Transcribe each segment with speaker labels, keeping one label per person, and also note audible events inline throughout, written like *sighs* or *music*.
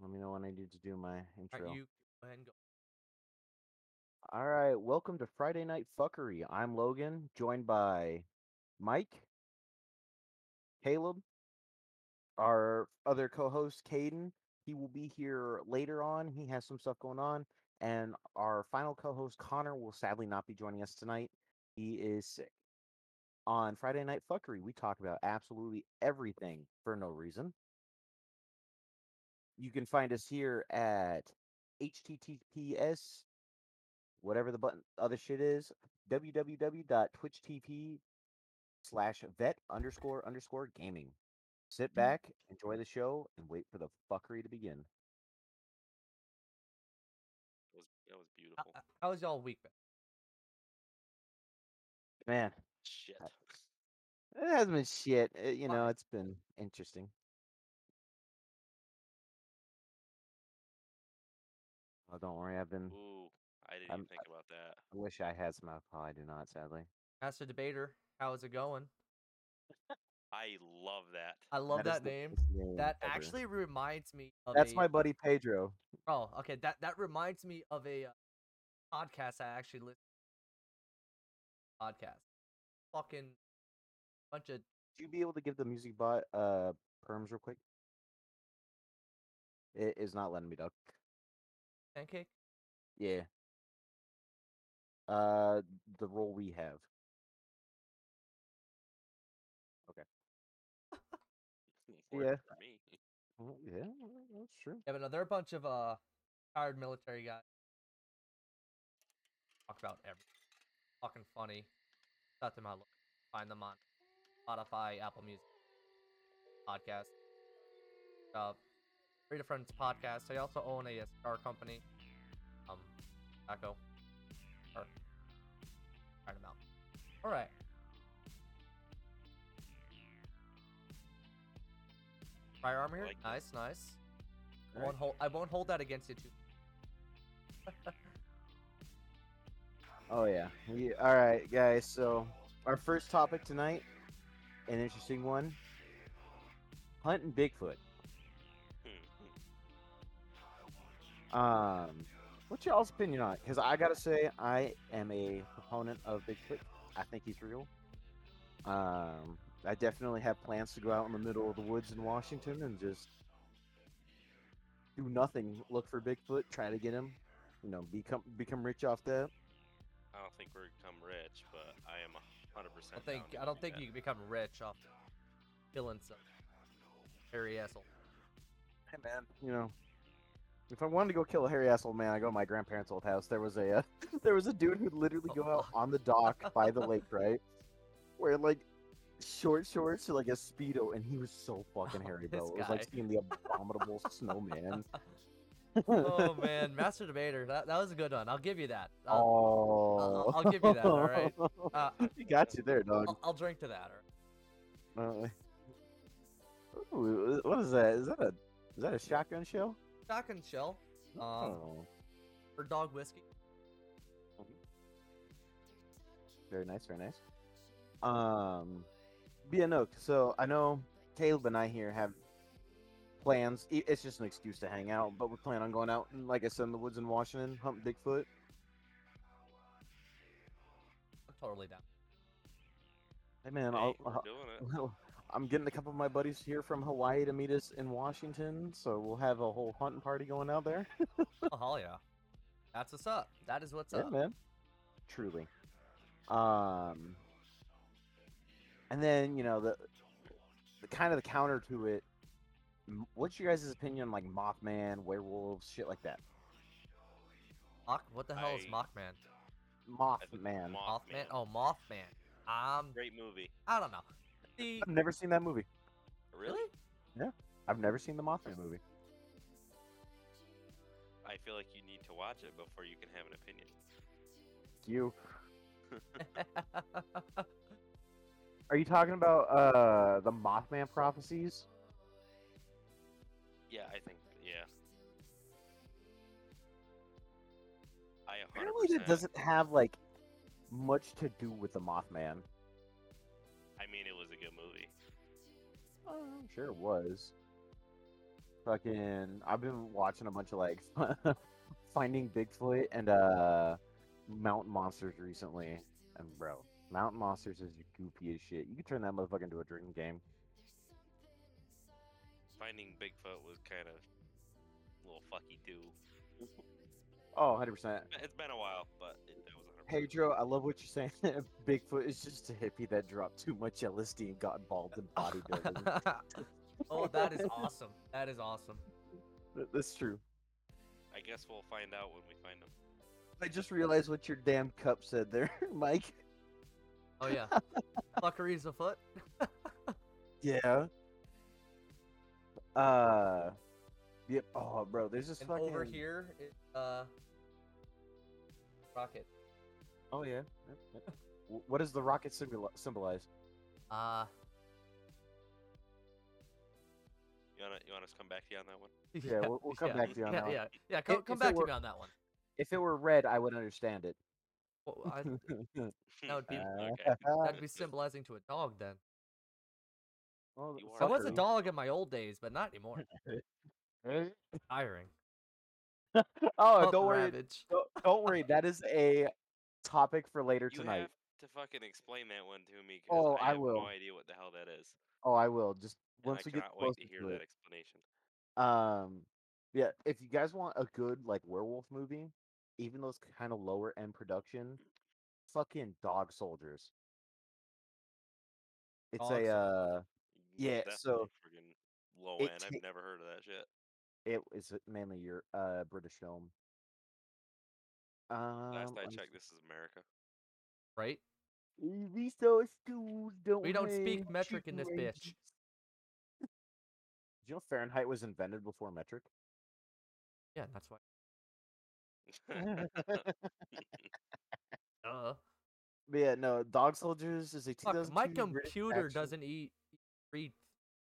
Speaker 1: Let me know when I need to do my
Speaker 2: All
Speaker 1: intro.
Speaker 2: right, you go ahead and go.
Speaker 1: All right, welcome to Friday Night Fuckery. I'm Logan, joined by Mike, Caleb, our other co-host Caden. He will be here later on. He has some stuff going on, and our final co-host Connor will sadly not be joining us tonight. He is sick. On Friday Night Fuckery, we talk about absolutely everything for no reason. You can find us here at https whatever the button other shit is www.twitch.tv slash vet underscore underscore gaming sit back enjoy the show and wait for the fuckery to begin
Speaker 3: That was that was
Speaker 2: How,
Speaker 3: beautiful.
Speaker 2: how- how was y'all week? been?
Speaker 1: man
Speaker 3: Shit.
Speaker 1: it hasn't been shit uh, you know
Speaker 2: Why?
Speaker 1: it's been interesting oh don't worry i've
Speaker 2: mm,
Speaker 1: been
Speaker 3: Ooh, I didn't
Speaker 1: I'm-
Speaker 3: even
Speaker 2: uh
Speaker 3: think about that.
Speaker 1: i wish i had some alcohol i do not sadly
Speaker 2: Master debater, how is it going?
Speaker 3: I love that. *laughs*
Speaker 2: I love
Speaker 1: is
Speaker 2: that,
Speaker 1: the
Speaker 2: name.
Speaker 1: best name
Speaker 2: That
Speaker 1: ever.
Speaker 2: actually reminds me of
Speaker 1: that's
Speaker 2: a-
Speaker 1: my buddy pedro
Speaker 2: Oh, okay. That that reminds me of a uh, podcast I actually listen. Podcast, fucking bunch of
Speaker 1: Would you be able to give the music bot uh perms real quick? It is not letting me duck.
Speaker 2: pancake.
Speaker 1: Yeah. Uh, the role we have.
Speaker 3: Worked
Speaker 1: Yeah.
Speaker 3: For me. *laughs*
Speaker 1: Oh, yeah, well, that's true.
Speaker 2: Yeah, but no, they're a bunch of uh tired military guys. Talk about everything. Fucking funny. Shout out to my look. Find them on Spotify, Apple Music, podcast. Uh, three different podcasts. They also own a uh, cigar company. Um, Taco. Or right amount. All right. Firearm here.
Speaker 3: like that.
Speaker 2: nice, nice.
Speaker 1: All
Speaker 2: I
Speaker 1: right.
Speaker 2: won't hold. I won't hold that against you too.
Speaker 1: Oh yeah. yeah. All right, guys. So our first topic tonight, an interesting one: hunting Bigfoot.
Speaker 3: Hmm, hmm.
Speaker 1: Um, what's y'all's opinion on it? Because I gotta say, I am a proponent of Bigfoot. I think he's real. Um, I definitely have plans to go out in the middle of the woods in Washington and just do nothing, look for Bigfoot, try to get him. You know, become become rich off that.
Speaker 3: I don't think we're become rich, but I am a hundred
Speaker 2: I
Speaker 3: percent.
Speaker 2: think.
Speaker 3: down to
Speaker 2: I don't
Speaker 3: do
Speaker 2: think
Speaker 3: that.
Speaker 2: you can become rich off killing some hairy asshole.
Speaker 1: *laughs* Hey man, you know, if I wanted to go kill a hairy ass old man, I go to my grandparents' old house. There was a uh, *laughs* there was a dude who'd literally go out on the dock by the
Speaker 2: *laughs*
Speaker 1: lake, right? Wearing like short shorts or like a speedo, and he was so fucking
Speaker 2: Oh, *laughs*
Speaker 1: hairy
Speaker 2: this
Speaker 1: though. It was
Speaker 2: guy.
Speaker 1: like seeing the
Speaker 2: *laughs*
Speaker 1: abominable snowman.
Speaker 2: oh man, Master Debater, that, that was a good one. I'll give you that. I'll,
Speaker 1: oh,
Speaker 2: I'll give you that, all right? uh,
Speaker 1: *laughs* he got you there, dog.
Speaker 2: *laughs* I'll, I'll drink to that.
Speaker 1: Uh, ooh, what is that? Is that a is that a shotgun shell?
Speaker 2: Stock and shell, um,
Speaker 1: Oh,
Speaker 2: or dog whiskey.
Speaker 1: very nice, very nice. Um, but yeah, no. So I know Caleb and I here have plans. i- It's just an excuse to hang out, but we plan on going out, and like I said, in the woods in Washington, hunt Bigfoot.
Speaker 2: I'm totally down.
Speaker 1: Hey man,
Speaker 3: Hey,
Speaker 1: I'll,
Speaker 3: we're
Speaker 1: I'll, *laughs*
Speaker 3: doing
Speaker 2: oh,
Speaker 3: it.
Speaker 1: well, I'm getting a couple of my buddies here from Hawaii to meet us in Washington, so we'll have a whole hunting party going out there.
Speaker 2: Oh hell yeah, that's what's up. That is what's
Speaker 1: Yeah,
Speaker 2: up.
Speaker 1: man. Truly. Um, and then you know the, the kind of the counter to it. m- What's your guys' opinion on like Mothman, werewolves, shit like that?
Speaker 2: Mock, what the hell is
Speaker 3: I-
Speaker 2: Mockman?
Speaker 3: I think *laughs*
Speaker 1: Mothman.
Speaker 2: Mothman?
Speaker 3: Mothman.
Speaker 2: Oh, Mothman. Um,
Speaker 3: Great movie.
Speaker 2: I don't know. *laughs* The
Speaker 1: I've never seen that movie.
Speaker 3: Really?
Speaker 1: I've never seen the Mothman movie.
Speaker 3: I feel like you need to watch it before you can have an opinion.
Speaker 1: *laughs* You are you talking about uh the Mothman prophecies?
Speaker 3: Yeah, I think. Yeah. I a hundred
Speaker 1: Apparently, that
Speaker 3: percent-
Speaker 1: doesn't have like much to do with the Mothman.
Speaker 3: I mean, it was a good movie.
Speaker 1: Uh, I'm sure it was. fucking I've been watching a bunch of like *laughs* finding Bigfoot and uh mountain monsters recently. And bro, mountain monsters is goopy as shit. You could turn that motherfucker into a drinking game.
Speaker 3: Finding Bigfoot was kind of a little fucky too.
Speaker 1: Oh, 100 percent.
Speaker 3: It's been a while, but it, that was 100%.
Speaker 1: Pedro, I love what you're saying. *laughs* Bigfoot is just a hippie that dropped too much LSD and got involved in
Speaker 2: *laughs*
Speaker 1: bodybuilding.
Speaker 2: *laughs* oh, that is awesome. That is awesome.
Speaker 1: Th- That's true.
Speaker 3: I guess we'll find out when we find him.
Speaker 1: I just realized what your damn cup said there, *laughs* Mike.
Speaker 2: Oh
Speaker 1: *laughs*
Speaker 2: yeah, fuckery's afoot.
Speaker 1: Yeah. Uh. Yep. Oh, bro, there's this
Speaker 2: And
Speaker 1: fucking.
Speaker 2: over here, it, uh, rocket.
Speaker 1: Oh yeah. Yep, yep. Wh- what does the rocket symbol- symbolize?
Speaker 2: Uh,
Speaker 3: You wanna you want us to come back to you on that one? *laughs*
Speaker 1: Yeah, we'll, we'll come
Speaker 2: yeah,
Speaker 1: back to you on
Speaker 2: yeah,
Speaker 1: that. one.
Speaker 2: Yeah, yeah, come,
Speaker 1: If-
Speaker 2: come
Speaker 1: if it
Speaker 2: back to
Speaker 1: were-
Speaker 2: me on that one.
Speaker 1: If it were red, I would understand
Speaker 2: *laughs*
Speaker 1: it.
Speaker 2: Well,
Speaker 1: *laughs*
Speaker 2: I, that would
Speaker 1: Uh,
Speaker 2: be
Speaker 3: okay.
Speaker 2: that'd be symbolizing to a dog then.
Speaker 1: Well,
Speaker 3: You
Speaker 2: I
Speaker 3: are
Speaker 2: was a *laughs*
Speaker 3: Fuckery.
Speaker 2: dog in my old days, but not
Speaker 1: *laughs*
Speaker 2: anymore.
Speaker 1: Eh?
Speaker 2: Tiring.
Speaker 1: Oh,
Speaker 2: Pup
Speaker 1: don't worry.
Speaker 2: ravage.
Speaker 1: Don't, don't worry. That is a topic for later
Speaker 3: You
Speaker 1: tonight.
Speaker 3: have to fucking explain that one to me. 'cause
Speaker 1: Oh, I
Speaker 3: I, have
Speaker 1: will.
Speaker 3: No idea what the hell that is.
Speaker 1: Oh, I will. Just
Speaker 3: and
Speaker 1: once
Speaker 3: I
Speaker 1: we get
Speaker 3: cannot
Speaker 1: closer
Speaker 3: wait to hear
Speaker 1: to
Speaker 3: that
Speaker 1: it.
Speaker 3: explanation.
Speaker 1: Um, yeah. If you guys want a good like werewolf movie, even those kind of lower end production, fucking Dog Soldiers. It's
Speaker 2: Dog
Speaker 1: a
Speaker 2: Soldiers.
Speaker 1: uh, Yeah,
Speaker 3: That's
Speaker 1: so
Speaker 3: friggin' low
Speaker 1: it
Speaker 3: end.
Speaker 1: ta-
Speaker 3: I've never heard of that shit.
Speaker 1: it is mainly your uh British film. Um,
Speaker 3: Last I
Speaker 1: I'm
Speaker 3: checked, this is America.
Speaker 2: Right?
Speaker 1: s- these those schools don't.
Speaker 2: We don't speak
Speaker 1: have
Speaker 2: metric in this
Speaker 1: shooting
Speaker 2: bitch.
Speaker 1: ranges. Did you know Fahrenheit was invented before metric?
Speaker 2: Yeah,
Speaker 1: *laughs*
Speaker 2: that's why.
Speaker 1: but
Speaker 2: Duh.
Speaker 1: yeah, no. Dog Soldiers is a
Speaker 2: Fuck, my
Speaker 1: 2002 British
Speaker 2: computer
Speaker 1: action-
Speaker 2: doesn't eat read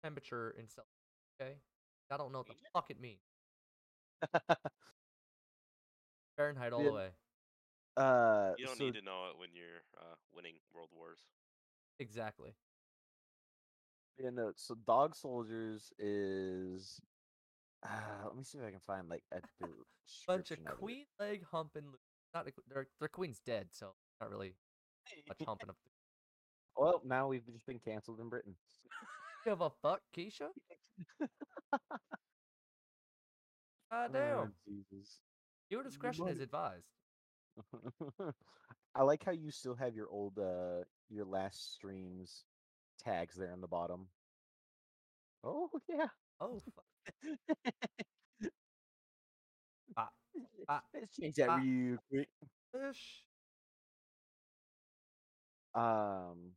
Speaker 2: temperature and stuff. Okay, I don't know what the fuck it means. Fahrenheit all
Speaker 1: Yeah.
Speaker 2: the way.
Speaker 1: Uh,
Speaker 3: you don't
Speaker 1: so
Speaker 3: need to know it when you're uh, winning world wars.
Speaker 2: Exactly.
Speaker 1: Yeah, no. So Dog Soldiers is. Uh, let me see if I can find like
Speaker 2: *laughs*
Speaker 1: a du-
Speaker 2: Bunch of
Speaker 1: description of it.
Speaker 2: queen leg humping. lo- Not a, qu- their their queen's dead, so
Speaker 1: *laughs*
Speaker 2: not really much humping up. there.
Speaker 1: Well, now we've just been canceled in
Speaker 2: *laughs*
Speaker 1: Britain.
Speaker 2: Give a fuck,
Speaker 1: *laughs*
Speaker 2: Keisha. God
Speaker 1: Oh,
Speaker 2: damn.
Speaker 1: Jesus. *laughs*
Speaker 2: Your discretion is
Speaker 1: mother-
Speaker 2: advised.
Speaker 1: I like how you still have your old uh your last streams tags there in the bottom. Oh *laughs*
Speaker 2: *laughs*
Speaker 1: yeah.
Speaker 2: Oh,
Speaker 1: *laughs*
Speaker 2: fuck. ah,
Speaker 1: Let's change that
Speaker 2: ah.
Speaker 1: real quick.
Speaker 2: fish.
Speaker 1: Um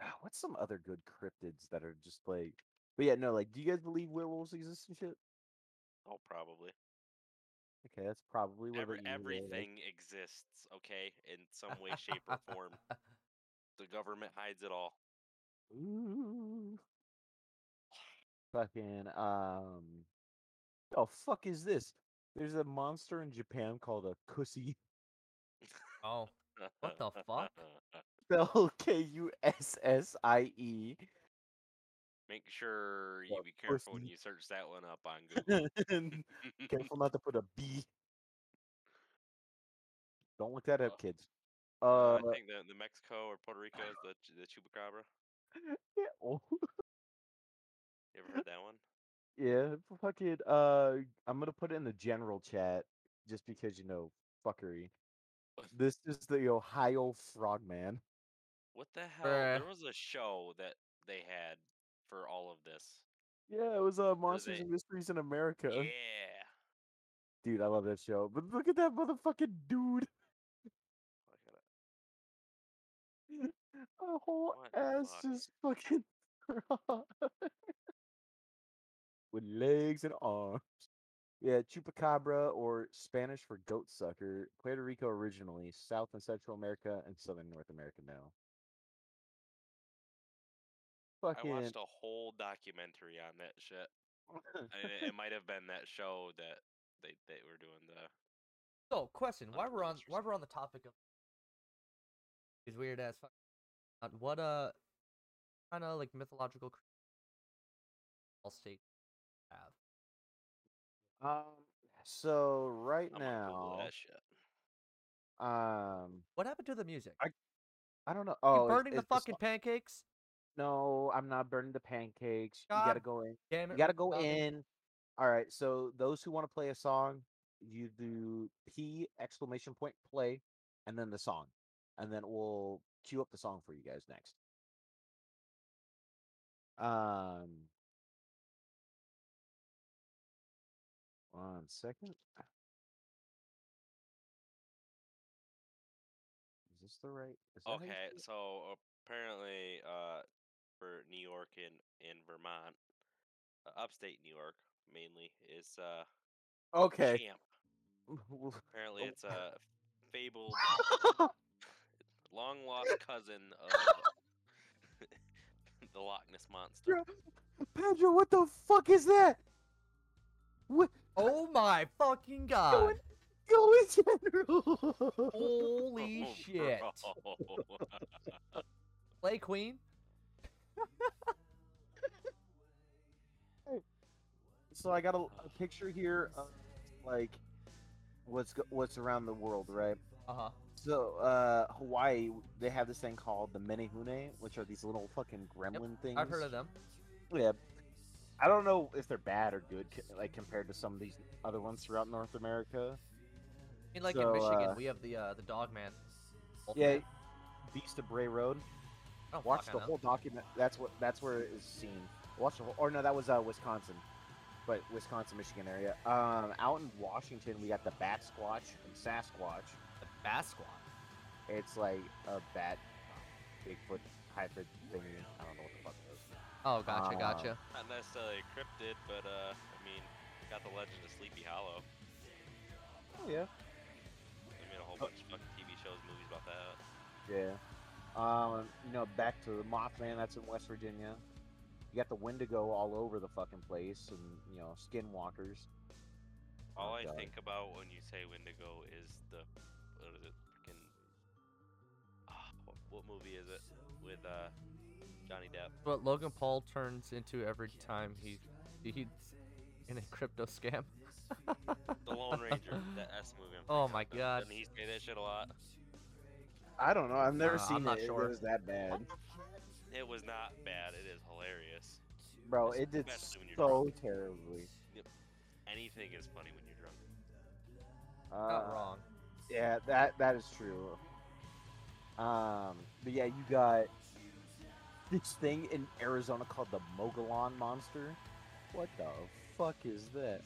Speaker 1: ah, what's some other good cryptids that are just like but yeah, no, like do you guys believe werewolves exist and shit?
Speaker 3: Oh, probably.
Speaker 1: Okay, that's probably what
Speaker 3: Every,
Speaker 1: about you, Leo, right?
Speaker 3: everything exists, okay, in some way, shape, or form.
Speaker 1: *laughs*
Speaker 3: The government hides it all.
Speaker 1: Ooh. Fucking um Oh fuck is this? There's a monster in Japan called a kussy. *laughs*
Speaker 2: Oh, What the fuck?
Speaker 1: Spell K U S S I E.
Speaker 3: *laughs* Make sure you
Speaker 1: Yeah,
Speaker 3: be careful when
Speaker 1: pussy.
Speaker 3: you search that one up
Speaker 2: *laughs*
Speaker 3: on Google. *laughs*
Speaker 1: Careful not to put a B. Don't look that up, kids.
Speaker 3: Uh,
Speaker 1: Uh,
Speaker 3: I think the, the Mexico or Puerto Rico is the, ch- the chupacabra.
Speaker 1: yeah, oh,
Speaker 3: You ever heard that one?
Speaker 1: yeah, fucking. Uh, I'm gonna put it in the general chat just because you know fuckery. This is the Ohio Frogman.
Speaker 3: What the hell?
Speaker 2: Bruh.
Speaker 3: There was a show that they had for all of this.
Speaker 1: Yeah, it was uh, Monsters
Speaker 3: it?
Speaker 1: and Mysteries in America.
Speaker 3: Yeah.
Speaker 1: Dude, I love that show. But look at that motherfucking dude.
Speaker 3: Look at it.
Speaker 1: A whole
Speaker 3: What the
Speaker 1: ass
Speaker 3: fuck?
Speaker 1: just fucking *laughs* with legs and arms. Yeah, chupacabra or Spanish for goat sucker. Puerto Rico originally, South and Central America, and Southern North America now. *laughs*
Speaker 3: I
Speaker 1: Fucking
Speaker 3: watched a whole documentary on that shit. And it, it might have been that show that they, they were doing the.
Speaker 2: so question: Why we're on?
Speaker 3: Unplugged or
Speaker 2: Why we're on the topic of these weird ass? fuck- uh, What uh, kind of like mythological cre- all states have?
Speaker 1: Um, so right
Speaker 3: I'm gonna Google
Speaker 1: now,
Speaker 3: that shit.
Speaker 1: um,
Speaker 2: What happened to the music?
Speaker 1: I- I don't know.
Speaker 2: You
Speaker 1: Oh, it's-
Speaker 2: burning the
Speaker 1: it's just-
Speaker 2: fucking pancakes?
Speaker 1: No, I'm not burning the pancakes. You gotta
Speaker 2: God
Speaker 1: go in.
Speaker 2: Damn it!
Speaker 1: You gotta go
Speaker 2: Rocky.
Speaker 1: in. All right. So those who want to play a song, you do P exclamation point play, and then the song, and then we'll cue up the song for you guys next. Um, one second. Is this the right? Is that how you
Speaker 3: Okay,
Speaker 1: say it?
Speaker 3: so apparently, uh, for New York and in Vermont, uh, upstate New York mainly is uh
Speaker 1: Okay.
Speaker 3: champ. Apparently,
Speaker 1: Oh.
Speaker 3: it's a fabled, long lost cousin of *laughs* the Loch Ness monster.
Speaker 1: *laughs* Pedro, what the fuck is that? What?
Speaker 2: Oh my
Speaker 1: *laughs*
Speaker 2: fucking god!
Speaker 1: Go general.
Speaker 3: *laughs*
Speaker 1: *laughs*
Speaker 2: Holy shit!
Speaker 3: Bro.
Speaker 2: Play Queen.
Speaker 1: so I got a, a picture here of like what's go- what's around the world, right?
Speaker 2: Uh huh.
Speaker 1: So uh Hawaii, they have this thing called the menehune, which are these little fucking gremlin things.
Speaker 2: I've heard of them.
Speaker 1: Yeah. I don't know if they're bad or good, c- like compared to some of these other ones throughout North America.
Speaker 2: I mean, like
Speaker 1: So,
Speaker 2: in Michigan,
Speaker 1: uh,
Speaker 2: we have the uh, the dog man. Wolf
Speaker 1: Yeah,
Speaker 2: man.
Speaker 1: Beast of Bray Road.
Speaker 2: I don't
Speaker 1: Watch
Speaker 2: fucking
Speaker 1: the
Speaker 2: know.
Speaker 1: whole document. That's what. That's where it is seen. Watch the whole. Or no, that was uh, Wisconsin, but Wisconsin, Michigan area. Um, out in Washington, we got the bat squatch and Sasquatch.
Speaker 2: The Bass Squad.
Speaker 1: It's like a bat, um, Bigfoot hybrid thing. I don't know what the fuck it is.
Speaker 2: Oh, gotcha,
Speaker 1: Uh,
Speaker 2: gotcha.
Speaker 3: Not necessarily cryptid, but uh, I mean, got the legend of Sleepy Hollow.
Speaker 1: Oh yeah.
Speaker 3: They made a whole
Speaker 1: Oh.
Speaker 3: bunch of fucking TV shows, movies about that.
Speaker 1: Yeah. Um, you know, back to the Mothman. That's in West Virginia. You got the Wendigo all over the fucking place, and you know, skinwalkers.
Speaker 3: All
Speaker 1: Oh,
Speaker 3: I
Speaker 1: God.
Speaker 3: think about when you say Wendigo is the what is it? Freaking ah, what, what movie is it with uh Johnny Depp?
Speaker 2: What Logan Paul turns into every time he he's in a crypto scam.
Speaker 3: The Lone
Speaker 1: *laughs*
Speaker 3: Ranger. that that's the movie. I'm
Speaker 2: Oh
Speaker 3: thinking
Speaker 2: my
Speaker 3: of. Doesn't-
Speaker 2: God.
Speaker 3: Doesn't he say that shit a lot?
Speaker 1: I don't know. I've never
Speaker 2: Uh, I'm
Speaker 1: seen
Speaker 2: not
Speaker 1: it. It-
Speaker 2: sure.
Speaker 1: It was that bad.
Speaker 3: It was not bad. It is hilarious.
Speaker 1: Bro, it did
Speaker 3: Especially when you're
Speaker 1: so terribly.
Speaker 3: Anything is funny when you're drunk.
Speaker 1: Uh,
Speaker 2: Not wrong.
Speaker 1: Yeah, that that is true. Um, but yeah, you got this thing in Arizona called the Mogollon monster. What the fuck is that?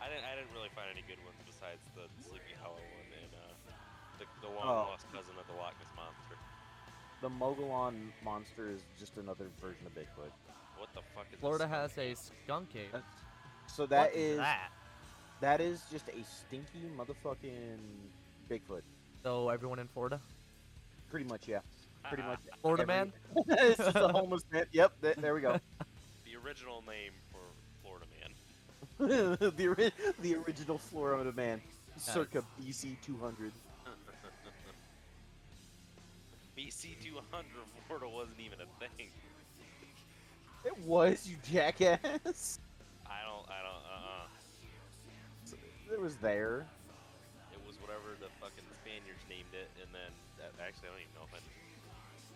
Speaker 3: I didn't. I didn't really find any good ones besides the Sleepy Hollow one and uh, the, the
Speaker 1: Oh.
Speaker 3: long lost cousin of the Loch Ness monster.
Speaker 1: The Mogollon monster is just another version of Bigfoot.
Speaker 3: What the fuck is? a
Speaker 2: Florida
Speaker 3: skunk?
Speaker 2: has a skunk ape.
Speaker 1: That's, so
Speaker 2: What
Speaker 1: that
Speaker 2: is
Speaker 1: is
Speaker 2: that.
Speaker 1: that is just a stinky motherfucking Bigfoot.
Speaker 2: So everyone in Florida,
Speaker 1: Pretty much, yeah. Pretty
Speaker 2: Ah.
Speaker 3: Ah,
Speaker 1: much. *laughs*
Speaker 2: Florida
Speaker 1: every-
Speaker 2: man.
Speaker 1: it's just a homeless man. Yep, th- there we go.
Speaker 3: The original name for Florida Man.
Speaker 1: *laughs* the, ori- the original Florida man, circa BC 200.
Speaker 3: BC 200 *laughs* Florida wasn't even a thing.
Speaker 1: It was, you jackass. *laughs*
Speaker 3: I don't. I don't. Uh. uh
Speaker 1: It was there.
Speaker 3: It was whatever the fucking Spaniards named it, and then that, actually I don't even know if I.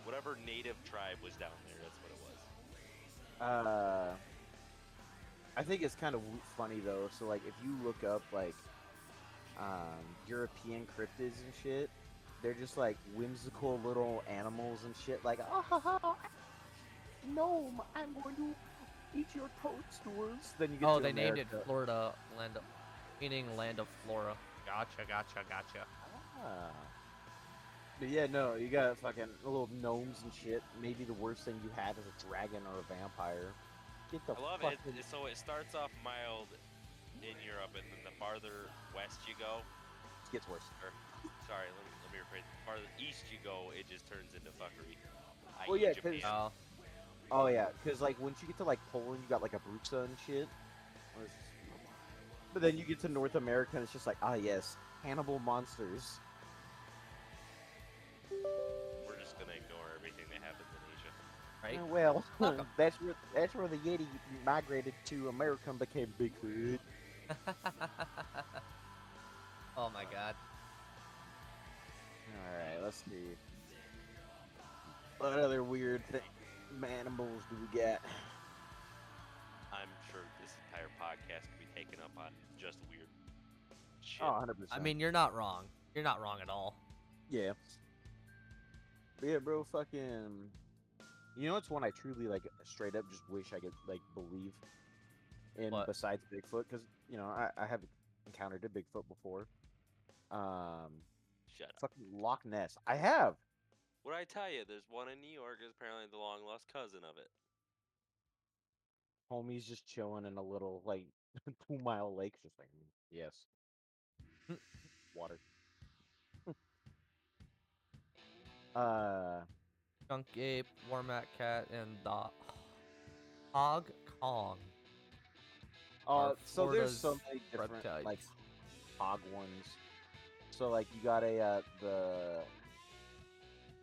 Speaker 3: Whatever native tribe was down there, that's what it was.
Speaker 1: Uh, I think it's kind of w- funny though. So like, if you look up like um, European cryptids and shit, they're just like whimsical little animals and shit. Like, oh, ha, ha, ha, gnome, I'm going to eat your toadstools. Then you get
Speaker 2: Oh,
Speaker 1: to
Speaker 2: they named it
Speaker 1: America.
Speaker 2: Florida land, of, meaning land of Flora. Gotcha, gotcha, gotcha.
Speaker 1: Ah. But yeah, no, you got fucking little gnomes and shit. Maybe the worst thing you have is a dragon or a vampire. Get the
Speaker 3: I love
Speaker 1: fucking...
Speaker 3: it. It- So it starts off mild in Europe, and then the farther west you go,
Speaker 1: gets worse.
Speaker 3: sorry, let me, let me rephrase. The farther east you go, it just turns into fuckery. I
Speaker 1: Well, yeah, 'cause-
Speaker 3: Japan.
Speaker 2: Oh,
Speaker 1: Oh yeah, because like once you get to like Poland, you got like Abruzza and shit. Or it's- But then you get to North America, and it's just like, ah, yes, Hannibal monsters.
Speaker 3: We're just gonna ignore everything that happens in Asia.
Speaker 2: right?
Speaker 1: Uh, Well,
Speaker 2: Fuck 'em.
Speaker 1: *laughs* that's where that's where the Yeti migrated to America and became Bigfoot.
Speaker 2: *laughs* oh my god.
Speaker 1: All right, let's see. What other weird thing, animals do we got?
Speaker 3: I'm sure this entire podcast could be taken up on just weird shit.
Speaker 1: Oh, 100 percent.
Speaker 2: I mean, you're not wrong. You're not wrong at all.
Speaker 1: yeah, But yeah, bro. Fucking, you know, it's one I truly like, straight up, just wish I could like believe in
Speaker 2: What?
Speaker 1: besides Bigfoot, because you know, I, I have encountered a Bigfoot before. Um,
Speaker 3: Shut up.
Speaker 1: fucking Loch Ness. I have.
Speaker 3: What I tell you, there's one in New York is apparently the long lost cousin of it.
Speaker 1: homie's just chilling in a little like *laughs* two mile lake just like "Mm, yes water *laughs* uh
Speaker 2: Skunk Ape, Warmat Cat, and the Hog Kong.
Speaker 1: uh so there's
Speaker 2: Florida's
Speaker 1: so many different
Speaker 2: reptiles.
Speaker 1: like hog ones so like you got a uh, the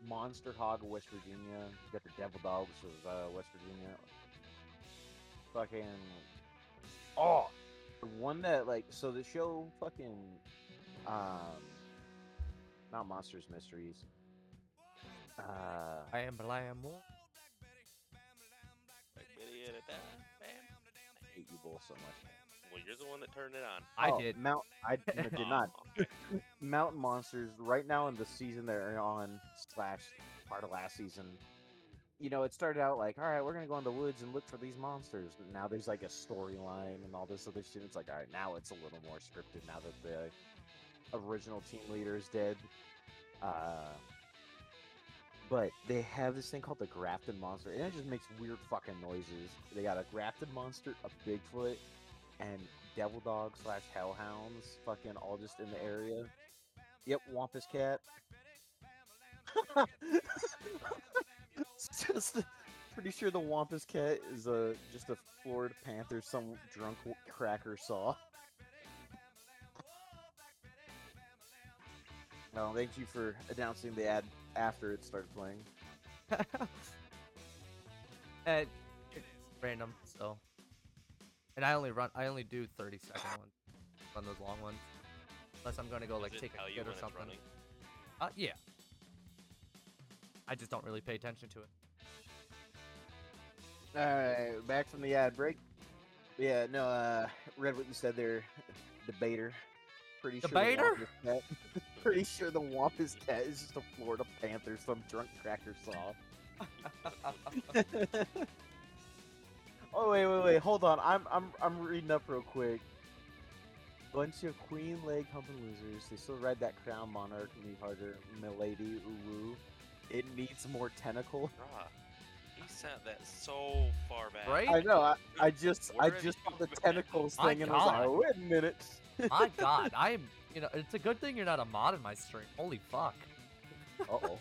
Speaker 1: monster hog of west virginia you got the devil dogs of uh, west virginia fucking oh the one that like so the show fucking um not monsters mysteries uh
Speaker 2: I am Blammo.
Speaker 3: Like, Billy and a bat, man.
Speaker 1: I hate you both so much
Speaker 3: Well, you're the one that turned it on.
Speaker 2: I
Speaker 1: Oh,
Speaker 2: did.
Speaker 1: mount
Speaker 2: *laughs*
Speaker 1: i no, did
Speaker 3: Oh,
Speaker 1: not
Speaker 3: okay.
Speaker 1: mountain monsters right now in the season they're on slash part of last season you know it started out like all right we're gonna go in the woods and look for these monsters but now there's like a storyline and all this other shit it's like all right now it's a little more scripted now that the original team leader is dead uh but they have this thing called the grafted monster and it just makes weird fucking noises they got a grafted monster a bigfoot and devil dog slash hellhounds fucking all just in the area Yep, Wampus Cat. It's *laughs* just the- pretty sure the Wampus Cat is a just a Florida Panther some drunk w- cracker saw. Well, thank you for announcing the ad after it started playing.
Speaker 2: and it's Eh, random, so. And I only run. I only do 30
Speaker 3: *laughs*
Speaker 2: second ones. Run those long ones. Unless I'm gonna go
Speaker 3: Does
Speaker 2: like
Speaker 3: it
Speaker 2: take
Speaker 3: tell
Speaker 2: a
Speaker 3: you
Speaker 2: shit
Speaker 3: when
Speaker 2: or
Speaker 3: it's
Speaker 2: something.
Speaker 3: running?
Speaker 2: Uh, yeah. I just don't really pay attention to it.
Speaker 1: All right, Uh, back from the ad break. Yeah, no, uh, read what you said there, debater. Pretty
Speaker 2: Debater?
Speaker 1: sure the Wampus Cat. *laughs* pretty sure the Wampus Cat is just a Florida Panther some drunk cracker saw. *laughs* oh wait, wait, wait, hold on. I'm I'm I'm reading up real quick. Bunch of queen leg humping losers. They still ride that crown monarch, me harder, milady, uwu. It needs more tentacle.
Speaker 3: Bruh, he sent that so far back.
Speaker 2: Right?
Speaker 1: *laughs* I know. I, I just I
Speaker 3: Where did
Speaker 1: just
Speaker 3: you
Speaker 1: saw the
Speaker 3: go?
Speaker 1: tentacles
Speaker 2: My
Speaker 1: thing and I was like,
Speaker 2: God.
Speaker 1: "Oh, wait a minute.
Speaker 2: My
Speaker 3: *laughs*
Speaker 2: God, I am. You know, it's a good thing you're not a mod in my stream. Holy fuck.
Speaker 1: Uh-oh.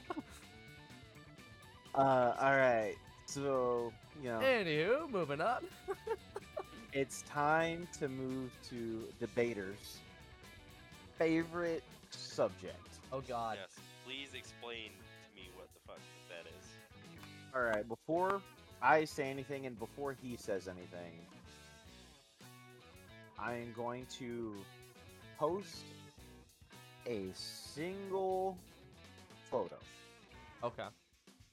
Speaker 1: *laughs* uh, all right. So you know,
Speaker 2: Anywho, moving on.
Speaker 1: it's time to move to debaters' favorite subject.
Speaker 2: Oh God.
Speaker 3: Yes. Please explain to me what the fuck that is.
Speaker 1: All right, before I say anything and before he says anything, I am going to post a single photo.
Speaker 2: Okay.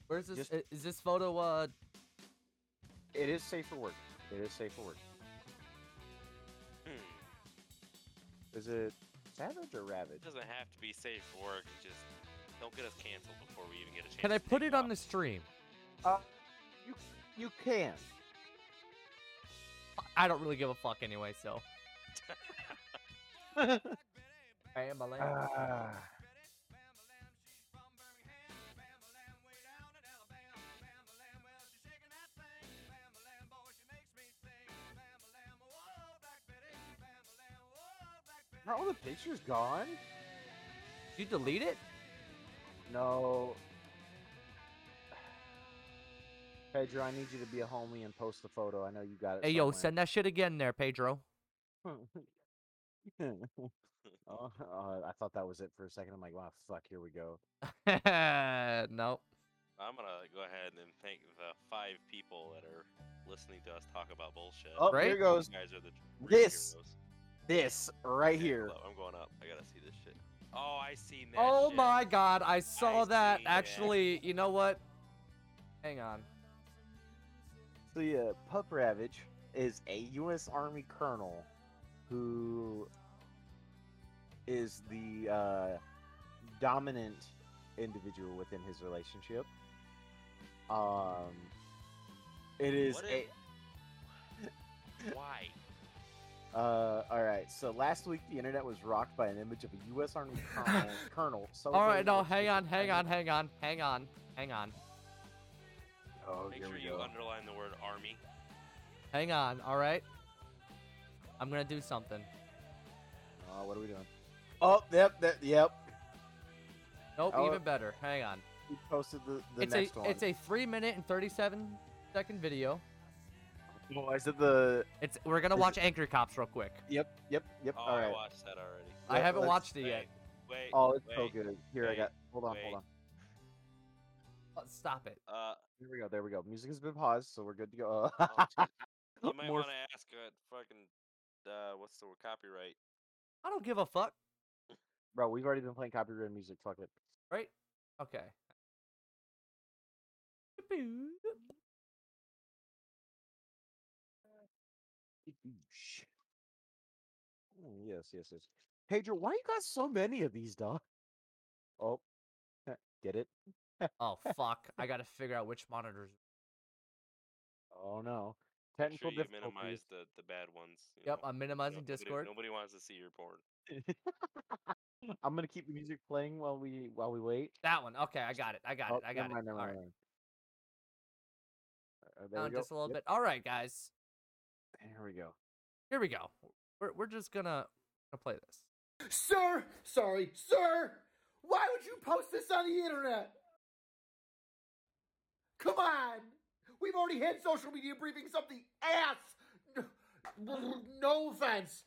Speaker 2: Where's this?
Speaker 1: Just-
Speaker 2: i- Is this photo? Uh,
Speaker 1: It is safe for work. It is safe for work.
Speaker 3: Hmm.
Speaker 1: Is it Savage or Ravage?
Speaker 3: It doesn't have to be safe for work. it Just don't get us canceled before we even get a chance.
Speaker 2: can I
Speaker 3: to
Speaker 2: put
Speaker 3: take
Speaker 2: it on
Speaker 3: off.
Speaker 2: the stream?
Speaker 1: Uh, you you can.
Speaker 2: I don't really give a fuck anyway,
Speaker 3: *laughs*
Speaker 2: so. I am a lamb.
Speaker 1: Ah. Are all the pictures gone?
Speaker 2: Did you delete it?
Speaker 1: No. *sighs* Pedro, I need you to be a homie and post the photo. I know you got it.
Speaker 2: Hey yo,
Speaker 1: somewhere.
Speaker 2: send that shit again there, Pedro. *laughs*
Speaker 1: oh, *laughs* uh, I thought that was it for a second. I'm like, wow, fuck, here we go.
Speaker 2: nope.
Speaker 3: I'm gonna go ahead and thank the five people that are listening to us talk about bullshit.
Speaker 1: Oh,
Speaker 2: Right?
Speaker 1: here goes
Speaker 3: You guys are the real
Speaker 1: This
Speaker 3: heroes.
Speaker 1: this right
Speaker 3: Yeah,
Speaker 1: here.
Speaker 3: hold up, I'm going up. I gotta see this shit. Oh, I seen that.
Speaker 2: Oh
Speaker 3: shit.
Speaker 2: my god, I saw
Speaker 3: I
Speaker 2: that.
Speaker 3: see that.
Speaker 2: Actually, you know what? Hang on.
Speaker 1: So yeah, Pup Ravage is a U.S. Army colonel who is the uh, dominant individual within his relationship. Um, it is
Speaker 3: What
Speaker 1: a.
Speaker 3: if- Why?
Speaker 1: Uh, all right. So last week, the internet was rocked by an image of a U.S.
Speaker 2: *laughs*
Speaker 1: Army colonel. colonel
Speaker 2: All right,
Speaker 1: celebrating
Speaker 2: no,
Speaker 1: with
Speaker 2: hang
Speaker 1: his
Speaker 2: on, hang on,
Speaker 1: companion-
Speaker 2: hang on, hang on, hang on,
Speaker 1: Oh,
Speaker 3: Make
Speaker 1: here
Speaker 3: sure
Speaker 1: we
Speaker 3: you
Speaker 1: go.
Speaker 3: underline the word army.
Speaker 2: hang on. All right. I'm gonna do something.
Speaker 1: Oh, what are we doing? Oh, yep, that, yep.
Speaker 2: Nope,
Speaker 1: Oh.
Speaker 2: even better. Hang on.
Speaker 1: We posted the, the
Speaker 2: it's
Speaker 1: next
Speaker 2: a
Speaker 1: one.
Speaker 2: it's a three minute and thirty seven second video.
Speaker 1: Well, Oh, I said the.
Speaker 2: It's we're gonna
Speaker 1: Is
Speaker 2: watch Anchor Cops real quick.
Speaker 1: Yep, yep, yep.
Speaker 3: Oh,
Speaker 1: all
Speaker 3: I
Speaker 1: right.
Speaker 3: watched that already.
Speaker 2: I
Speaker 1: Yep,
Speaker 2: haven't
Speaker 1: let's-
Speaker 2: watched it yet.
Speaker 3: Wait, wait.
Speaker 1: Oh, it's
Speaker 3: wait.
Speaker 1: so good. Here I
Speaker 3: wait,
Speaker 1: got. Hold on,
Speaker 3: wait.
Speaker 1: hold on.
Speaker 2: Oh, Stop it.
Speaker 3: Uh,
Speaker 1: Here we go. There we go. Music has been paused, so we're good to go.
Speaker 3: Oh, you might
Speaker 1: More
Speaker 3: want to ask uh, fucking uh, what's the word, copyright?
Speaker 2: I don't give a fuck.
Speaker 1: *laughs* Bro, we've already been playing copyrighted music. Fuck it.
Speaker 2: Right?
Speaker 1: *laughs*
Speaker 2: Okay.
Speaker 1: Shh. Oh, Yes, yes, yes. Pedro, why you got so many of these, dog? Oh, get it?
Speaker 2: Oh fuck! I gotta figure out which monitors.
Speaker 1: Oh no.
Speaker 3: Make
Speaker 1: Technical
Speaker 3: sure you
Speaker 1: difficulties.
Speaker 3: minimize the, the bad ones. you
Speaker 2: Yep,
Speaker 3: know.
Speaker 2: I'm minimizing
Speaker 3: Nobody-
Speaker 2: Discord.
Speaker 3: Nobody wants to see your porn.
Speaker 1: *laughs* I'm gonna keep the music playing while we while we wait.
Speaker 2: That one. Okay, I got it. I got
Speaker 1: Oh,
Speaker 2: it. I got
Speaker 1: never mind,
Speaker 2: it.
Speaker 1: never
Speaker 2: All
Speaker 1: mind,
Speaker 2: right.
Speaker 1: never mind. Uh, there we
Speaker 2: Down
Speaker 1: go.
Speaker 2: just a little
Speaker 1: Yep,
Speaker 2: bit. All right, guys.
Speaker 1: Here we go.
Speaker 2: Here we go. We're we're just gonna gonna play this.
Speaker 4: Sir, sorry, sir, why would you post this on the internet? Come on! We've already had social media briefings up the ass! No- No offense.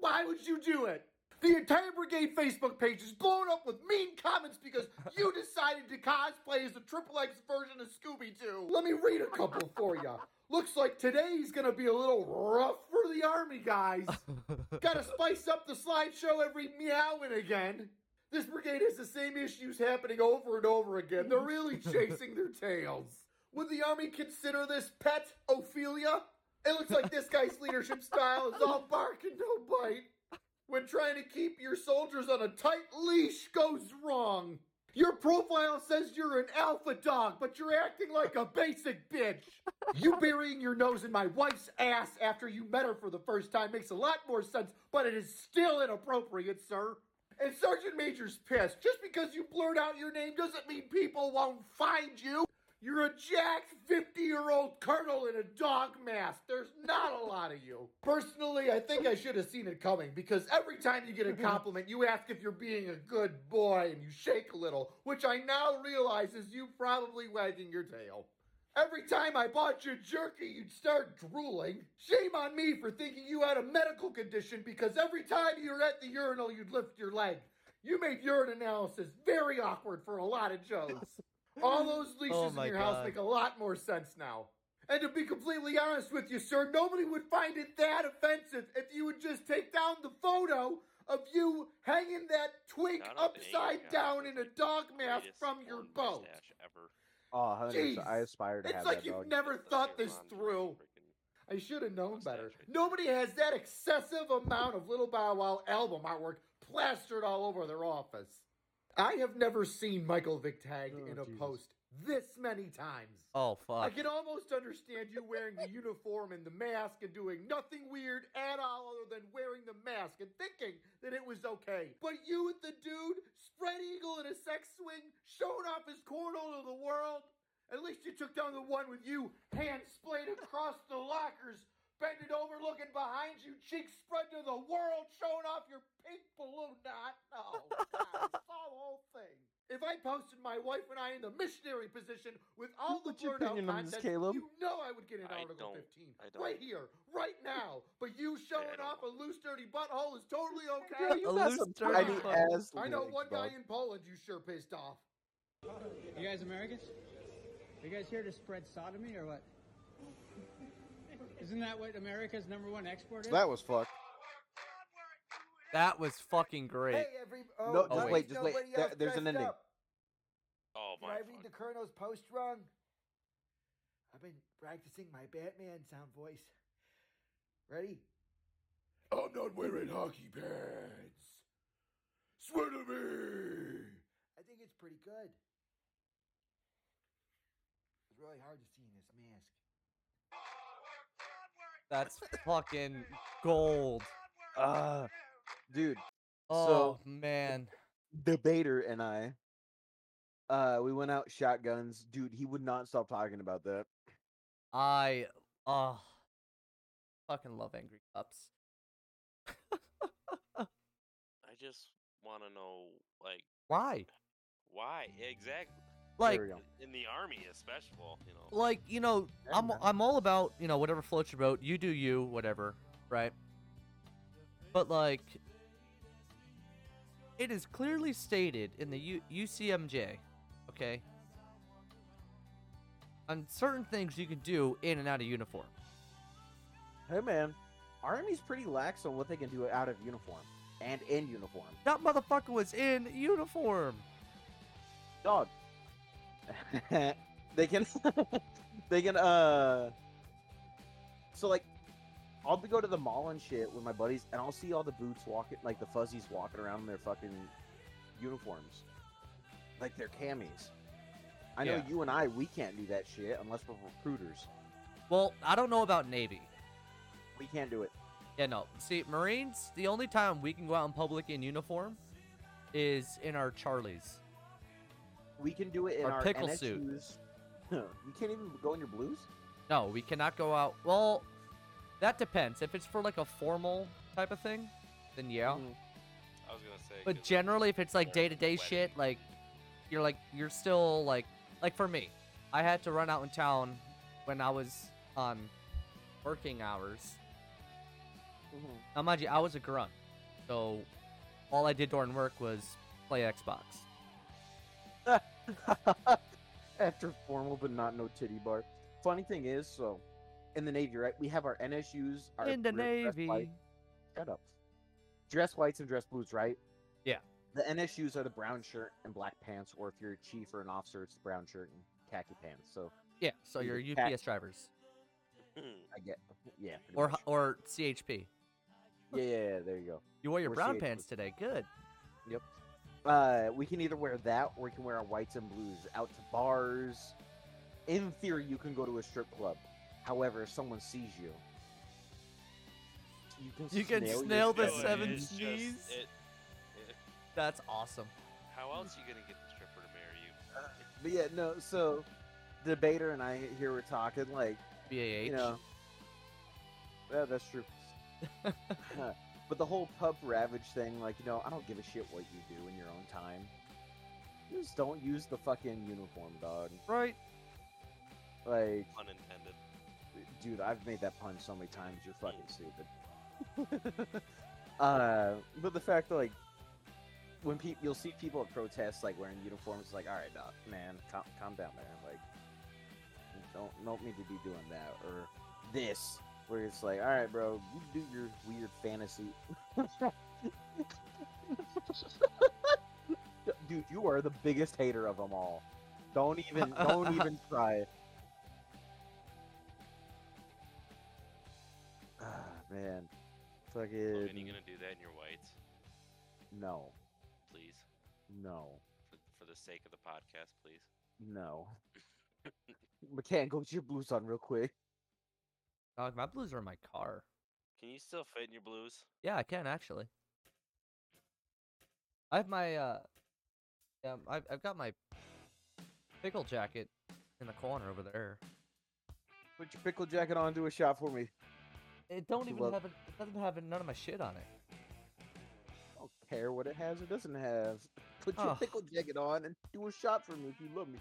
Speaker 4: Why would you do it? The entire brigade Facebook page is blown up with mean comments because you decided to cosplay as the Triple X version of Scooby Doo. Let me read a couple for you. Looks like today's gonna be a little rough for the army guys. Gotta spice up the slideshow every meowing again. This brigade has the same issues happening over and over again. They're really chasing their tails. Would the army consider this pet Ophelia? It looks like this guy's leadership style is all bark and no bite. When trying to keep your soldiers on a tight leash goes wrong. Your profile says you're an alpha dog, but you're acting like a basic bitch. You burying your nose in my wife's ass after you met her for the first time makes a lot more sense, but it is still inappropriate, sir. And Sergeant Major's pissed. Just because you blurt out your name doesn't mean people won't find you. You're a jacked 50 year old colonel in a dog mask. There's not a lot of you. Personally, I think I should have seen it coming because every time you get a compliment, you ask if you're being a good boy and you shake a little, which I now realize is you probably wagging your tail. Every time I bought you jerky, you'd start drooling. Shame on me for thinking you had a medical condition because every time you were at the urinal, you'd lift your leg. You made urine analysis very awkward for a lot of Joes. All those leashes
Speaker 2: Oh
Speaker 4: in
Speaker 2: my
Speaker 4: your
Speaker 2: God.
Speaker 4: house make a lot more sense now. And to be completely honest with you, sir, nobody would find it that offensive if you would just take down the photo of you hanging that twink
Speaker 3: Not up in anger,
Speaker 4: upside
Speaker 3: guys.
Speaker 4: down in a dog mask
Speaker 3: Greatest
Speaker 4: from your
Speaker 3: porn
Speaker 4: boat.
Speaker 3: mustache ever.
Speaker 1: Oh, 100%. I
Speaker 4: Jeez,
Speaker 1: aspire to
Speaker 4: it's
Speaker 1: have
Speaker 4: like
Speaker 1: that
Speaker 4: you've
Speaker 1: dog.
Speaker 4: never
Speaker 3: Just
Speaker 4: thought
Speaker 3: your
Speaker 4: this
Speaker 3: mom's
Speaker 4: through.
Speaker 3: freaking-
Speaker 4: I should have known
Speaker 3: Mustache
Speaker 4: better.
Speaker 3: right there.
Speaker 4: Nobody has that excessive amount of Little Bow Wow album artwork plastered all over their office. I have never seen Michael Vick tagged
Speaker 1: Oh,
Speaker 4: in a
Speaker 1: Jesus.
Speaker 4: post this many times.
Speaker 2: *laughs* Oh
Speaker 4: I
Speaker 2: fuck!
Speaker 4: can almost understand you wearing the uniform and the mask and doing nothing weird at all other than wearing the mask and thinking that it was okay. But you with the dude, spread eagle in a sex swing, showing off his cornhole to the world. At least you took down the one with you, hand splayed across the lockers, bending over, looking behind you, cheeks spread to the world, showing off your pink balloon knot. Oh, God, I saw the whole thing. If I posted my wife and I in the missionary position with all the
Speaker 1: What's your
Speaker 4: blurred out
Speaker 1: opinion on this,
Speaker 4: content,
Speaker 1: Caleb?
Speaker 4: you know I would get an
Speaker 3: I don't-
Speaker 4: Article 15
Speaker 3: I don't.
Speaker 4: right here, right now. But you showing
Speaker 3: don't
Speaker 4: off
Speaker 3: know.
Speaker 4: a loose, dirty butthole is totally
Speaker 1: Yeah,
Speaker 2: A
Speaker 4: okay.
Speaker 1: you got
Speaker 2: loose
Speaker 1: some
Speaker 2: dirty
Speaker 1: tiny
Speaker 4: butthole.
Speaker 1: ass.
Speaker 4: I know
Speaker 1: legs,
Speaker 4: one guy
Speaker 1: dog.
Speaker 4: in Poland you sure pissed off.
Speaker 5: You guys Americans? Are you guys here to spread sodomy or what? Isn't that what America's number one export is?
Speaker 1: That was fucked.
Speaker 2: That was fucking great.
Speaker 4: Hey, every oh,
Speaker 1: No,
Speaker 2: just
Speaker 4: nice,
Speaker 2: wait,
Speaker 1: just wait.
Speaker 4: nobody
Speaker 1: There-
Speaker 4: else
Speaker 1: there's an
Speaker 4: dressed
Speaker 1: ending.
Speaker 4: up.
Speaker 3: Oh
Speaker 4: Did
Speaker 3: my
Speaker 4: I read
Speaker 3: fuck.
Speaker 4: the Colonel's post wrong? I've been practicing my Batman sound voice. Ready? I'm not wearing hockey pants. Swear to me. I think it's pretty good. It's really hard to see in this mask.
Speaker 2: That's fucking gold.
Speaker 1: Uh,
Speaker 6: Ah.
Speaker 1: dude,
Speaker 2: Oh man.
Speaker 1: debater and I, uh, we went out shotguns. Dude, he would not stop talking about that.
Speaker 2: I oh fucking love Angry Cups.
Speaker 3: I just want to know, like,
Speaker 2: Why?
Speaker 3: why exactly?
Speaker 2: Like
Speaker 1: There we go.
Speaker 3: In the army, especially, well, you know.
Speaker 2: like you know
Speaker 1: Yeah,
Speaker 2: i'm
Speaker 1: man.
Speaker 2: i'm all about you know whatever floats your boat you do you whatever right but like it is clearly stated in the U- ucmj okay on certain things you can do in and out of uniform
Speaker 1: Hey man, Army's pretty lax on what they can do out of uniform and in uniform.
Speaker 2: that motherfucker was in uniform
Speaker 1: Dog. *laughs* they can *laughs* they can uh so like I'll be go to the mall and shit with my buddies and I'll see all the boots walking like the fuzzies walking around in their fucking uniforms. Like their camis. I know
Speaker 2: Yeah.
Speaker 1: you and I we can't do that shit unless we're recruiters.
Speaker 2: well i don't know about navy
Speaker 1: We can't do it.
Speaker 2: Yeah, no. See, Marines, the only time we can go out in public in uniform is in our Charlies.
Speaker 1: We can do it in
Speaker 2: Our
Speaker 1: our,
Speaker 2: pickle
Speaker 1: NSUs.
Speaker 2: suit.
Speaker 1: *laughs* You can't even go in your blues?
Speaker 2: No, we cannot go out. Well, that depends. If it's for like a formal type of thing, then yeah.
Speaker 1: Mhm.
Speaker 3: I was gonna say.
Speaker 2: But
Speaker 3: 'cause *laughs*
Speaker 2: generally, if it's like
Speaker 3: formal
Speaker 2: day to day
Speaker 3: wedding.
Speaker 2: shit, like you're like you're still like like for me, I had to run out in town when I was on working hours.
Speaker 1: Mm-hmm.
Speaker 2: Now, mind you, I was a grunt, so all I did during work was play Xbox.
Speaker 1: *laughs* After formal, but not no titty bar. Funny thing is, so in the Navy, right? We have our NSUs, our
Speaker 2: in the
Speaker 1: real dress
Speaker 2: Navy.
Speaker 1: white- Shut up. Dress whites and dress blues, right?
Speaker 2: Yeah.
Speaker 1: The NSUs are the brown shirt and black pants, or if you're a chief or an officer, it's the brown shirt and khaki pants. So
Speaker 2: Yeah, so
Speaker 1: Need
Speaker 2: you're
Speaker 1: a
Speaker 2: UPS
Speaker 1: cat.
Speaker 2: drivers
Speaker 3: hmm,
Speaker 1: I get, yeah. pretty
Speaker 2: or
Speaker 1: much.
Speaker 2: h- or CHP.
Speaker 1: yeah, yeah, yeah, there you go.
Speaker 2: You wore your
Speaker 1: Or
Speaker 2: brown
Speaker 1: CHP.
Speaker 2: pants today. Good.
Speaker 1: Uh, we can either wear that or we can wear our whites and blues out to bars. In theory, you can go to a strip club. However, if someone sees you, you can
Speaker 2: You can
Speaker 1: your
Speaker 2: snail the
Speaker 1: shit.
Speaker 3: Yo,
Speaker 2: seven
Speaker 3: it's just-
Speaker 2: sneeze.
Speaker 3: it- it-
Speaker 2: That's awesome.
Speaker 3: how
Speaker 2: Hmm.
Speaker 3: else you gonna get the stripper to marry you?
Speaker 1: But yeah, no. So, debater and I here we're talking like
Speaker 2: BAH.
Speaker 1: you know. Yeah, that's true. *laughs* Uh, but the whole pub ravage thing, like you know, I don't give a shit what you do in your own time. Just don't use the fucking uniform, dog.
Speaker 2: Right.
Speaker 1: Like.
Speaker 3: Unintended.
Speaker 1: dude, I've made that pun so many times. You're fucking stupid. uh, but the fact that like when people you'll see people at protests like wearing uniforms, it's like, all right, doc, man, calm, calm down there. Like, you don't don't need to be doing that or this. Where it's like, all right, bro, you do your weird fantasy. *laughs* Dude, you are the biggest hater of them all. Don't even, don't
Speaker 3: *laughs*
Speaker 1: even try. Ah, man.
Speaker 3: Logan, you
Speaker 1: Fucking.
Speaker 3: gonna do that in your whites,
Speaker 1: No.
Speaker 3: please?
Speaker 1: No.
Speaker 3: For, for the sake of the podcast, please.
Speaker 1: No. McCann, go get your blues on real quick.
Speaker 2: Dog, my blues are in my car.
Speaker 3: Can you still fit in your blues?
Speaker 2: Yeah, I can actually. I have my uh, yeah, I've I've got my pickle jacket in the corner over there.
Speaker 1: Put your pickle jacket on, do a shot for me.
Speaker 2: It don't
Speaker 1: You
Speaker 2: even
Speaker 1: love-
Speaker 2: have it. It doesn't have none of my shit on it.
Speaker 1: I don't care what it has or doesn't have. Put your
Speaker 2: Oh.
Speaker 1: pickle jacket on and do a shot for me if you love me.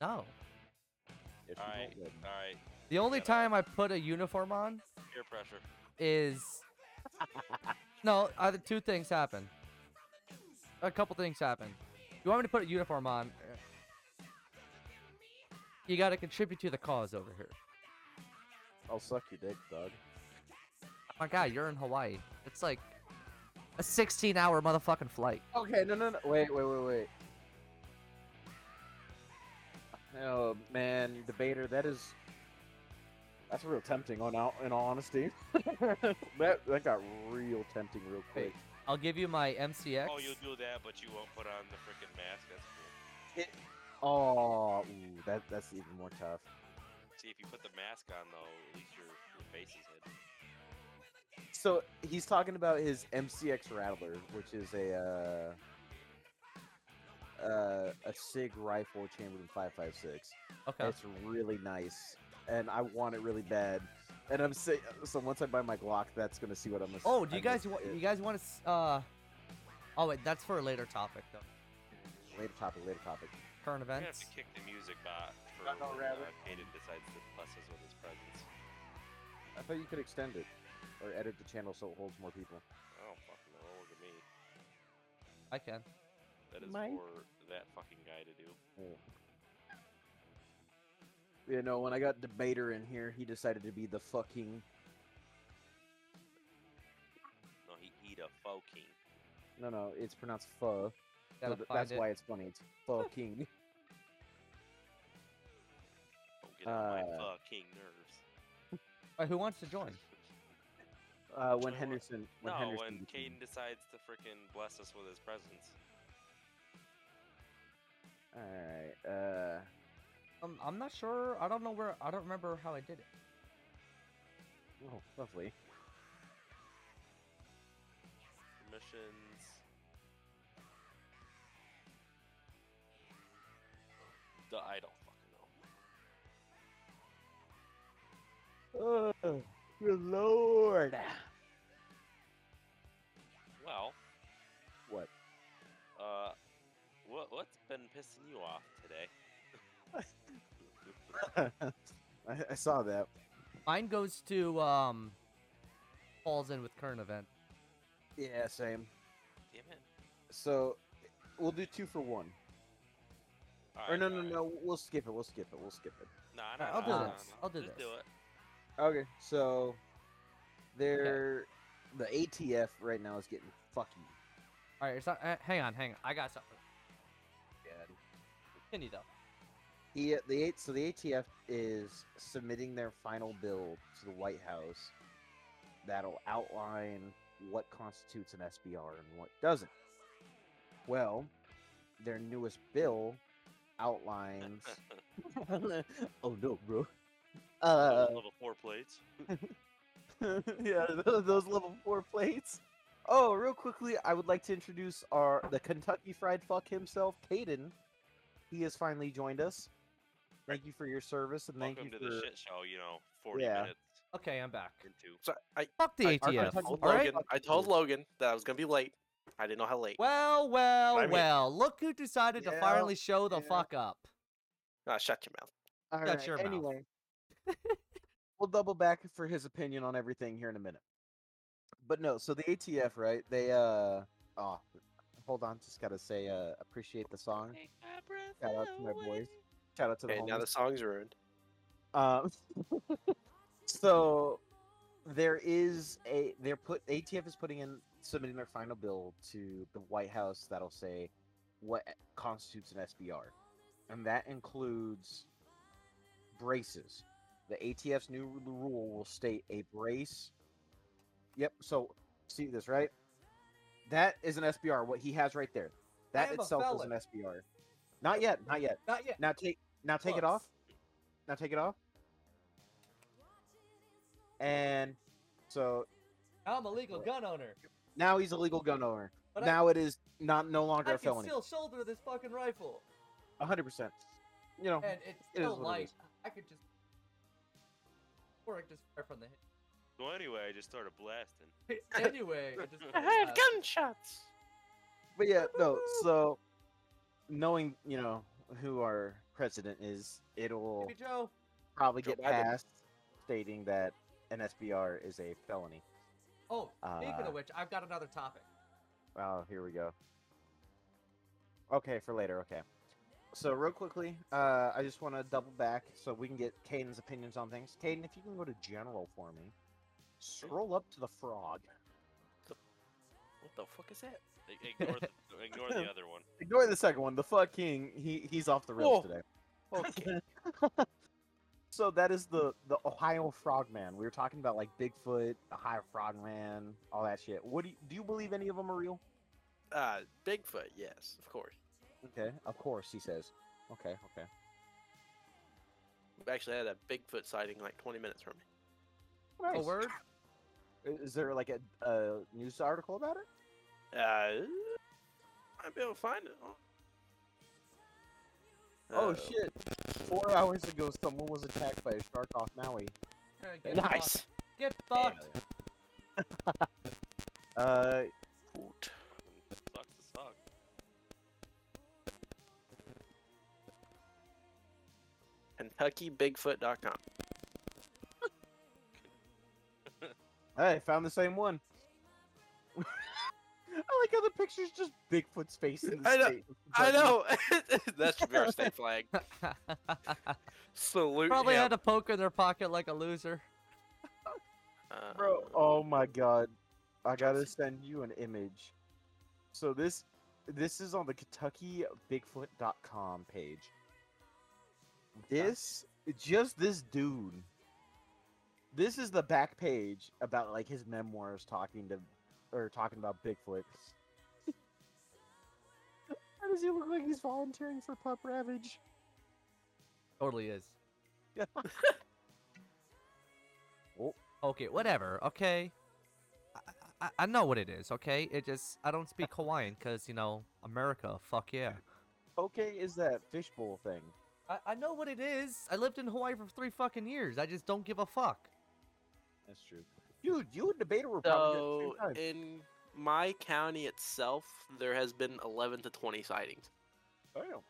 Speaker 2: No.
Speaker 1: If
Speaker 3: All
Speaker 1: you
Speaker 3: right,
Speaker 1: don't love me.
Speaker 3: all right.
Speaker 2: The only
Speaker 3: Shut up.
Speaker 2: time I put a uniform on
Speaker 3: Peer pressure.
Speaker 2: is
Speaker 1: *laughs*
Speaker 2: no either two things happen a couple things happen You want me to put a uniform on? eh, You gotta contribute to the cause over here.
Speaker 1: I'll suck your dick, dog.
Speaker 2: My God, you're in Hawaii. It's like a 16-hour motherfucking flight.
Speaker 1: Okay, no, no, no. Wait, wait, wait, wait. No, Oh, man, debater. That is. That's real tempting. On out, in all honesty, *laughs* that that got real tempting real quick.
Speaker 2: I'll give you my MCX.
Speaker 3: Oh, you'll do that, but you won't put on the freaking mask. That's cool.
Speaker 1: Oh, ooh, that that's even more tough.
Speaker 3: See, if you put the mask on, though, at least your, your face is hidden.
Speaker 1: So he's talking about his MCX Rattler, which is a uh, uh, a Sig rifle chambered in five five six.
Speaker 2: Okay.
Speaker 1: It's really nice, and I want it really bad. And I'm say- so once I buy my Glock, that's gonna see what I'm. gonna s-
Speaker 2: Oh, do you
Speaker 1: I'm
Speaker 2: guys
Speaker 1: gonna-
Speaker 2: wa-
Speaker 1: it-
Speaker 2: you guys want to? Uh, oh wait, that's for a later topic though.
Speaker 1: later topic, later topic.
Speaker 2: Current
Speaker 3: You're gonna have
Speaker 2: events.
Speaker 3: to kick the music bot for
Speaker 1: Got no
Speaker 3: when,
Speaker 1: rabbit.
Speaker 3: uh, Caden decides to bless us with his presence.
Speaker 1: I thought you could extend it or edit the channel so it holds more people.
Speaker 3: Oh, fucking know. Look at me.
Speaker 2: I can.
Speaker 3: That is
Speaker 1: Mike?
Speaker 3: for that fucking guy to do.
Speaker 1: Yeah. You know, when I got debater in here, he decided to be the fucking
Speaker 3: No, he eat a fucking.
Speaker 1: no, no. It's pronounced pho. So
Speaker 2: Gotta
Speaker 1: th-
Speaker 2: find
Speaker 1: that's
Speaker 2: it.
Speaker 1: why it's funny. It's fucking. *laughs*
Speaker 3: Don't get on my
Speaker 1: Uh,
Speaker 3: fucking nerves.
Speaker 2: Wait, who wants to join?
Speaker 1: Uh, when
Speaker 3: Join what?
Speaker 1: Henderson. When
Speaker 3: no,
Speaker 1: Henderson
Speaker 3: when
Speaker 1: became-
Speaker 3: Caden decides to freaking bless us with his presence.
Speaker 1: All right. Uh,
Speaker 2: Um, I'm not sure. I don't know where. I don't remember how I did it.
Speaker 1: oh, lovely.
Speaker 3: Permissions. The, I don't fucking
Speaker 1: Oh,
Speaker 3: know.
Speaker 1: good lord.
Speaker 3: Well,
Speaker 1: What? *laughs*
Speaker 3: uh, what what's been pissing you off today?
Speaker 1: I, I saw that.
Speaker 2: Mine goes to um, falls in with current event.
Speaker 1: Yeah, same.
Speaker 3: Damn it!
Speaker 1: So we'll do two for one.
Speaker 3: All
Speaker 1: or
Speaker 3: right,
Speaker 1: no,
Speaker 3: all
Speaker 1: no,
Speaker 3: right.
Speaker 1: no. We'll skip it. We'll skip it. We'll skip it.
Speaker 3: No, no,
Speaker 2: right, I'll
Speaker 3: no,
Speaker 1: do
Speaker 3: no,
Speaker 2: this.
Speaker 3: no.
Speaker 2: I'll do
Speaker 3: Just
Speaker 2: this.
Speaker 3: do it.
Speaker 1: Okay, so they're the ATF right now is getting fucking
Speaker 2: All right, it's not, uh, hang on, hang on. I got something.
Speaker 1: bad.
Speaker 2: Continue though.
Speaker 1: He, E, the eight, so the ATF is submitting their final bill to the White House that'll outline what constitutes an SBR and what doesn't. Well, their newest bill outlines. *laughs* oh no, bro. Uh,
Speaker 3: Level four plates.
Speaker 1: *laughs* yeah, those, those level four plates. Oh, real quickly, I would like to introduce our the Kentucky Fried Fuck himself, Caden. He has finally joined us. Thank you for your service and thank
Speaker 3: Welcome
Speaker 1: you
Speaker 3: to the
Speaker 1: for.
Speaker 3: shit show. You know, forty
Speaker 1: Yeah.
Speaker 3: minutes
Speaker 2: Okay, I'm back.
Speaker 3: into.
Speaker 6: So I
Speaker 2: Fuck the
Speaker 6: I- I- I
Speaker 2: ATF.
Speaker 1: talked
Speaker 6: told
Speaker 1: All right.
Speaker 6: Logan, I told Logan that I was gonna be late. I didn't know how late.
Speaker 2: Well, well,
Speaker 6: I mean-
Speaker 2: well. Look who decided to
Speaker 1: Yeah,
Speaker 2: finally show the
Speaker 1: yeah.
Speaker 2: fuck up.
Speaker 6: Ah, shut your mouth.
Speaker 1: All
Speaker 2: Shut your mouth. *laughs*
Speaker 1: anyway, we'll double back for his opinion on everything here in a minute. But no, so the ATF, right? They uh, oh, hold on, just gotta say uh, appreciate the song. Shout out to my boys. Shout out to the
Speaker 6: Okay, now
Speaker 1: homies.
Speaker 6: the song's ruined.
Speaker 1: Um, *laughs* so there is a they're put ATF is putting in submitting their final bill to the White House that'll say what constitutes an SBR, and that includes braces. The ATF's new r- rule will state a brace. Yep. So see this right? That is an SBR. What he has right there, that
Speaker 2: am a
Speaker 1: itself is
Speaker 2: felon.
Speaker 1: an SBR. Not yet. Not yet.
Speaker 2: Not yet.
Speaker 1: Now take now take it
Speaker 2: Close.
Speaker 1: off. Now take it off. And so
Speaker 2: I'm a legal gun owner,
Speaker 1: now he's a legal gun owner.
Speaker 2: but I-
Speaker 1: now it is not no
Speaker 2: I,
Speaker 1: longer a
Speaker 2: can
Speaker 1: felony.
Speaker 2: still shoulder this fucking rifle,
Speaker 1: hundred percent. You know,
Speaker 2: and it's
Speaker 1: It is
Speaker 2: still
Speaker 1: what it
Speaker 2: light.
Speaker 1: is.
Speaker 2: I could just, or I could just fire from the hip.
Speaker 3: So anyway, I just started blasting.
Speaker 2: Anyway, I just.
Speaker 3: I had
Speaker 2: uh,
Speaker 6: gunshots.
Speaker 1: but yeah, no. So knowing you know who our president is, it'll
Speaker 2: Baby Joe.
Speaker 1: probably
Speaker 6: Joe
Speaker 1: get
Speaker 6: Biden.
Speaker 1: passed, stating that an SBR is a felony.
Speaker 2: Oh, speaking
Speaker 1: Uh,
Speaker 2: of which, I've got another topic.
Speaker 1: Oh, here we go. Okay, for later. Okay. So real quickly, uh, I just want to double back so we can get Caden's opinions on things. Caden, if you can go to general for me, scroll up to the frog.
Speaker 6: What the fuck is that?
Speaker 3: I- Ignore
Speaker 2: *laughs*
Speaker 3: the, ignore the other one.
Speaker 1: Ignore the second one. The fucking he he's off the rails
Speaker 6: Whoa.
Speaker 1: today. *laughs*
Speaker 6: Okay.
Speaker 1: Oh. So that is the the Ohio Frogman. We were talking about like Bigfoot, Ohio Frogman, all that shit. What do you, do you believe any of them are real?
Speaker 6: uh, Bigfoot. Yes, of course.
Speaker 1: Okay, of course he says. Okay, okay.
Speaker 6: Actually, I had a Bigfoot sighting like 20 minutes from me.
Speaker 2: A
Speaker 1: Nice.
Speaker 2: word?
Speaker 1: I- Is there like a, a news article about it?
Speaker 6: Uh, I'll be able to find it. Oh,
Speaker 1: oh
Speaker 6: Uh,
Speaker 1: shit! Four hours ago, someone was attacked by a shark off Maui.
Speaker 2: Eh, get fucked.
Speaker 6: Nice.
Speaker 2: Get fucked.
Speaker 1: Uh,
Speaker 6: Boot.
Speaker 3: Sucks to suck.
Speaker 6: KentuckyBigfoot.com.
Speaker 1: hey, found the same one. *laughs* I like how the picture's just Bigfoot's face in the
Speaker 6: I know-
Speaker 1: state.
Speaker 6: I know. that should be our state flag.
Speaker 2: *laughs*
Speaker 6: Salute
Speaker 2: Probably
Speaker 6: him.
Speaker 2: had to poker their pocket like a loser.
Speaker 6: Uh,
Speaker 1: Bro, oh my god. I gotta send you an image. So this this is on the KentuckyBigfoot.com page. This just this dude. This is the back page about like his memoirs talking to or talking about Bigfoot. *laughs* How does he look like he's volunteering for Pup Ravage?
Speaker 2: Totally is. *laughs*
Speaker 1: Oh.
Speaker 2: Okay, whatever. Okay. I, I, I know what it is, okay? It just, I don't speak Hawaiian because, you know, America, fuck yeah.
Speaker 1: Okay, is that fishbowl thing?
Speaker 2: I, I know what it is. I lived in Hawaii for three fucking years. I just don't give a fuck.
Speaker 1: That's true. Dude, you and debater were probably at the
Speaker 6: So
Speaker 1: same time.
Speaker 6: in my county itself, there has been 11 to 20 sightings.
Speaker 1: Damn.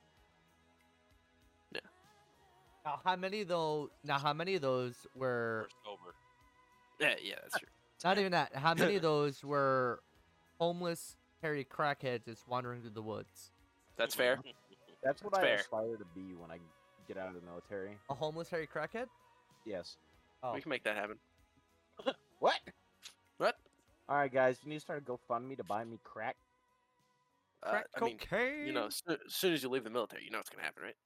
Speaker 2: Now, how many though? Now, how many of those were
Speaker 3: We're sober.
Speaker 6: Yeah, yeah, that's true.
Speaker 2: not even that? How many of those were homeless, hairy crackheads just wandering through the woods?
Speaker 6: That's fair.
Speaker 1: That's what
Speaker 6: It's
Speaker 1: I
Speaker 6: fair.
Speaker 1: aspire to be when I get out of the military.
Speaker 2: A homeless, hairy crackhead?
Speaker 1: Yes.
Speaker 2: Oh,
Speaker 6: We can make that happen.
Speaker 1: What?
Speaker 6: What?
Speaker 1: All right, guys, you need to start a GoFundMe to buy me crack.
Speaker 6: Uh,
Speaker 2: crack
Speaker 6: I mean,
Speaker 2: cocaine.
Speaker 6: you know, as soon, as soon as you leave the military, you know what's gonna happen, right?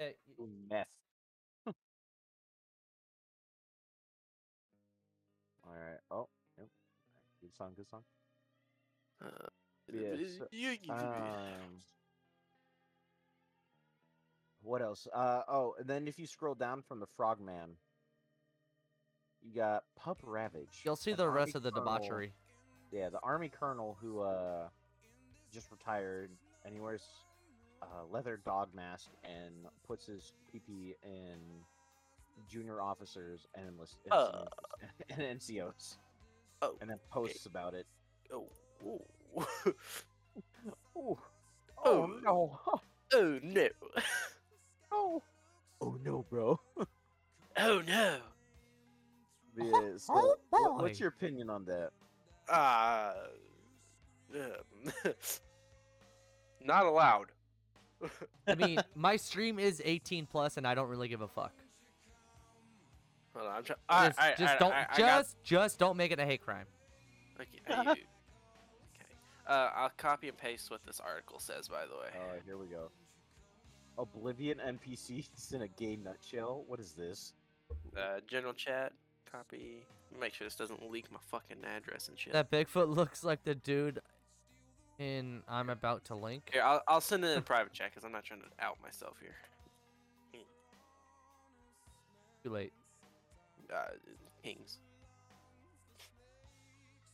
Speaker 2: Eh, y-
Speaker 1: Ooh, meth. *laughs* All right. Oh, yep. Good song. Good song.
Speaker 6: Uh,
Speaker 1: Yeah,
Speaker 6: it is-
Speaker 1: so-
Speaker 6: you- you-
Speaker 1: Um, what else? Uh, oh, and then if you scroll down from the Frogman, you got Pup Ravage.
Speaker 2: You'll see
Speaker 1: an
Speaker 2: the
Speaker 1: army
Speaker 2: rest of the
Speaker 1: colonel-
Speaker 2: debauchery.
Speaker 1: Yeah, the army colonel who uh just retired and he wears a leather dog mask and puts his PP in junior officers and enlist
Speaker 6: Uh.
Speaker 1: *laughs* and NCOs.
Speaker 6: Oh,
Speaker 1: And then posts about it.
Speaker 6: oh, *laughs* ooh.
Speaker 1: Oh,
Speaker 6: Oh.
Speaker 1: no. *laughs*
Speaker 6: oh no! *laughs*
Speaker 1: Oh. Oh no, bro.
Speaker 6: Oh no!
Speaker 1: *laughs* Yeah, so
Speaker 2: oh,
Speaker 1: wha- what's
Speaker 2: boy.
Speaker 1: your opinion on that?
Speaker 6: Uh, um, not allowed.
Speaker 2: I mean, my stream is 18 plus, and I don't really give a fuck.
Speaker 6: Hold on, I'm trying. I,
Speaker 2: just
Speaker 6: I,
Speaker 2: just
Speaker 6: I,
Speaker 2: don't,
Speaker 6: I, I got-
Speaker 2: just, just don't make it a hate crime.
Speaker 6: Okay. I- okay. Uh, I'll copy and paste what this article says, by the way.
Speaker 1: All right, here we go. Oblivion NPCs in a gay nutshell. What is this? Oh.
Speaker 6: Uh, general chat, copy. Make sure this doesn't leak my fucking address and shit.
Speaker 2: That Bigfoot *laughs* looks like the dude in I'm about to link.
Speaker 6: Here, I'll, I'll send it in a private chat because I'm not trying to out myself here.
Speaker 2: Too late.
Speaker 6: Uh, kings.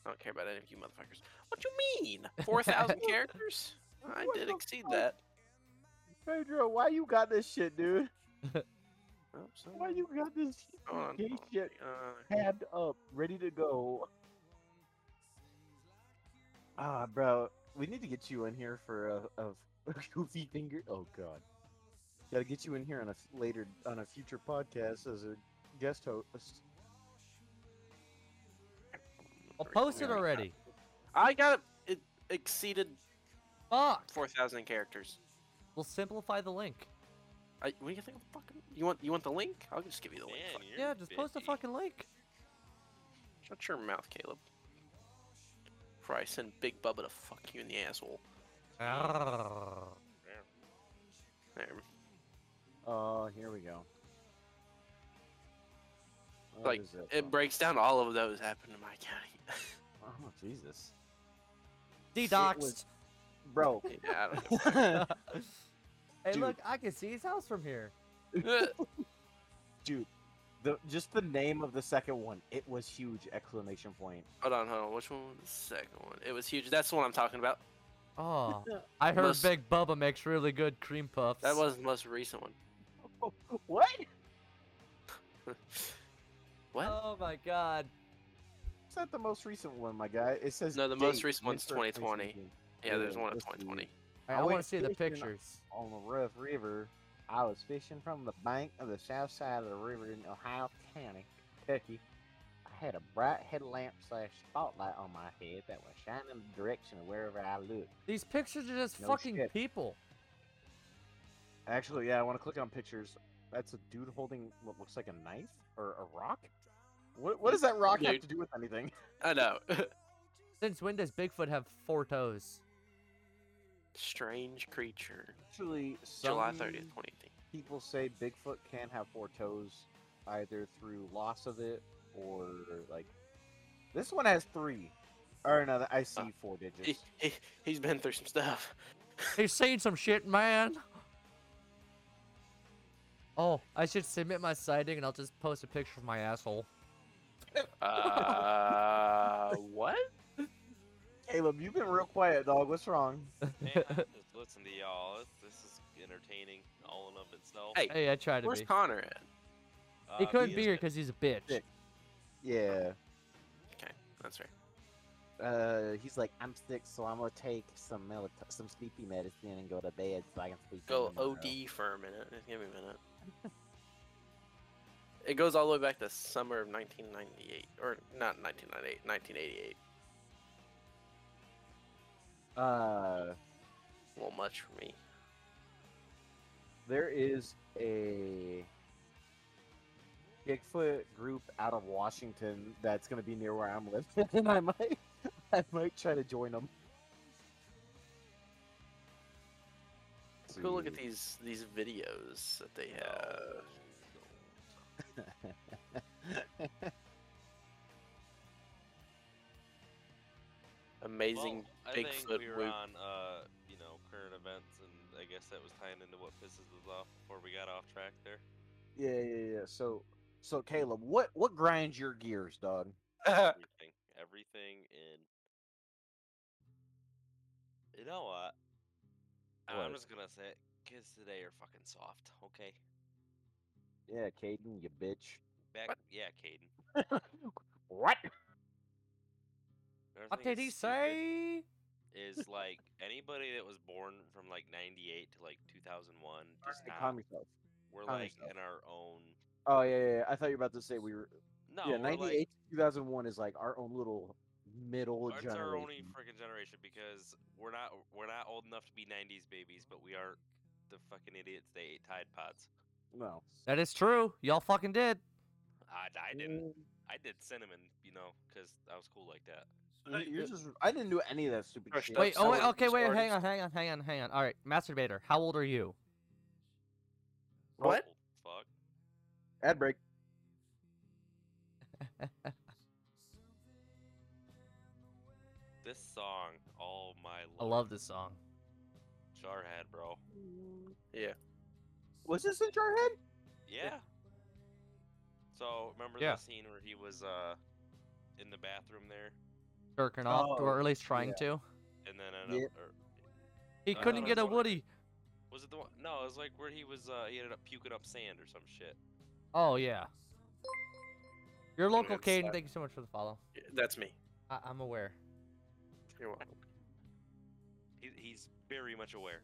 Speaker 6: I don't care about any of you motherfuckers. What you
Speaker 2: *laughs*
Speaker 6: mean? 4,000 characters? I
Speaker 1: What
Speaker 6: did
Speaker 1: the
Speaker 6: exceed
Speaker 1: fuck?
Speaker 6: that.
Speaker 1: Pedro, why you got this shit, dude?
Speaker 6: Oh, so-
Speaker 1: Why you got this
Speaker 6: Hold on.
Speaker 1: gay
Speaker 6: hold on.
Speaker 1: shit
Speaker 6: Uh,
Speaker 1: tabbed up, ready to go? Ah, bro, we need to get you in here for a, *laughs* a, a goofy finger. Oh god, gotta get you in here on a f- later on a future podcast as a guest host.
Speaker 2: I'll post it already.
Speaker 6: I got it exceeded
Speaker 2: Fuck.
Speaker 6: Four thousand characters.
Speaker 2: We'll simplify the link.
Speaker 6: I, what do you think? I'm fucking. You want? You want the link? I'll just give you the link.
Speaker 3: Man,
Speaker 6: Fuck.
Speaker 3: you're
Speaker 2: yeah, just post a
Speaker 3: bitchy.
Speaker 2: fucking link.
Speaker 6: Shut your mouth, Caleb. Before I send Big Bubba to fuck you in the asshole. There.
Speaker 1: Uh, here we go. What
Speaker 6: Like, eh,
Speaker 1: is it?
Speaker 6: It breaks down all of those happened in my county. *laughs*
Speaker 1: Oh, Jesus.
Speaker 2: Dedoxed.
Speaker 1: Bro,
Speaker 6: yeah, I don't know.
Speaker 2: hey,
Speaker 1: Dude.
Speaker 2: look, I can see his house from here.
Speaker 6: *laughs*
Speaker 1: dude. The, just the name of the second one. It was huge! Exclamation point.
Speaker 6: hold on, hold on. Which one was the second one? It was huge. That's the one I'm talking about.
Speaker 1: *laughs*
Speaker 2: Oh, I heard
Speaker 6: Must-
Speaker 2: Big Bubba makes really good cream puffs.
Speaker 6: That was the most recent one.
Speaker 1: What?
Speaker 6: what?
Speaker 2: Oh my god.
Speaker 1: It's not the most recent one, my guy. It says
Speaker 6: No, the most
Speaker 1: date,
Speaker 6: recent one's
Speaker 1: Mid-Earth
Speaker 6: 2020.
Speaker 1: Thanksgiving.
Speaker 6: yeah, there's
Speaker 1: yeah,
Speaker 6: one in
Speaker 1: let's see.
Speaker 6: 2020.
Speaker 2: Alright, I
Speaker 1: went
Speaker 2: want to see the
Speaker 1: fishing
Speaker 2: pictures.
Speaker 1: On the Rough River, I was fishing from the bank of the south side of the river in Ohio County, Kentucky. I had a bright headlamp slash spotlight on my head that was shining the direction of wherever I looked.
Speaker 2: These pictures are just
Speaker 1: No
Speaker 2: fucking
Speaker 1: shit.
Speaker 2: people.
Speaker 1: Actually, yeah, I want to click on pictures. That's a dude holding what looks like a knife or a rock. What, what does that rock have
Speaker 6: Dude.
Speaker 1: to do with anything?
Speaker 6: I know. *laughs*
Speaker 2: Since when does Bigfoot have four toes?
Speaker 6: Strange creature.
Speaker 1: Actually,
Speaker 6: July
Speaker 1: some
Speaker 6: 30th, 2018.
Speaker 1: People say Bigfoot can have four toes, either through loss of it or like. This one has three. Or no, I see four
Speaker 6: He,
Speaker 1: digits.
Speaker 6: he, he's been through some stuff.
Speaker 2: He's seen some shit, man. Oh, I should submit my sighting and I'll just post a picture of my asshole.
Speaker 6: Uh, what?
Speaker 1: Caleb, you've been real quiet, dog. What's wrong?
Speaker 3: Man,
Speaker 2: *laughs*
Speaker 3: I just listen to y'all. This- This is entertaining all in of itself.
Speaker 6: Hey,
Speaker 2: Hey, I tried to
Speaker 6: where's
Speaker 2: be.
Speaker 6: Connor at?
Speaker 3: Uh,
Speaker 2: He couldn't
Speaker 3: is
Speaker 2: be here
Speaker 3: good.
Speaker 2: because he's a bitch.
Speaker 1: Sick. Yeah.
Speaker 6: Okay, that's right.
Speaker 1: Uh, he's like, I'm sick, so I'm gonna take some melit- some sleepy medicine and go to bed so I can sleep. in
Speaker 6: Go
Speaker 1: tomorrow."
Speaker 6: OD for a minute. Just Give me a minute. *laughs* it goes all the way back to summer of 1998, or not 1998, 1988.
Speaker 1: Uh,
Speaker 6: A little much for me.
Speaker 1: there is a Bigfoot group out of Washington that's gonna be near where I'm living, *laughs* and I might, I might try to join them.
Speaker 6: Go look at these these videos that they have. *laughs* Amazing
Speaker 3: Well, I
Speaker 6: Bigfoot
Speaker 3: think we were
Speaker 6: whoop.
Speaker 3: on, uh, you know, current events, and I guess that was tying into what pisses us off before we got off track there.
Speaker 1: Yeah, yeah, yeah. So, so Caleb, what what grinds your gears, dog?
Speaker 3: everything, everything in. You know what? I'm
Speaker 1: What?
Speaker 3: just gonna say it. Kids today are fucking soft. Okay.
Speaker 1: Yeah, Caden, you bitch.
Speaker 3: Back,
Speaker 6: What?
Speaker 3: yeah, Caden.
Speaker 1: *laughs* What?
Speaker 3: Another
Speaker 2: What
Speaker 3: thing
Speaker 2: did he
Speaker 3: that's
Speaker 2: say?
Speaker 3: stupid Is like anybody that was born from like '98 to like 2001. Just
Speaker 1: Hey,
Speaker 3: now,
Speaker 1: calm yourself.
Speaker 3: we're
Speaker 1: calm
Speaker 3: like
Speaker 1: yourself.
Speaker 3: in our own.
Speaker 1: Oh yeah, yeah, yeah. I thought you were about to say we were.
Speaker 3: No,
Speaker 1: yeah,
Speaker 3: we're, like,
Speaker 1: ninety eight, two thousand one is like our own little middle
Speaker 3: It's
Speaker 1: generation.
Speaker 3: our only freaking generation because we're not we're not old enough to be '90s babies, but we are the fucking idiots. They ate Tide Pods.
Speaker 1: no.
Speaker 2: That is true. Y'all fucking did.
Speaker 3: I, I didn't.
Speaker 2: Mm.
Speaker 3: I did cinnamon, you know, because I was cool like that.
Speaker 1: Mm, Yours is, I didn't do any of that stupid
Speaker 6: Crushed
Speaker 1: shit.
Speaker 6: up
Speaker 2: Wait, oh,
Speaker 6: so
Speaker 2: wait,
Speaker 6: we're
Speaker 2: okay, wait, hang
Speaker 6: starting-
Speaker 2: on, hang on, hang on, hang on. All right, masturbator, how old are you?
Speaker 6: What?
Speaker 3: Oh, fuck. oh.
Speaker 1: Ad break.
Speaker 3: This song, oh my
Speaker 2: I
Speaker 3: lord.
Speaker 2: love this song.
Speaker 3: Jarhead, bro.
Speaker 1: Was this in Jarhead?
Speaker 3: Yeah. So remember
Speaker 2: Yeah.
Speaker 3: the scene where he was uh in the bathroom there,
Speaker 2: Jerking off,
Speaker 1: Oh,
Speaker 2: or at least trying to.
Speaker 3: and then
Speaker 1: Yeah.
Speaker 3: ended up, or,
Speaker 2: He
Speaker 3: I thought
Speaker 2: couldn't
Speaker 3: it
Speaker 2: get
Speaker 3: was
Speaker 2: a
Speaker 3: one of
Speaker 2: Woody.
Speaker 3: was it the one? No, it was like where he was. uh He ended up puking up sand or some shit.
Speaker 2: Oh, yeah. Your local
Speaker 6: it's,
Speaker 2: Caden,
Speaker 6: uh,
Speaker 2: thank you so much for the follow.
Speaker 6: That's me.
Speaker 2: I- I'm aware.
Speaker 6: You're welcome.
Speaker 3: He, he's very much aware.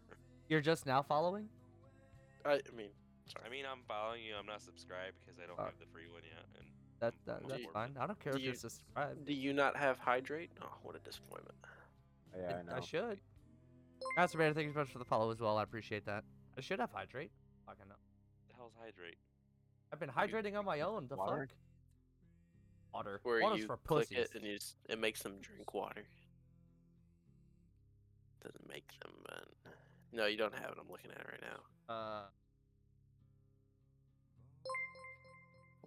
Speaker 2: You're just now following?
Speaker 6: I, I mean,
Speaker 3: I mean, I'm following you. I'm not subscribed because I don't
Speaker 2: Uh,
Speaker 3: have the free one yet. And
Speaker 2: That, that
Speaker 3: I'm- I'm
Speaker 2: that's
Speaker 3: aware of
Speaker 2: fine.
Speaker 3: it.
Speaker 2: I don't care
Speaker 6: Do
Speaker 2: if you're
Speaker 6: you-
Speaker 2: subscribed.
Speaker 6: do you not have hydrate? Oh, what a disappointment.
Speaker 1: Yeah, I know.
Speaker 2: I should. Masturbator, thank you so much for the follow as well. I appreciate that. I should have hydrate. Fucking hell.
Speaker 3: The hell's hydrate?
Speaker 2: I've been
Speaker 6: You-
Speaker 2: hydrating on my own. The
Speaker 1: Water?
Speaker 2: fuck. Water.
Speaker 6: Where
Speaker 2: Water's
Speaker 6: you
Speaker 2: for
Speaker 6: click
Speaker 2: pussies.
Speaker 6: it and you just, it makes them drink water. Doesn't make them. Uh, no, you don't have it. I'm looking at it right now.
Speaker 2: Uh,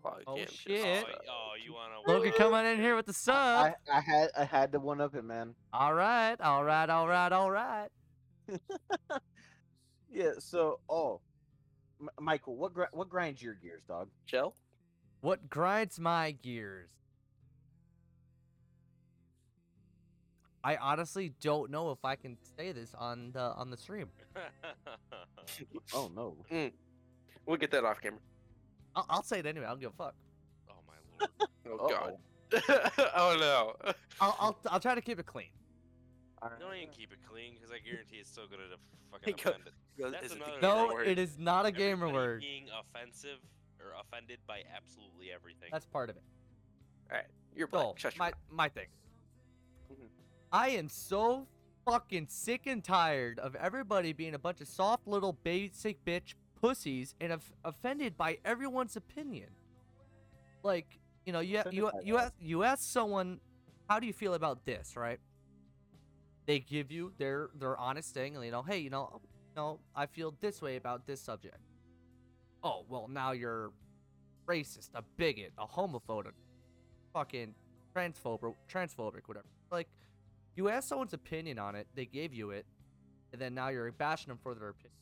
Speaker 6: Log
Speaker 2: Oh,
Speaker 6: jam just-
Speaker 2: shit.
Speaker 3: Oh, y- oh, you wanna
Speaker 2: Logan
Speaker 3: watch
Speaker 2: coming in here with the sub.
Speaker 1: I, I had I had to one up it, man.
Speaker 2: All right, all right, all right, all right.
Speaker 1: Yeah. So, oh, M- Michael, what gri- what grinds your gears, dog?
Speaker 6: Gel?
Speaker 2: What grinds my gears? I honestly don't know if I can say this on the on the stream.
Speaker 1: Oh no.
Speaker 6: We'll get that off camera.
Speaker 2: I'll, I'll say it anyway. I don't give a fuck.
Speaker 3: *laughs* oh my lord.
Speaker 2: *laughs*
Speaker 6: Oh, God. oh, no.
Speaker 2: I'll, I'll I'll try to keep it clean.
Speaker 3: Don't even keep it clean, because I guarantee it's still gonna
Speaker 6: Hey,
Speaker 3: fucking
Speaker 6: go-
Speaker 3: offend it. That's
Speaker 6: Is it the
Speaker 3: another
Speaker 6: gamer
Speaker 2: No,
Speaker 3: thing.
Speaker 6: word?
Speaker 2: it is not a gamer
Speaker 3: Everybody
Speaker 2: word.
Speaker 3: Being offensive or offended by absolutely everything.
Speaker 2: That's part of it.
Speaker 6: You're black.
Speaker 2: So
Speaker 6: Shut your
Speaker 2: my
Speaker 6: mouth.
Speaker 2: my thing.
Speaker 6: Mhm.
Speaker 2: I am so fucking sick and tired of everybody being a bunch of soft little basic bitch pussies and of offended by everyone's opinion. Like, you know, you
Speaker 1: Offended
Speaker 2: you
Speaker 1: by
Speaker 2: you
Speaker 1: what?
Speaker 2: ask, you ask someone, how do you feel about this, right? They give you their their honest thing, and you know, hey, you know, you know, I feel this way about this subject. Oh well, now you're racist, a bigot, a homophobe, a fucking transphobe or transphobic, whatever. Like, you asked someone's opinion on it, they gave you it, and then now you're bashing them for their opinion.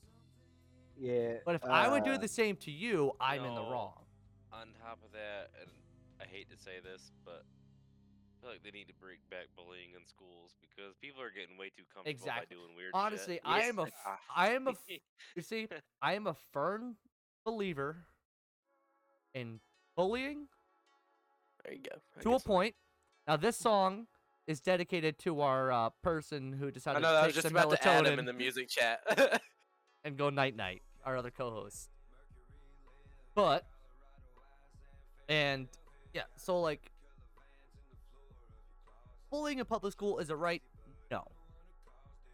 Speaker 1: Yeah.
Speaker 2: But if I would
Speaker 1: uh,
Speaker 2: do the same to you, I'm in the
Speaker 3: no.
Speaker 2: wrong.
Speaker 3: On top of that, and I hate to say this, but I feel like they need to bring back bullying in schools because people are getting way too comfortable
Speaker 2: Exactly.
Speaker 3: by doing weird
Speaker 2: Honestly,
Speaker 3: shit.
Speaker 2: I
Speaker 6: Yes,
Speaker 2: am
Speaker 6: *laughs*
Speaker 2: a,
Speaker 6: they
Speaker 2: f-
Speaker 6: are.
Speaker 2: I am a,
Speaker 6: *laughs*
Speaker 2: f- you see, I am a firm believer in bullying
Speaker 6: There you go. I
Speaker 2: to a
Speaker 6: guess-
Speaker 2: point. Now,
Speaker 6: *laughs*
Speaker 2: this song is dedicated to our uh, person who
Speaker 6: I
Speaker 2: decided
Speaker 6: know,
Speaker 2: to
Speaker 6: I
Speaker 2: take
Speaker 6: was just
Speaker 2: some
Speaker 6: about to add him
Speaker 2: melatonin
Speaker 6: in the music chat. *laughs*
Speaker 2: and go night night, our other co host. But, and yeah, so like, bullying in public school is a right? No.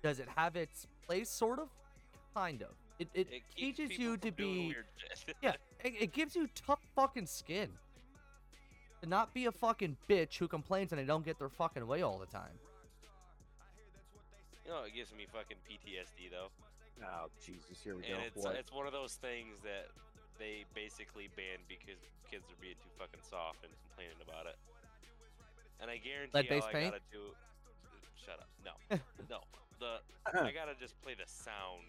Speaker 2: Does it have its place, sort of? Kind of. It, it,
Speaker 3: It keeps
Speaker 2: teaches
Speaker 3: people
Speaker 2: you
Speaker 3: from
Speaker 2: to
Speaker 3: doing
Speaker 2: be.
Speaker 3: weird shit. *laughs*
Speaker 2: Yeah, it, it gives you tough fucking skin. To not be a fucking bitch who complains and they don't get their fucking way all the time.
Speaker 3: You know, it gives me fucking PTSD though,
Speaker 1: Oh Jesus, here we go.
Speaker 3: and it's
Speaker 1: What?
Speaker 3: it's one of those things that they basically banned because kids are being too fucking soft and complaining about it. And I guarantee all
Speaker 2: Lead-based
Speaker 3: I
Speaker 2: paint?
Speaker 3: gotta do. Shut up!
Speaker 1: *laughs*
Speaker 3: No, no.
Speaker 1: *clears throat*
Speaker 3: The I gotta just play the sound,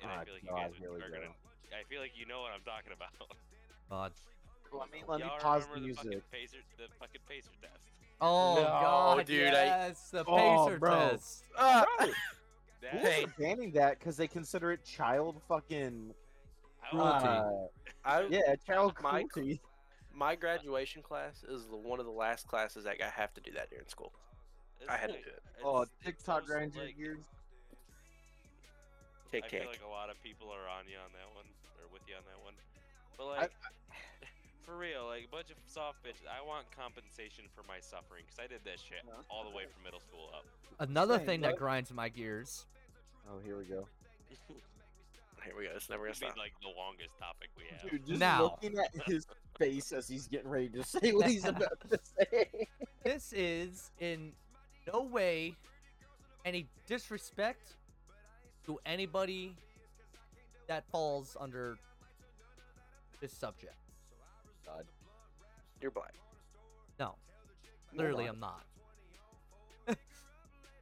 Speaker 3: and
Speaker 1: Ah,
Speaker 3: I feel like
Speaker 1: God,
Speaker 3: you guys
Speaker 1: here we
Speaker 3: are
Speaker 1: go.
Speaker 3: gonna. I feel like you know what I'm talking about. *laughs*
Speaker 2: God.
Speaker 1: Let me let me
Speaker 3: Y'all
Speaker 1: pause the
Speaker 3: remember the
Speaker 1: music.
Speaker 3: fucking pacer, the fucking pacer test.
Speaker 2: Oh
Speaker 6: No,
Speaker 2: god,
Speaker 6: dude, I-
Speaker 2: yes, the
Speaker 1: Oh,
Speaker 2: pacer
Speaker 1: bro.
Speaker 2: test.
Speaker 6: Ah,
Speaker 3: That,
Speaker 1: Who is banning that because they consider it child fucking
Speaker 3: I was-
Speaker 2: Cruelty.
Speaker 1: uh,
Speaker 6: I,
Speaker 1: yeah, child
Speaker 6: My-
Speaker 1: cruelty.
Speaker 6: My graduation class is the, one of the last classes that I have to do that during school.
Speaker 3: it's
Speaker 6: I had to
Speaker 3: like-
Speaker 6: do it.
Speaker 3: it's-
Speaker 1: Oh,
Speaker 3: it's
Speaker 1: TikTok
Speaker 3: those,
Speaker 1: grinds your
Speaker 3: like-
Speaker 1: gears.
Speaker 6: Take
Speaker 3: I
Speaker 6: cake.
Speaker 3: feel like *laughs* a lot of people are on you on that one, or with you on that one. But like, *laughs* for real, like a bunch of soft bitches. I want compensation for my suffering because I did that shit
Speaker 1: No.
Speaker 3: all the way from middle school up.
Speaker 2: Another
Speaker 1: Hey,
Speaker 2: thing
Speaker 1: what?
Speaker 2: that grinds my gears.
Speaker 1: Oh, here we go.
Speaker 6: Here we go. It's never gonna
Speaker 3: It's been
Speaker 6: stop.
Speaker 3: like the longest topic we have.
Speaker 1: Dude, just
Speaker 2: Now.
Speaker 1: looking at his face as he's getting ready to *laughs* say what he's about
Speaker 2: *laughs*
Speaker 1: to say.
Speaker 2: This is in no way any disrespect to anybody that falls under this subject.
Speaker 6: You're black.
Speaker 2: No, literally,
Speaker 1: not.
Speaker 2: I'm
Speaker 1: *laughs*
Speaker 2: not.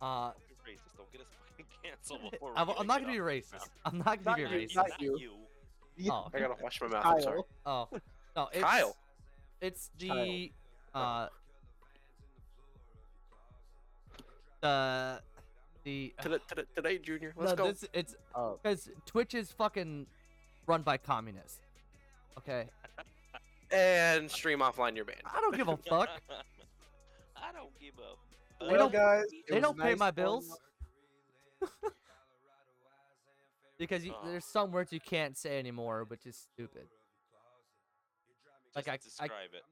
Speaker 2: uh,
Speaker 3: Fucking racist. Don't get us fucking canceled. before we
Speaker 2: I'm,
Speaker 3: get
Speaker 2: I'm not
Speaker 3: it
Speaker 2: gonna be
Speaker 3: up.
Speaker 2: racist. I'm
Speaker 1: Not
Speaker 2: not gonna be
Speaker 1: you,
Speaker 2: racist.
Speaker 1: not
Speaker 3: Not
Speaker 1: you.
Speaker 3: you. *laughs*
Speaker 1: Yeah,
Speaker 2: Oh,
Speaker 6: I gotta wash my mouth. I'm sorry.
Speaker 1: Kyle.
Speaker 2: Oh, no, it's,
Speaker 6: Kyle.
Speaker 2: It's
Speaker 1: Kyle.
Speaker 2: the uh the uh, the
Speaker 6: Today, today, today Junior. Let's
Speaker 2: no,
Speaker 6: go.
Speaker 2: This, it's
Speaker 1: Oh,
Speaker 2: because Twitch is fucking run by communists. Okay,
Speaker 6: And stream offline. You're banned.
Speaker 2: I don't give a fuck.
Speaker 3: I don't give up.
Speaker 2: They
Speaker 1: well,
Speaker 2: don't-
Speaker 1: guys, it
Speaker 2: they
Speaker 1: was
Speaker 2: don't pay
Speaker 1: nice
Speaker 2: my
Speaker 1: knowing
Speaker 2: bills.
Speaker 6: uh,
Speaker 1: you.
Speaker 2: *laughs* because you,
Speaker 3: Oh.
Speaker 2: there's some words you can't say anymore, which is stupid. Like I, I
Speaker 3: describe it.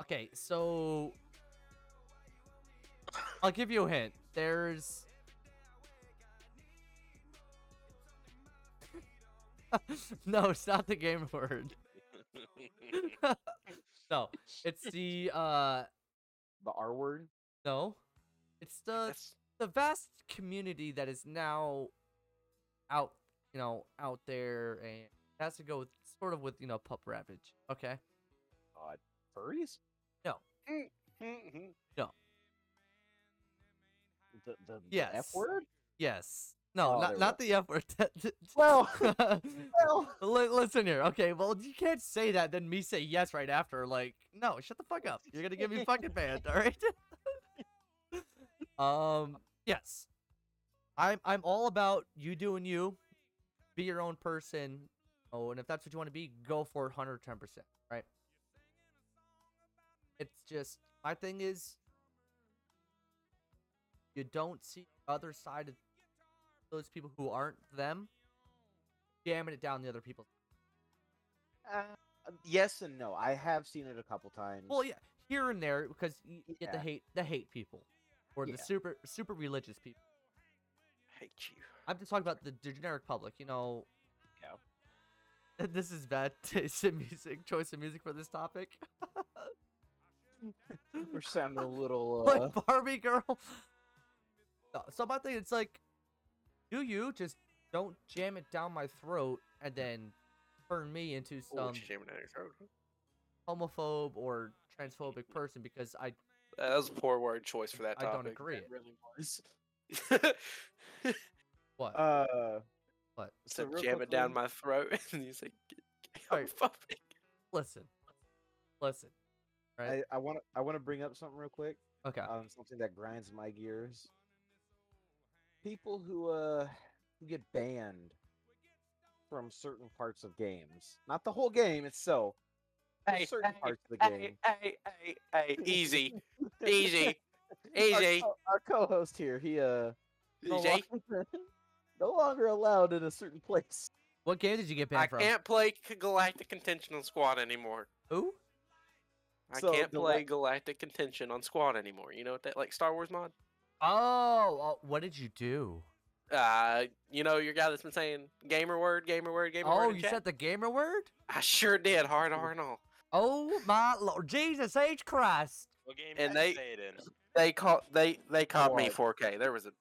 Speaker 2: okay, so I'll give you a hint. There's *laughs* no, it's not the game *laughs* word. no, it's the uh
Speaker 1: The R word.
Speaker 2: no, it's the
Speaker 6: That's-
Speaker 2: the vast community that is now out, you know, out there, and it has to go with, sort of with you know pup ravage. Okay,
Speaker 1: God, furries. The the, the F
Speaker 2: Yes.
Speaker 1: word.
Speaker 2: yes, no,
Speaker 1: Oh, there
Speaker 2: not
Speaker 1: we
Speaker 2: not
Speaker 1: go.
Speaker 2: the F word. *laughs*
Speaker 1: Well, *laughs*
Speaker 2: well, listen here. Okay, well you can't say that, then me say yes right after. Like, no, shut the fuck up. You're gonna get me fucking banned. All right. *laughs* Um. Yes. I'm. I'm all about you doing you. Be your own person. Oh, and if that's what you want to be, go for hundred ten percent. Right. It's just my thing is. You don't see the other side of those people who aren't them, jamming it down the other people.
Speaker 1: Uh, yes and no. I have seen it a couple times.
Speaker 2: Well, yeah, here and there because you get the
Speaker 1: Yeah.
Speaker 2: hate, the hate people, or
Speaker 1: Yeah.
Speaker 2: the super super religious people.
Speaker 6: I hate you.
Speaker 2: I'm just talking about the the generic public, you know.
Speaker 1: Yeah.
Speaker 2: *laughs* This is bad taste in music, choice of music for this topic. *laughs*
Speaker 1: we're sounding a
Speaker 2: *laughs*
Speaker 1: little. Uh,
Speaker 2: like Barbie girl. *laughs* No, so my thing, it's like, do you just don't jam it down my throat and then turn me into
Speaker 6: Oh,
Speaker 2: some
Speaker 6: she's aiming at your throat.
Speaker 2: homophobe or transphobic person because I
Speaker 6: That was a poor word choice for that
Speaker 2: I don't
Speaker 6: topic.
Speaker 2: agree.
Speaker 6: That really *laughs* was.
Speaker 2: what?
Speaker 1: uh,
Speaker 2: what?
Speaker 6: so
Speaker 1: real
Speaker 6: jam it down
Speaker 1: quickly-
Speaker 6: my throat, *laughs* and he's like,
Speaker 2: Alright.
Speaker 6: homophobic.
Speaker 2: Listen, listen.
Speaker 1: I
Speaker 2: Right?
Speaker 1: I want to I want to bring up something real quick.
Speaker 2: okay.
Speaker 6: Uh,
Speaker 1: Um, something that grinds my gears. People who uh who get banned from certain parts of games, not the whole game itself, but
Speaker 6: Hey,
Speaker 1: certain
Speaker 6: hey,
Speaker 1: parts of the game.
Speaker 6: Hey, hey, hey, hey, easy,
Speaker 1: *laughs*
Speaker 2: *laughs*
Speaker 6: easy,
Speaker 1: Our
Speaker 6: easy,
Speaker 1: co- Our, co-host here, he uh, no
Speaker 6: easy.
Speaker 1: longer, *laughs* no longer allowed in a certain place.
Speaker 2: What game did you get banned
Speaker 6: I
Speaker 2: from?
Speaker 6: can't play K- Galactic Contention on Squad anymore.
Speaker 2: Who?
Speaker 6: I
Speaker 1: So,
Speaker 6: can't
Speaker 1: Gal-
Speaker 6: play Galactic Contention on Squad anymore. You know what that like Star Wars mod?
Speaker 2: Oh, oh, what did you do?
Speaker 6: Uh, you know your guy that's been saying gamer word, gamer word, gamer word.
Speaker 2: Oh,
Speaker 6: in
Speaker 2: you
Speaker 6: chat?
Speaker 2: said the gamer word?
Speaker 6: I sure did, hard R and all.
Speaker 2: Oh my lord, Jesus H Christ!
Speaker 3: What game
Speaker 6: And
Speaker 3: did you
Speaker 6: they-
Speaker 3: say it in?
Speaker 6: They caught they they caught me
Speaker 1: What?
Speaker 6: 4K. There was a
Speaker 2: Say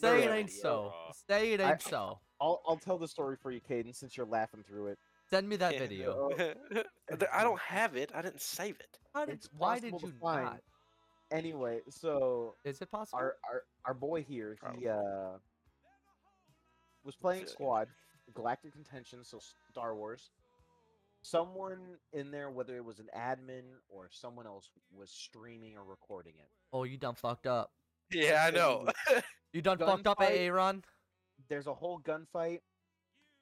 Speaker 1: There
Speaker 2: it
Speaker 1: we
Speaker 2: ain't
Speaker 3: go.
Speaker 2: so.
Speaker 3: Yeah.
Speaker 2: Say it
Speaker 1: I-
Speaker 2: ain't so.
Speaker 1: I'll I'll tell the story for you, Caden, since you're laughing through it. Oh.
Speaker 2: Send me that
Speaker 6: Yeah, uh,
Speaker 2: video.
Speaker 6: *laughs* Th- I don't have it. I didn't save it.
Speaker 2: How did,
Speaker 1: it's
Speaker 2: why did
Speaker 1: possible
Speaker 2: you
Speaker 1: to find.
Speaker 2: not?
Speaker 1: Anyway, so
Speaker 2: Is it possible?
Speaker 1: our our, our boy here, he
Speaker 6: Probably.
Speaker 1: uh was playing
Speaker 6: Shit.
Speaker 1: squad, Galactic Contention, so Star Wars. Someone in there, whether it was an admin or someone else, was streaming or recording it.
Speaker 2: oh, you done fucked up.
Speaker 6: Yeah, I
Speaker 1: know.
Speaker 2: You done fucked up,
Speaker 1: Gunfight?
Speaker 2: Aaron.
Speaker 1: There's a whole gunfight,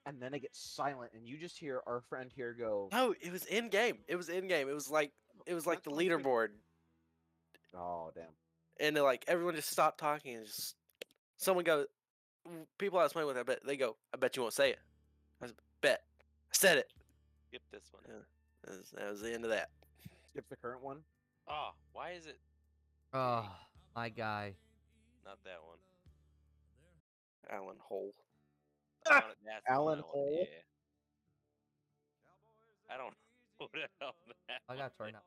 Speaker 1: and then it gets silent, and you just hear our friend here go,
Speaker 6: No, it was in game. It was in game. It was like it was like the
Speaker 1: That's what I'm saying.
Speaker 6: leaderboard,
Speaker 1: "Oh damn!"
Speaker 6: and then, like everyone just stopped talking and just someone goes. w- People I was playing with, I bet they go. I bet you won't say it. I was bet. I said it.
Speaker 3: Skip this one.
Speaker 6: Yeah. That was, that was the end of that.
Speaker 1: Skip the current one.
Speaker 3: Oh, why is it
Speaker 2: Oh, my guy.
Speaker 3: not that one?
Speaker 6: Alan Hole.
Speaker 3: I wanted that one,
Speaker 1: Alan
Speaker 3: I want-
Speaker 1: Hole?
Speaker 3: Yeah. I don't *laughs* know what the hell that
Speaker 2: I got
Speaker 3: *laughs*
Speaker 2: turned out.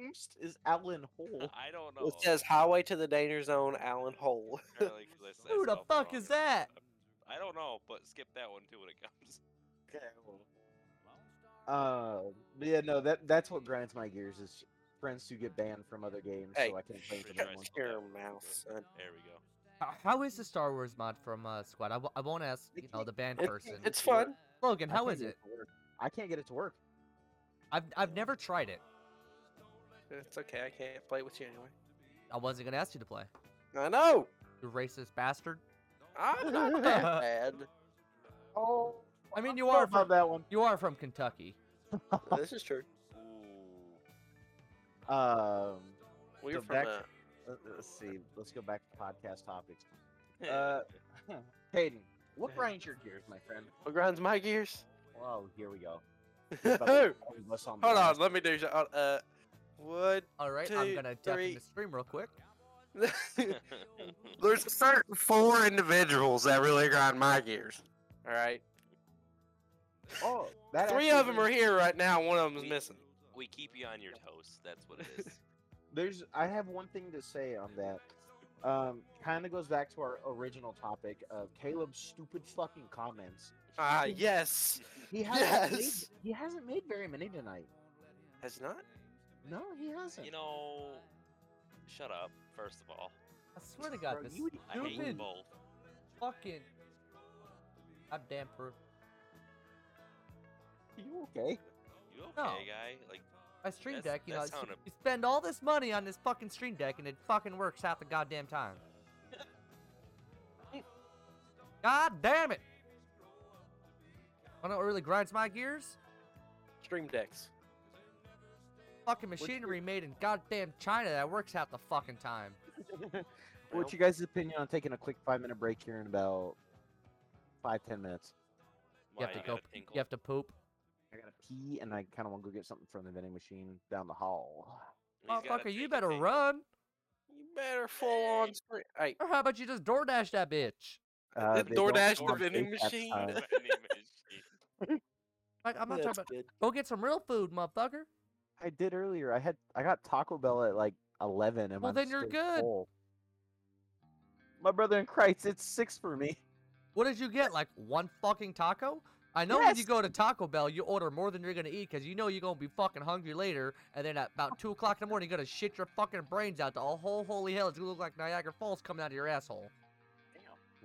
Speaker 1: Oomst is Alan Hole.
Speaker 3: I don't know.
Speaker 6: It says Highway to the Danger Zone. Alan Hole. *laughs*
Speaker 3: Apparently 'cause I s- I
Speaker 2: Who the
Speaker 3: spelled it
Speaker 2: fuck
Speaker 3: wrong
Speaker 2: is
Speaker 3: every
Speaker 2: that?
Speaker 3: time. I don't know, but skip that one too when it comes.
Speaker 1: Uh, but yeah, no, that that's what grinds my gears is friends who get banned from other games,
Speaker 6: Hey,
Speaker 1: so I can't play
Speaker 3: Pretty
Speaker 1: for
Speaker 3: sure I
Speaker 6: *laughs*
Speaker 1: them.
Speaker 3: spelled that
Speaker 6: one. Your
Speaker 3: one pretty
Speaker 6: mouth,
Speaker 3: good.
Speaker 6: son.
Speaker 3: There we go.
Speaker 2: How- How is the Star Wars mod from uh, Squad? I, w- I won't ask,
Speaker 1: It
Speaker 2: you know,
Speaker 1: can't-
Speaker 2: the band
Speaker 6: It-
Speaker 2: person.
Speaker 6: it's fun.
Speaker 2: Logan,
Speaker 1: I
Speaker 2: how
Speaker 1: can't
Speaker 2: is
Speaker 1: get
Speaker 2: it?
Speaker 1: to work. I can't get it to work.
Speaker 2: I've, I've never tried it.
Speaker 6: It's okay. I can't play with you anyway.
Speaker 2: I wasn't going to ask you to play.
Speaker 6: I know.
Speaker 2: You racist bastard.
Speaker 6: I'm not that bad.
Speaker 1: Oh,
Speaker 2: I mean, you are
Speaker 1: from
Speaker 2: from
Speaker 1: that one.
Speaker 2: you are from Kentucky.
Speaker 6: This is true.
Speaker 3: Ooh.
Speaker 1: Um,
Speaker 6: We
Speaker 1: So
Speaker 6: were from
Speaker 1: back-
Speaker 6: uh,
Speaker 1: let- let's see. Let's go back to podcast topics. Uh, *laughs* Hayden, what grinds your gears, my friend?
Speaker 6: what grinds
Speaker 1: *laughs*
Speaker 6: my gears.
Speaker 1: Oh, here we go. It's about to
Speaker 6: *laughs* Hold
Speaker 1: drive us on
Speaker 6: on,
Speaker 1: blast.
Speaker 6: let me do. so- Uh, what?
Speaker 2: All right,
Speaker 6: Two,
Speaker 2: I'm gonna deafen
Speaker 6: three.
Speaker 2: the stream real quick.
Speaker 6: *laughs* There's certain four individuals that really grind my gears. All right.
Speaker 1: Oh, that actually
Speaker 6: Three of them are
Speaker 1: is-
Speaker 6: here right now. One of them's missing.
Speaker 3: *laughs* We keep you on your toes. That's what it is.
Speaker 1: There's. I have one thing to say on that. Um, kind of goes back to our original topic of Caleb's stupid fucking comments. *laughs*
Speaker 6: Ah, yes.
Speaker 1: He hasn't. made-
Speaker 6: Yes.
Speaker 1: he hasn't made very many tonight.
Speaker 6: Has not.
Speaker 1: No, he hasn't.
Speaker 3: you know, shut up. First of all,
Speaker 2: I swear to God,
Speaker 1: Bro,
Speaker 2: this
Speaker 1: you would-
Speaker 3: I hate you
Speaker 2: stupid
Speaker 3: both.
Speaker 2: fucking goddamn per.
Speaker 1: you okay?
Speaker 3: You okay,
Speaker 2: No.
Speaker 3: guy? Like,
Speaker 2: My stream
Speaker 3: That's-
Speaker 2: deck, you know,
Speaker 3: that
Speaker 2: it's-
Speaker 3: sounded-
Speaker 2: you spend all this money on this fucking stream deck, and it fucking works half the goddamn
Speaker 3: *laughs*
Speaker 2: time. God damn it! I know it really grinds my gears.
Speaker 6: Stream decks.
Speaker 2: Fucking
Speaker 1: your-
Speaker 2: machinery made in goddamn China that works half the fucking time.
Speaker 1: What's your guys' opinion on taking a quick five minute break here in about five ten minutes?
Speaker 3: why
Speaker 2: you have to
Speaker 3: got
Speaker 2: go.
Speaker 3: a tinkle?
Speaker 2: You have to poop.
Speaker 1: I gotta pee, and I kind of want to go get something from the vending machine down the hall.
Speaker 3: He's got a
Speaker 2: Motherfucker, you
Speaker 3: tinkle
Speaker 2: better
Speaker 3: *laughs* tinkle.
Speaker 2: run,
Speaker 6: You better full on stream. Hey,
Speaker 2: or how about you just DoorDash that bitch?
Speaker 1: Uh,
Speaker 6: Did
Speaker 1: they don't
Speaker 6: DoorDash the
Speaker 1: want
Speaker 6: vending
Speaker 1: face at the
Speaker 6: machine?
Speaker 1: time.
Speaker 3: Vending
Speaker 2: *laughs*
Speaker 3: machine.
Speaker 2: Like, I'm not talking
Speaker 6: that's
Speaker 2: about.
Speaker 6: good.
Speaker 2: Go get some real food, motherfucker.
Speaker 1: I did earlier. I had I got Taco Bell at like eleven, and
Speaker 2: Well,
Speaker 1: I'm
Speaker 2: then you're
Speaker 1: still
Speaker 2: good.
Speaker 1: full. My brother in Christ, it's six for me.
Speaker 2: What did you get? Like one fucking taco? I know when you
Speaker 1: Yes.
Speaker 2: go to Taco Bell, you order more than you're gonna eat because you know you're gonna be fucking hungry later, and then at about two o'clock in the morning, you're gonna shit your fucking brains out to a whole holy hell. It's gonna look like Niagara Falls coming out of your asshole.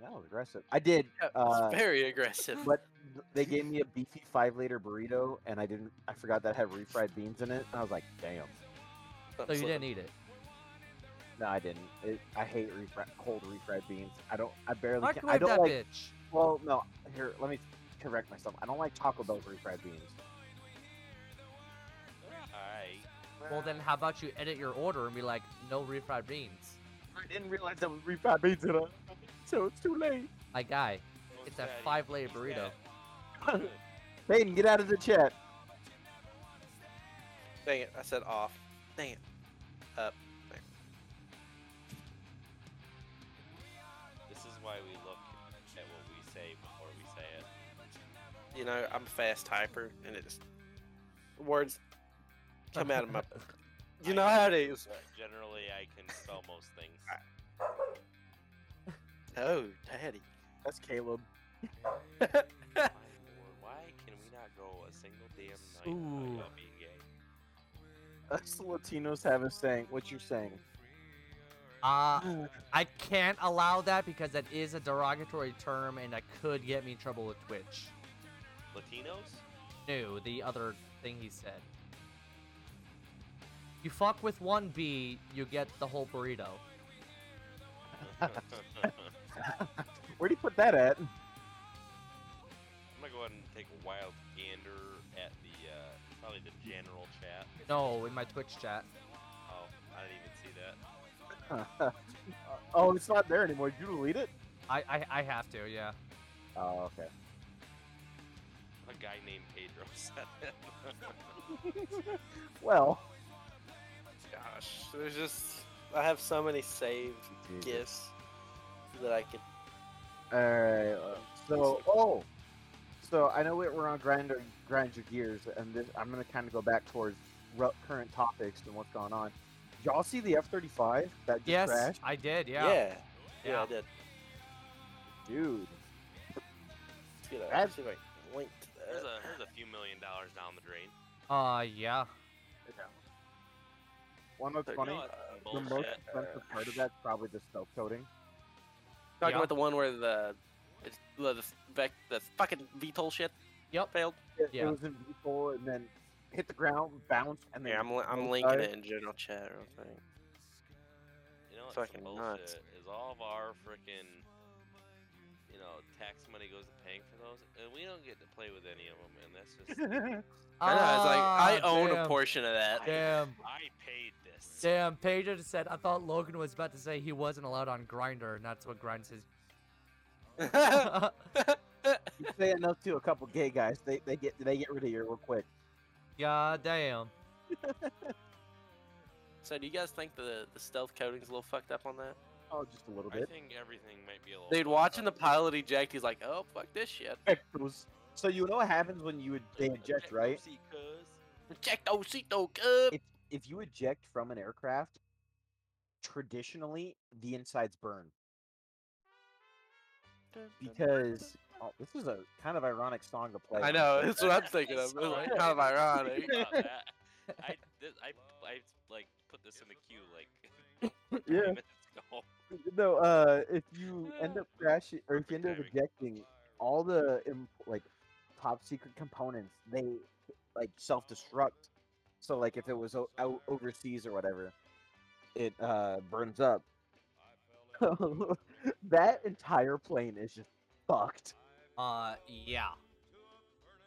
Speaker 1: That was aggressive. I did,
Speaker 6: That was
Speaker 1: uh,
Speaker 6: very aggressive.
Speaker 1: but th- they gave me a beefy five liter burrito, and I didn't. I forgot that had refried beans in it. And I was like, damn.
Speaker 2: So Oh, you didn't eat it.
Speaker 1: No, I didn't. It, I hate refri- cold refried beans. I don't. I barely. Can, I
Speaker 2: Microwave
Speaker 1: don't
Speaker 2: that
Speaker 1: like.
Speaker 2: bitch.
Speaker 1: Well, no. Here, let me correct myself. I don't like Taco Bell refried beans.
Speaker 3: Alright.
Speaker 2: Well, then how about you edit your order and be like, no refried beans?
Speaker 1: I didn't realize that was refried beans in it, so it's too late.
Speaker 2: My guy,
Speaker 3: Well,
Speaker 2: it's a
Speaker 3: fatty.
Speaker 2: five layer
Speaker 3: He's
Speaker 2: burrito.
Speaker 3: fat. Good.
Speaker 1: Peyton, get out of the chat.
Speaker 6: Dang it! I said off. Dang it. Up.
Speaker 3: This is why we look at what we say before we say it.
Speaker 6: You know I'm a fast typer, and it just words come out of my. You know how it is.
Speaker 3: But generally, I can spell most things.
Speaker 6: Oh, daddy.
Speaker 1: That's Caleb.
Speaker 3: My lord, why can we not go a single damn night
Speaker 2: Ooh.
Speaker 3: without y'all being gay?
Speaker 1: Us Latinos have us saying what you're saying.
Speaker 2: Uh, I can't allow that because that is a derogatory term and that could get me in trouble with Twitch.
Speaker 3: Latinos? *laughs*
Speaker 2: No, the other thing he said. You fuck with one bee, you get the whole burrito.
Speaker 3: I'm
Speaker 1: Where do you put that at?
Speaker 3: gonna go ahead and take a wild gander at the uh, probably the general chat.
Speaker 2: No, in my Twitch chat.
Speaker 3: Oh, I didn't even see that.
Speaker 1: oh, it's not there anymore. Did you delete it?
Speaker 2: I, I, I have to, yeah.
Speaker 1: Oh, okay.
Speaker 3: A guy named Pedro *laughs* said that.
Speaker 1: Well,
Speaker 6: Gosh, there's just I have so many saved gifts that I could.
Speaker 1: all right. uh, So, oh, so I know we're on grind grind your gears, and this, I'm gonna kind of go back towards re- current topics and what's going on. Y'all see the F-35 that just
Speaker 2: Yes,
Speaker 1: crashed,
Speaker 2: I did,
Speaker 6: Yeah.
Speaker 2: yeah.
Speaker 6: Yeah,
Speaker 2: Yeah.
Speaker 6: I did.
Speaker 1: dude?
Speaker 6: You know,
Speaker 1: That's-
Speaker 6: see if I can link to
Speaker 3: There's
Speaker 6: that.
Speaker 3: a there's a few million dollars down the drain.
Speaker 2: Uh, yeah.
Speaker 1: One that's
Speaker 6: But
Speaker 1: funny.
Speaker 3: No, it's
Speaker 1: the most
Speaker 3: bullshit.
Speaker 1: expensive part of that's probably the snow coating.
Speaker 6: Talking
Speaker 2: Yeah.
Speaker 6: about the one where the it's- the, the, back, the fucking VTOL shit
Speaker 2: Yep.
Speaker 6: failed.
Speaker 1: It, it
Speaker 2: Yeah.
Speaker 1: was in V4 and then hit the ground, bounced, and then
Speaker 6: Yeah, I'm, li- I'm
Speaker 1: both
Speaker 6: linking
Speaker 1: sides.
Speaker 6: it in general chat real quick.
Speaker 3: You know what's
Speaker 6: Fucking nuts.
Speaker 3: bullshit is all of our freaking, you know, tax money goes to paying for those, and we don't get to play with any of them, and that's just
Speaker 6: I know, it's like I
Speaker 2: Ah,
Speaker 6: own
Speaker 2: damn.
Speaker 6: a portion of that.
Speaker 2: Damn,
Speaker 3: I paid this.
Speaker 2: damn. Pedro just said, I thought Logan was about to say he wasn't allowed on Grinder, and that's what grinds his.
Speaker 6: *laughs*
Speaker 1: You say enough to a couple gay guys, they, they get they get rid of you real quick.
Speaker 2: God damn.
Speaker 6: so, do you guys think the, the stealth coating's a little fucked up on that?
Speaker 1: Oh, just a little
Speaker 3: I
Speaker 1: bit.
Speaker 3: think everything might be a little.
Speaker 6: Dude, watching the pilot eject, he's like, oh, fuck this shit.
Speaker 1: Heck, *laughs* it was- So you know what happens when you ej- they eject, right?
Speaker 6: Check Osito Cup.
Speaker 1: If if you eject from an aircraft, traditionally the insides burn because oh, this is a kind of ironic song to play.
Speaker 6: I know, *laughs* that's what I'm thinking
Speaker 3: *laughs*
Speaker 6: of. It's like, kind of ironic.
Speaker 3: I, this, I, I like put this in the queue like. 20
Speaker 1: Yeah.
Speaker 3: *laughs* minutes ago.
Speaker 1: No, uh, if you end up crashing or if you end up
Speaker 3: Perfect timing.
Speaker 1: ejecting, all the imp- like top secret components they like self destruct. So like if it was o- out overseas or whatever, it uh burns up. *laughs* that entire plane is just fucked.
Speaker 2: Uh, yeah.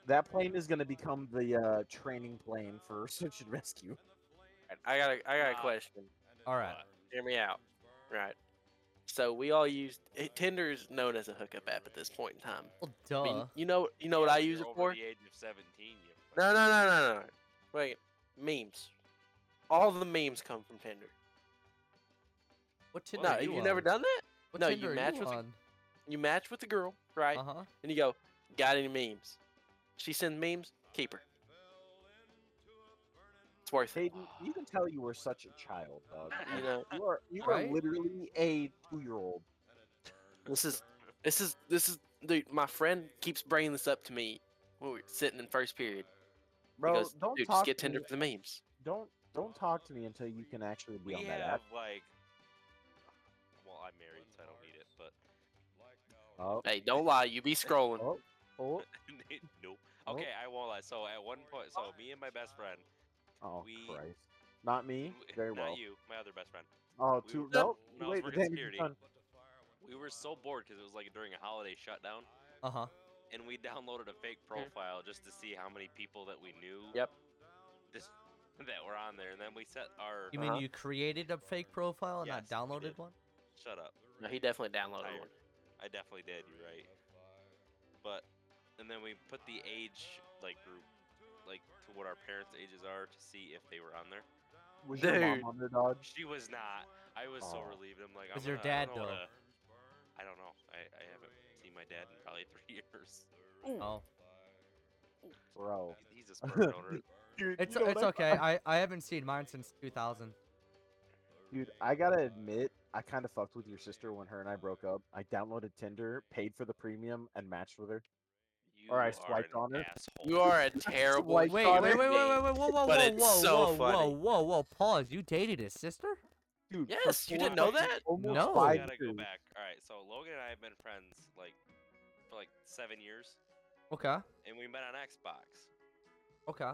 Speaker 1: That plane is gonna become the uh, training plane for *laughs* search and rescue.
Speaker 6: I got a, I got a
Speaker 3: Nah.
Speaker 6: question.
Speaker 2: All right.
Speaker 6: Hear me out. Right. So we all use it, Tinder is known as a hookup app at this point in time.
Speaker 2: Well,
Speaker 6: I
Speaker 2: duh.
Speaker 6: mean,
Speaker 1: Uh-huh.
Speaker 6: you know you know what I
Speaker 3: If
Speaker 6: use it
Speaker 3: you're over
Speaker 6: for?
Speaker 3: The age of 17. You
Speaker 6: No, no, no, no, no. Wait, memes. All the memes come from Tinder.
Speaker 2: what Tinder
Speaker 6: No,
Speaker 2: are
Speaker 6: you,
Speaker 2: you
Speaker 6: you never
Speaker 2: on?
Speaker 6: done that?
Speaker 2: What
Speaker 6: no, you
Speaker 2: Tinder are
Speaker 6: match
Speaker 2: you
Speaker 6: with a-
Speaker 2: on?
Speaker 6: You match with a girl, right?
Speaker 1: Uh-huh.
Speaker 2: Uh huh.
Speaker 6: And you go, got any memes? She sends memes, keep her. It's worth it.
Speaker 1: Hayden, you can tell you were such a child, dog.
Speaker 6: You know,
Speaker 1: You are you
Speaker 2: Right?
Speaker 1: are literally a two year old.
Speaker 6: this is this is this is dude. My friend keeps bringing this up to me when we were sitting in first period. He
Speaker 1: Bro,
Speaker 6: goes,
Speaker 1: don't
Speaker 6: dude,
Speaker 1: talk
Speaker 6: just get
Speaker 1: to
Speaker 6: Tinder
Speaker 1: me.
Speaker 6: for the memes.
Speaker 1: Don't don't talk to me until you can actually be
Speaker 3: we
Speaker 1: on
Speaker 3: have
Speaker 1: that app.
Speaker 3: like. Well, I'm married, so I don't need it. But *laughs*
Speaker 1: Oh,
Speaker 6: Hey, don't lie. You
Speaker 1: *laughs*
Speaker 6: be scrolling.
Speaker 1: oh, oh,
Speaker 3: nope. Okay, I won't lie. So at one point, so me and my best friend,
Speaker 1: oh
Speaker 3: We-
Speaker 1: Christ! Not me.
Speaker 3: w-
Speaker 1: Very
Speaker 3: not
Speaker 1: well.
Speaker 3: you, my other best friend.
Speaker 1: Oh,
Speaker 3: We
Speaker 1: two.
Speaker 3: were-
Speaker 1: Nope.
Speaker 3: no, I was
Speaker 1: Wait, *laughs* the
Speaker 3: working
Speaker 1: damage is
Speaker 3: security.
Speaker 1: done.
Speaker 3: We were so bored because it was like during a holiday shutdown,
Speaker 2: Uh huh.
Speaker 3: and we downloaded a
Speaker 1: Hmm.
Speaker 3: fake profile just to see how many people that we knew.
Speaker 6: Yep.
Speaker 3: This, *laughs* that were on there, and then we set our.
Speaker 2: You mean you created a fake profile and
Speaker 3: Yes,
Speaker 2: not
Speaker 3: we
Speaker 2: downloaded
Speaker 3: did.
Speaker 2: one?
Speaker 3: Shut up.
Speaker 6: No, he definitely downloaded one.
Speaker 3: Tired. I definitely did. You're right. But and then we put the age like group, like to what our parents' ages are to see if they were on there.
Speaker 1: Was your mom
Speaker 6: Dude.
Speaker 1: on there, dog?
Speaker 3: She was not. I was so
Speaker 1: Aw.
Speaker 3: relieved. I'm like,
Speaker 2: Was
Speaker 3: I'm
Speaker 2: your
Speaker 3: gonna-
Speaker 2: dad,
Speaker 3: I don't know what
Speaker 2: though?
Speaker 3: a- I don't know. I, I haven't seen my dad in probably *laughs* three years.
Speaker 2: Oh,
Speaker 1: Bro.
Speaker 3: He's- He's a sperm donor.
Speaker 1: Dude,
Speaker 2: it's
Speaker 1: you know
Speaker 2: it's
Speaker 1: what
Speaker 2: okay. I, I haven't seen mine since 2000.
Speaker 1: Dude, I gotta admit, I kind of fucked with your sister when her and I broke up. I downloaded Tinder, paid for the premium, and matched with her.
Speaker 3: You
Speaker 1: Or I
Speaker 3: are
Speaker 1: swiped
Speaker 3: an
Speaker 1: on her.
Speaker 3: asshole.
Speaker 1: *laughs*
Speaker 6: You are a terrible.
Speaker 1: Wait,
Speaker 2: Wait,
Speaker 1: Sorry.
Speaker 2: wait, wait, wait, wait, wait, whoa, whoa,
Speaker 6: But
Speaker 2: whoa,
Speaker 6: it's
Speaker 2: whoa,
Speaker 6: so
Speaker 2: whoa, whoa,
Speaker 6: funny.
Speaker 2: whoa, whoa, pause. You dated his sister?
Speaker 1: Dude, for
Speaker 6: Yes, you didn't
Speaker 1: four
Speaker 6: know
Speaker 1: fucking-
Speaker 6: that?
Speaker 1: Almost
Speaker 2: No.
Speaker 3: I
Speaker 1: five
Speaker 3: gotta go
Speaker 1: years.
Speaker 3: back. All right, so Logan and I have been friends like for like seven years,
Speaker 2: Okay,
Speaker 3: and we met on Xbox.
Speaker 2: okay.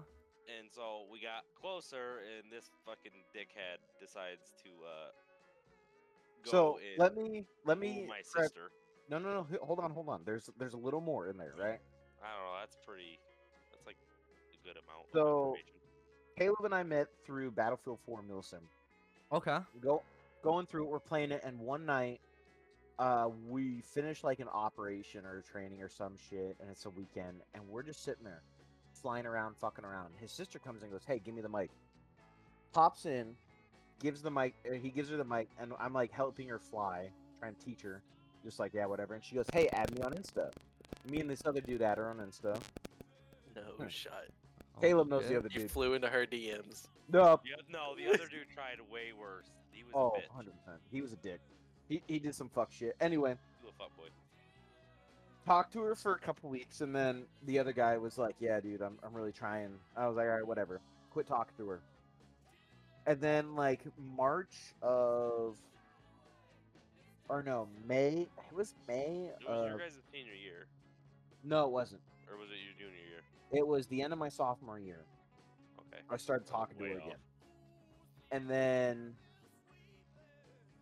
Speaker 3: And so we got closer, and this fucking dickhead decides to uh, go
Speaker 1: So
Speaker 3: and
Speaker 1: let me let
Speaker 3: woo
Speaker 1: me
Speaker 3: my
Speaker 1: prep-
Speaker 3: sister.
Speaker 1: No, no, no. h- Hold on, hold on. There's there's a little more in there, right?
Speaker 3: I don't know. That's pretty. That's like a good amount. of
Speaker 1: So-
Speaker 3: information.
Speaker 1: Caleb and I met through Battlefield 4 Milsim.
Speaker 2: Okay.
Speaker 1: Go going through it, we're playing it, and one night, uh, we finished like an operation or training or some shit, and it's a weekend, and we're just sitting there, flying around, fucking around. His sister comes and goes, "Hey, give me the mic." Pops in, gives the mic. uh, He gives her the mic, and I'm like helping her fly, trying to teach her, just like yeah, whatever. And she goes, "Hey, add me on Insta." Me and this other dude add her on Insta.
Speaker 6: No shot.
Speaker 2: Oh,
Speaker 1: Caleb knows
Speaker 2: shit.
Speaker 1: the other
Speaker 6: You
Speaker 1: dude.
Speaker 6: flew into her DMs.
Speaker 1: No,
Speaker 3: The oth- no, the
Speaker 1: *laughs*
Speaker 3: other dude tried way worse. He was
Speaker 1: Oh,
Speaker 3: a bitch.
Speaker 1: 100 percent. He was a dick. He he did some fuck shit. Anyway,
Speaker 3: He was a fuckboy.
Speaker 1: talked to her for a couple weeks, and then the other guy was like, "Yeah, dude, I'm I'm really trying." I was like, "All right, whatever." Quit talking to her. And then like March of, or no, May. It was May.
Speaker 3: It was
Speaker 1: Of,
Speaker 3: your guys' senior year,
Speaker 1: no, it wasn't.
Speaker 3: or was it your junior year?
Speaker 1: It was the end of my sophomore year.
Speaker 3: Okay.
Speaker 1: I started talking to
Speaker 3: Way
Speaker 1: her
Speaker 3: off.
Speaker 1: again. And then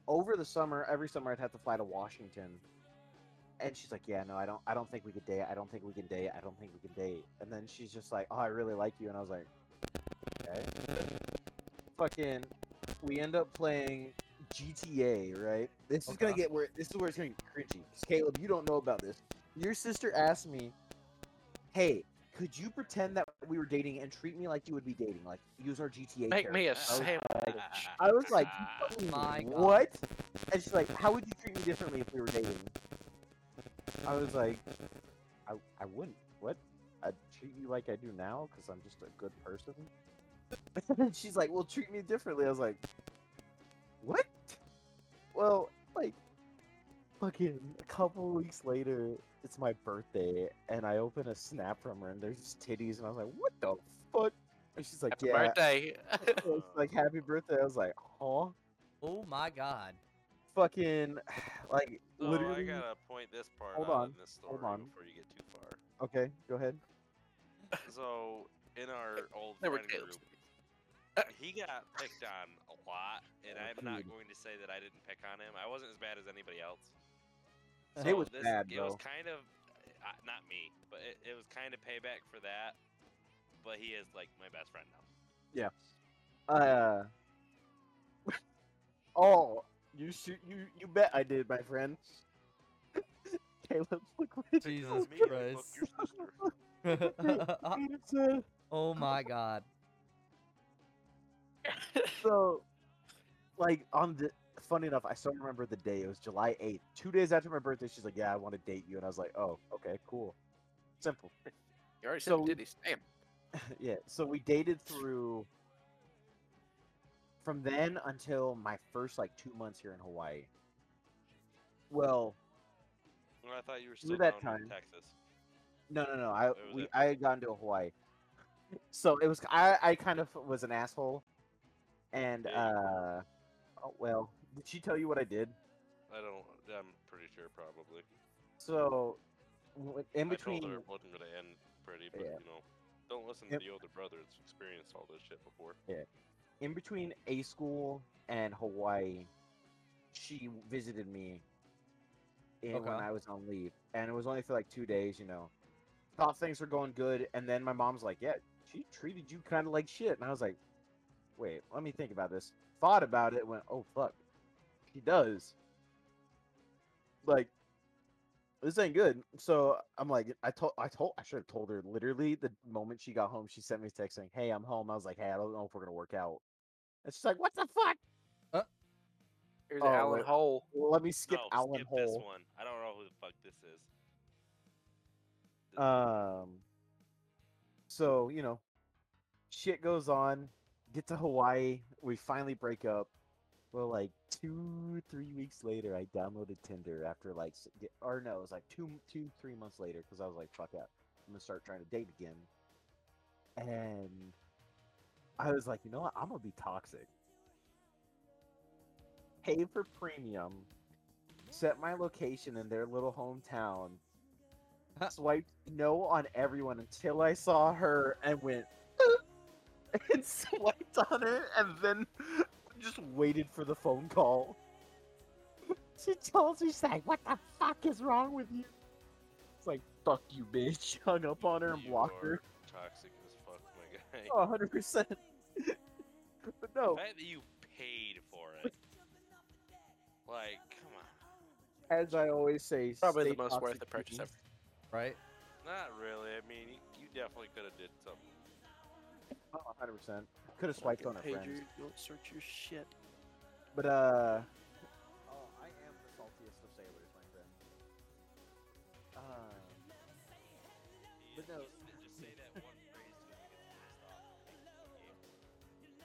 Speaker 1: over the summer, every summer I'd have to fly to Washington. And she's like, "Yeah, no, I don't I don't think we could date. I don't think we can date. I don't think we can date." And then she's just like, "Oh, I really like you." And I was like, "Okay." Fucking we end up playing GTA, right? This is going to
Speaker 2: Okay.
Speaker 1: get where this is where it's going to get cringy. 'Cause Caleb, you don't know about this. Your sister asked me, "Hey, could you pretend that we were dating and treat me like you would be dating? Like use our GTA."
Speaker 6: Make me a
Speaker 1: character?" I was-
Speaker 6: sandwich.
Speaker 3: *laughs*
Speaker 1: I was
Speaker 2: *laughs*
Speaker 1: like,
Speaker 3: Ah,
Speaker 1: "You fucking
Speaker 2: Oh My God.
Speaker 1: what? And she's like, how would you treat me differently if we were dating? I was like, I, I wouldn't. What? like I do now because I'm just a good person. *laughs* And she's like, well, treat me differently. I was like, what? Well, like, fucking a couple weeks later, it's my birthday, and I open a snap from her, and there's just titties, and I was like, what the fuck? And she's like,
Speaker 6: Happy
Speaker 1: yeah.
Speaker 6: birthday.
Speaker 1: *laughs* I was like, happy birthday. I was like, huh?
Speaker 2: Oh my *laughs* god.
Speaker 1: Fucking, *sighs* like,
Speaker 3: So
Speaker 1: literally.
Speaker 3: Oh, I gotta point this part
Speaker 1: Hold
Speaker 3: out
Speaker 1: on,
Speaker 3: in this story
Speaker 1: hold on.
Speaker 3: before you get too far.
Speaker 1: Okay, go ahead.
Speaker 3: So in our old
Speaker 6: There were Uh,
Speaker 3: friend
Speaker 6: tails.
Speaker 3: group, he got picked on a lot, and
Speaker 1: Oh,
Speaker 3: I'm not
Speaker 1: dude.
Speaker 3: going to say that I didn't pick on him. I wasn't as bad as anybody else.
Speaker 1: It was
Speaker 3: this,
Speaker 1: bad,
Speaker 3: It
Speaker 1: bro.
Speaker 3: was kind of uh, not me, but it, it was kind of payback for that. But he is like my best friend now.
Speaker 1: Uh. *laughs* oh, you shoot you you bet I did, my friend. *laughs* Caleb, look what it-
Speaker 2: Jesus
Speaker 3: Me, you
Speaker 2: Christ.
Speaker 3: fuck your sister.
Speaker 1: *laughs* it said.
Speaker 2: *laughs* oh my god.
Speaker 1: So, like on the funny enough, I still remember the day. It was July eighth, two days after my birthday. She's like, "Yeah, I want to date you," and I was like, "Oh, okay, cool, simple."
Speaker 6: *laughs* You already said
Speaker 1: So-
Speaker 6: titties. Damn.
Speaker 1: yeah. So we dated through from then until my first like two months here in Hawaii. Well,
Speaker 3: Well, I thought you were still
Speaker 1: that
Speaker 3: down
Speaker 1: time.
Speaker 3: in Texas.
Speaker 1: No, no, no. I
Speaker 3: It was
Speaker 1: we
Speaker 3: after
Speaker 1: I had gone to Hawaii, so it was I I kind of was an asshole, and
Speaker 3: Yeah, you
Speaker 1: uh, oh well. Did she tell you what I did?
Speaker 3: I don't. I'm pretty sure, probably.
Speaker 1: So, w- in
Speaker 3: I told
Speaker 1: between,
Speaker 3: her it wasn't going to end pretty, but
Speaker 1: Yeah.
Speaker 3: you know, don't listen
Speaker 1: Yep.
Speaker 3: to the older brother that's experienced all this shit before.
Speaker 1: in between A school and Hawaii, she visited me in, when
Speaker 2: Okay.
Speaker 1: I was on leave, and it was only for like two days, you know. Thought things were going good, and then my mom's like, "Yeah, she treated you kind of like shit," and I was like, "Wait, let me think about this." Thought about it, went, "Oh fuck, she does." Like, this ain't good. So I'm like, I told, I told, I should have told her literally the moment she got home. She sent me a text saying, "Hey, I'm home." I was like, "Hey, I don't know if we're gonna work out." And she's like, "What the fuck?"
Speaker 6: Here's
Speaker 1: Oh,
Speaker 6: Alan
Speaker 1: wait.
Speaker 6: Hole.
Speaker 1: Well, let me skip
Speaker 3: no,
Speaker 1: Alan
Speaker 3: skip this
Speaker 1: Hole.
Speaker 3: one. I don't know who the fuck this is.
Speaker 1: Um, so you know, shit goes on. Get to Hawaii. We finally break up. Well, like two, three weeks later, I downloaded Tinder after like, s- d- or no, it was like two, two, three months later because I was like, fuck out, I'm gonna start trying to date again. And I was like, you know what, I'm gonna be toxic. Pay for premium, set my location in their little hometown, swiped no on everyone until I saw her and went *laughs* and swiped on her and then just waited for the phone call. *laughs* She tells me, she's like, what the fuck is wrong with you? It's like, fuck you, bitch. *laughs* Hung up on her and
Speaker 3: You
Speaker 1: blocked her.
Speaker 3: are Toxic as fuck, my guy.
Speaker 1: *laughs* Oh, 100%. but
Speaker 3: The
Speaker 1: no,
Speaker 3: fact that you paid for it. Like, come on.
Speaker 1: as I always say,
Speaker 6: Probably the
Speaker 1: stay
Speaker 6: most worth
Speaker 1: toxic,
Speaker 6: the purchase
Speaker 1: people.
Speaker 6: ever.
Speaker 2: Right?
Speaker 3: Not really. I mean, you, you definitely could have did something.
Speaker 1: Oh, 100%. Could have swiped on her friends.
Speaker 6: Don't search your shit.
Speaker 1: But, uh. Oh, I am the saltiest of sailors, my friend. Uh. But no.
Speaker 3: Just say that one phrase so we get pissed off.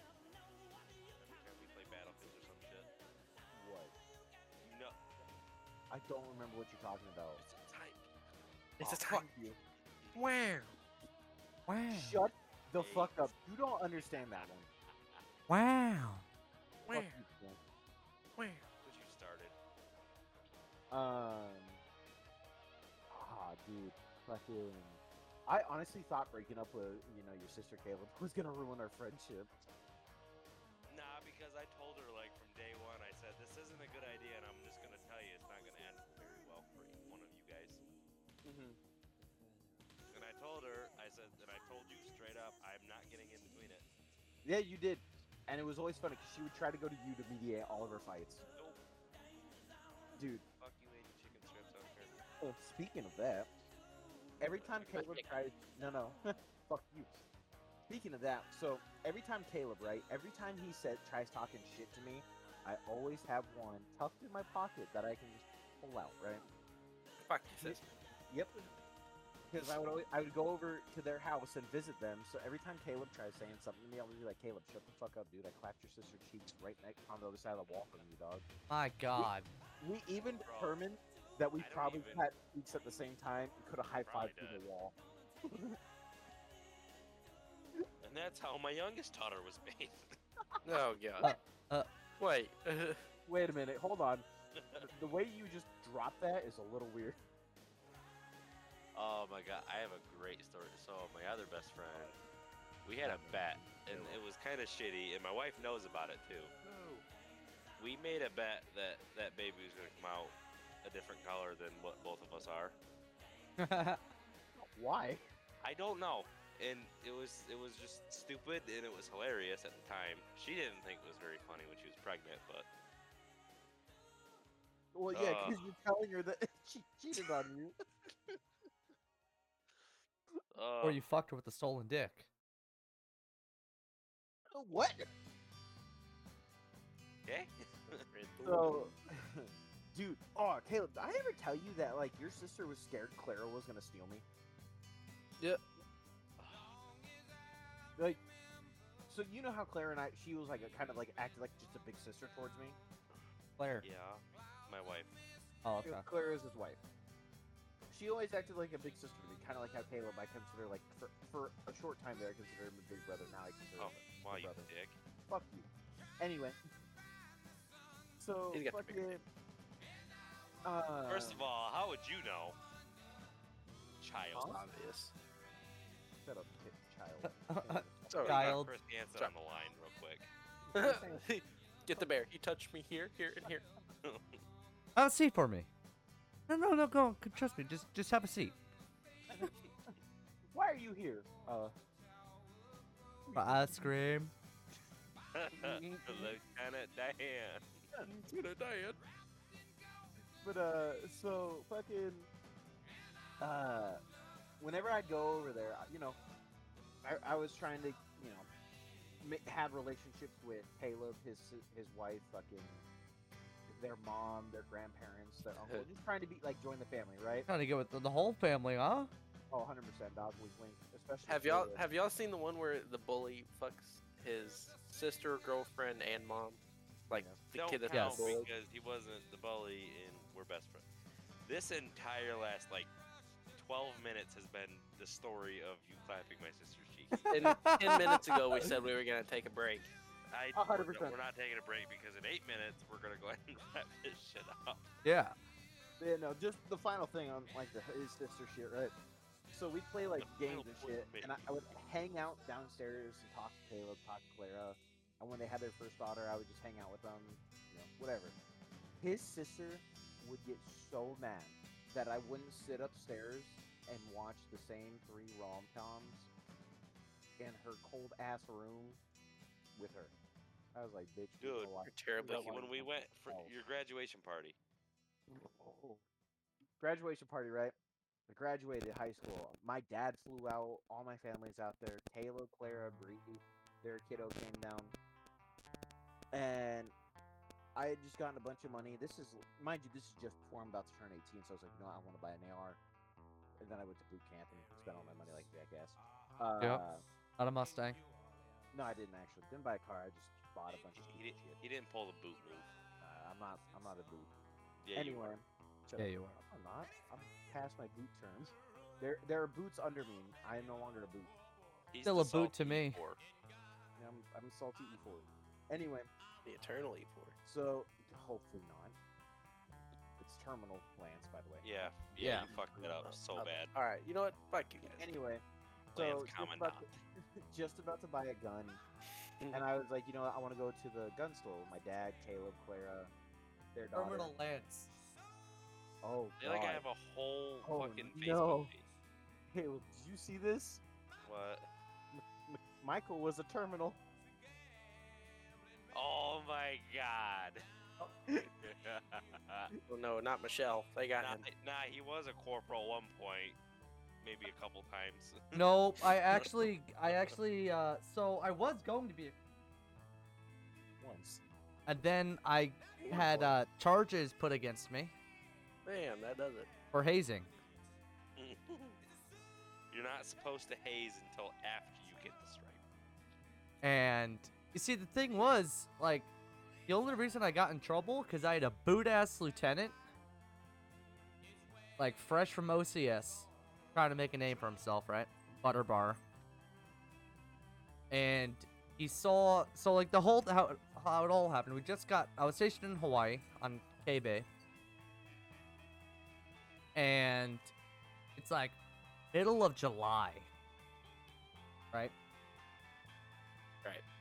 Speaker 3: Every time we play Battlefield or some shit.
Speaker 1: What?
Speaker 3: You know,
Speaker 1: I don't remember what you're talking about.
Speaker 3: it's a type.
Speaker 6: It's
Speaker 1: Aw,
Speaker 6: a time.
Speaker 1: fuck you.
Speaker 6: Where?
Speaker 5: Wow.
Speaker 1: Shut the fuck up. You don't understand that one.
Speaker 5: Wow.
Speaker 1: Fuck
Speaker 6: Where?
Speaker 1: you, Clint.
Speaker 6: Where?
Speaker 3: Which you started.
Speaker 1: Um. Ah, dude. Fucking. I honestly thought breaking up with, you know, your sister Caleb *laughs* was gonna ruin our friendship.
Speaker 3: Nah, because I told her like from day one. I said this isn't a good idea, and I'm just gonna tell you it's not gonna end very well for either one of you guys. And I told her, I said, and I told you straight up, I'm not getting in between it.
Speaker 1: Yeah, you did. And it was always funny because she would try to go to you to mediate all of her fights.
Speaker 3: Nope.
Speaker 1: Dude,
Speaker 3: Fuck you, Asian chicken strips. I don't care.
Speaker 1: well, speaking of that, every time Caleb tried. No, no. *laughs* fuck you. Speaking of that, so every time Caleb, right? Every time he said tries talking shit to me, I always have one tucked in my pocket that I can just pull out, right?
Speaker 6: Fuck you, sis.
Speaker 1: Yep. because I would always, I would go over to their house and visit them. So every time Caleb tries saying something to me, I'll be like, Caleb, shut the fuck up, dude. I clapped your sister cheeks right next on the other side of the wall from you, dog.
Speaker 2: My God. *laughs*
Speaker 1: We even
Speaker 3: Bro,
Speaker 1: determined that we
Speaker 3: I don't
Speaker 1: probably
Speaker 3: even-
Speaker 1: had cheeks at the same time and could have high fived
Speaker 3: Probably
Speaker 1: through
Speaker 3: did.
Speaker 1: the wall.
Speaker 3: And that's how my youngest daughter was made.
Speaker 6: Oh god.
Speaker 2: Uh, uh.
Speaker 6: Wait. *laughs*
Speaker 1: Wait a minute, hold
Speaker 3: *laughs*
Speaker 1: on. The- the way you just dropped that is a little weird. *laughs*
Speaker 3: Oh my god, I have a great story. So my other best friend, we had a bet, and it was kind of shitty, and my wife knows about it too. We made a bet that that baby was gonna come out a different color than what both of us are.
Speaker 1: Why?
Speaker 3: I don't know, and it was it was just stupid, and it was hilarious at the time. She didn't think it was very funny when she was pregnant, but
Speaker 1: Well, yeah,
Speaker 3: Uh.
Speaker 1: because you're telling her that *laughs* she cheated on you.
Speaker 3: uh,
Speaker 2: or you fucked her with a stolen dick.
Speaker 1: what?
Speaker 3: okay?
Speaker 1: So, *laughs* dude, oh, Caleb, did I ever tell you that, like, your sister was scared Clara was going to steal me?
Speaker 6: Yep.
Speaker 1: Like, so you know how Clara and I, she was, like, a, kind of, like, acted like just a big sister towards me?
Speaker 2: Claire.
Speaker 3: yeah, my wife.
Speaker 2: Oh, okay.
Speaker 1: Clara is his wife. She always acted like a big sister to me, kind of like how Caleb, I consider, like, for, for a short time there, I considered him a big brother. Now I consider him
Speaker 3: Oh,
Speaker 1: a
Speaker 3: wow, you
Speaker 1: brother.
Speaker 3: dick.
Speaker 1: Fuck you. Anyway. So
Speaker 6: He's got the
Speaker 1: fucking. Uh,
Speaker 3: First of all, how would you know? Child.
Speaker 6: Obvious.
Speaker 1: shut up, kid, child.
Speaker 6: *laughs* It's alright.
Speaker 3: Sorry, my
Speaker 2: Child.
Speaker 3: First answer on the line, real quick.
Speaker 6: *laughs* Get the bear. You touch me here, here, and here.
Speaker 2: Have a seat for me. No, no, no, go. c- Trust me. Just, just have a seat.
Speaker 1: Why are you here? Uh,
Speaker 2: For ice cream.
Speaker 1: Mm-hmm.
Speaker 3: *laughs* Lieutenant Dan.
Speaker 1: but uh, so fucking. Uh, whenever I'd go over there, I- you know, I, I was trying to, you know, ma- have relationships with Caleb, his si- his wife, fucking their mom, their grandparents, their
Speaker 6: *laughs*
Speaker 1: uncle, just trying to be like join the family, right?
Speaker 2: Trying to get with the, the whole family, huh?
Speaker 1: Oh, 100 percent, dog. We wink, especially.
Speaker 6: Have y'all
Speaker 1: for-
Speaker 6: have y'all seen the one where the bully fucks his sister, girlfriend, and mom? Like the
Speaker 3: Don't
Speaker 6: kid that's
Speaker 3: count
Speaker 6: yes. bullied.
Speaker 3: because he wasn't the bully, and we're best friends. This entire last like 12 minutes has been the story of you clapping my sister's
Speaker 1: *laughs*
Speaker 3: cheeks.
Speaker 6: And ten minutes ago,
Speaker 3: *laughs*
Speaker 6: we said we were gonna take a break.
Speaker 3: I,
Speaker 1: A hundred
Speaker 3: we're,
Speaker 1: percent.
Speaker 3: not, we're not taking a break because in eight minutes we're gonna go ahead and wrap this shit up.
Speaker 2: Yeah.
Speaker 1: Yeah, no, just the final thing on like the his sister shit, right? So we play like
Speaker 3: The
Speaker 1: games
Speaker 3: final
Speaker 1: and
Speaker 3: point
Speaker 1: shit,
Speaker 3: made.
Speaker 1: and I, I would hang out downstairs and talk to Caleb, talk to Clara. And when they had their first daughter, I would just hang out with them, you know, whatever. His sister would get so mad that I wouldn't sit upstairs and watch the same three rom coms in her cold ass room with her. I was like, bitch, we
Speaker 3: Dude,
Speaker 1: will watch-
Speaker 6: You're terrible.
Speaker 1: Don't
Speaker 3: Like
Speaker 1: want
Speaker 3: when
Speaker 1: to
Speaker 3: we
Speaker 1: come
Speaker 3: went for
Speaker 1: out.
Speaker 3: your graduation party.
Speaker 1: graduation party, right? I graduated high school. My dad flew out. All my family's out there. Taylor, Clara, Bree, their kiddo came down, and I had just gotten a bunch of money. This is, mind you, this is just before I'm about to turn 18. So I was like, you know, what, I want to buy an AR, and then I went to boot camp and spent all my money like jackass. Uh,
Speaker 2: Not a Mustang.
Speaker 1: No, I didn't actually. Didn't buy a car. I just bought a bunch of
Speaker 3: He
Speaker 1: shit.
Speaker 3: didn't, he didn't pull the boot move.
Speaker 1: Uh, I'm not. I'm not a boot.
Speaker 3: Yeah, you
Speaker 1: anyway,
Speaker 3: were.
Speaker 1: shut
Speaker 2: Yeah,
Speaker 1: up.
Speaker 2: you are.
Speaker 1: I'm not. I'm past my boot terms. There, there are boots under me. I am no longer a boot.
Speaker 3: He's
Speaker 2: Still
Speaker 3: the
Speaker 2: a boot to
Speaker 3: salty
Speaker 2: me.
Speaker 3: whore.
Speaker 1: I'm, I'm a salty E4. Anyway,
Speaker 6: The eternal E evil.
Speaker 1: so hopefully not. It's terminal lands, by the way.
Speaker 3: Yeah,
Speaker 2: Yeah.
Speaker 3: yeah, you fucked it up so bad.
Speaker 6: All right. You know what? Fuck you guys.
Speaker 1: Anyway,
Speaker 3: Lands
Speaker 1: so just
Speaker 3: common
Speaker 1: about, to, *laughs* just about to buy a gun,
Speaker 3: Mm-hmm.
Speaker 1: and I was like, you know, what, I want to go to the gun store with my dad, Caleb, Clara, their daughter.
Speaker 2: Terminal Lance.
Speaker 1: Oh,
Speaker 3: I feel like I
Speaker 1: God. *laughs*
Speaker 3: have a whole
Speaker 1: Oh,
Speaker 3: fucking
Speaker 1: no.
Speaker 3: Facebook page.
Speaker 1: Caleb, did you see this?
Speaker 3: What?
Speaker 1: M- Michael was a terminal.
Speaker 3: Oh my
Speaker 2: *laughs*
Speaker 3: god. *laughs*
Speaker 6: Oh no, not Michelle. They got
Speaker 3: nah,
Speaker 6: him.
Speaker 3: nah, he was a corporal at one point. Maybe a couple times.
Speaker 2: No, I actually, I actually, uh, so I was going to be,
Speaker 1: Once.
Speaker 2: and then I had uh, charges put against me
Speaker 6: Damn, that does it.
Speaker 2: for hazing.
Speaker 3: not supposed to haze until after you get the stripe.
Speaker 2: And you see, the thing was, like, the only reason I got in trouble because I had a boot ass lieutenant, like, fresh from OCS, trying to make a name for himself, right? Butter bar. And he saw, so, like, the whole, how, how it all happened. We just got, I was stationed in Hawaii on K Bay. And it's like middle of July, right?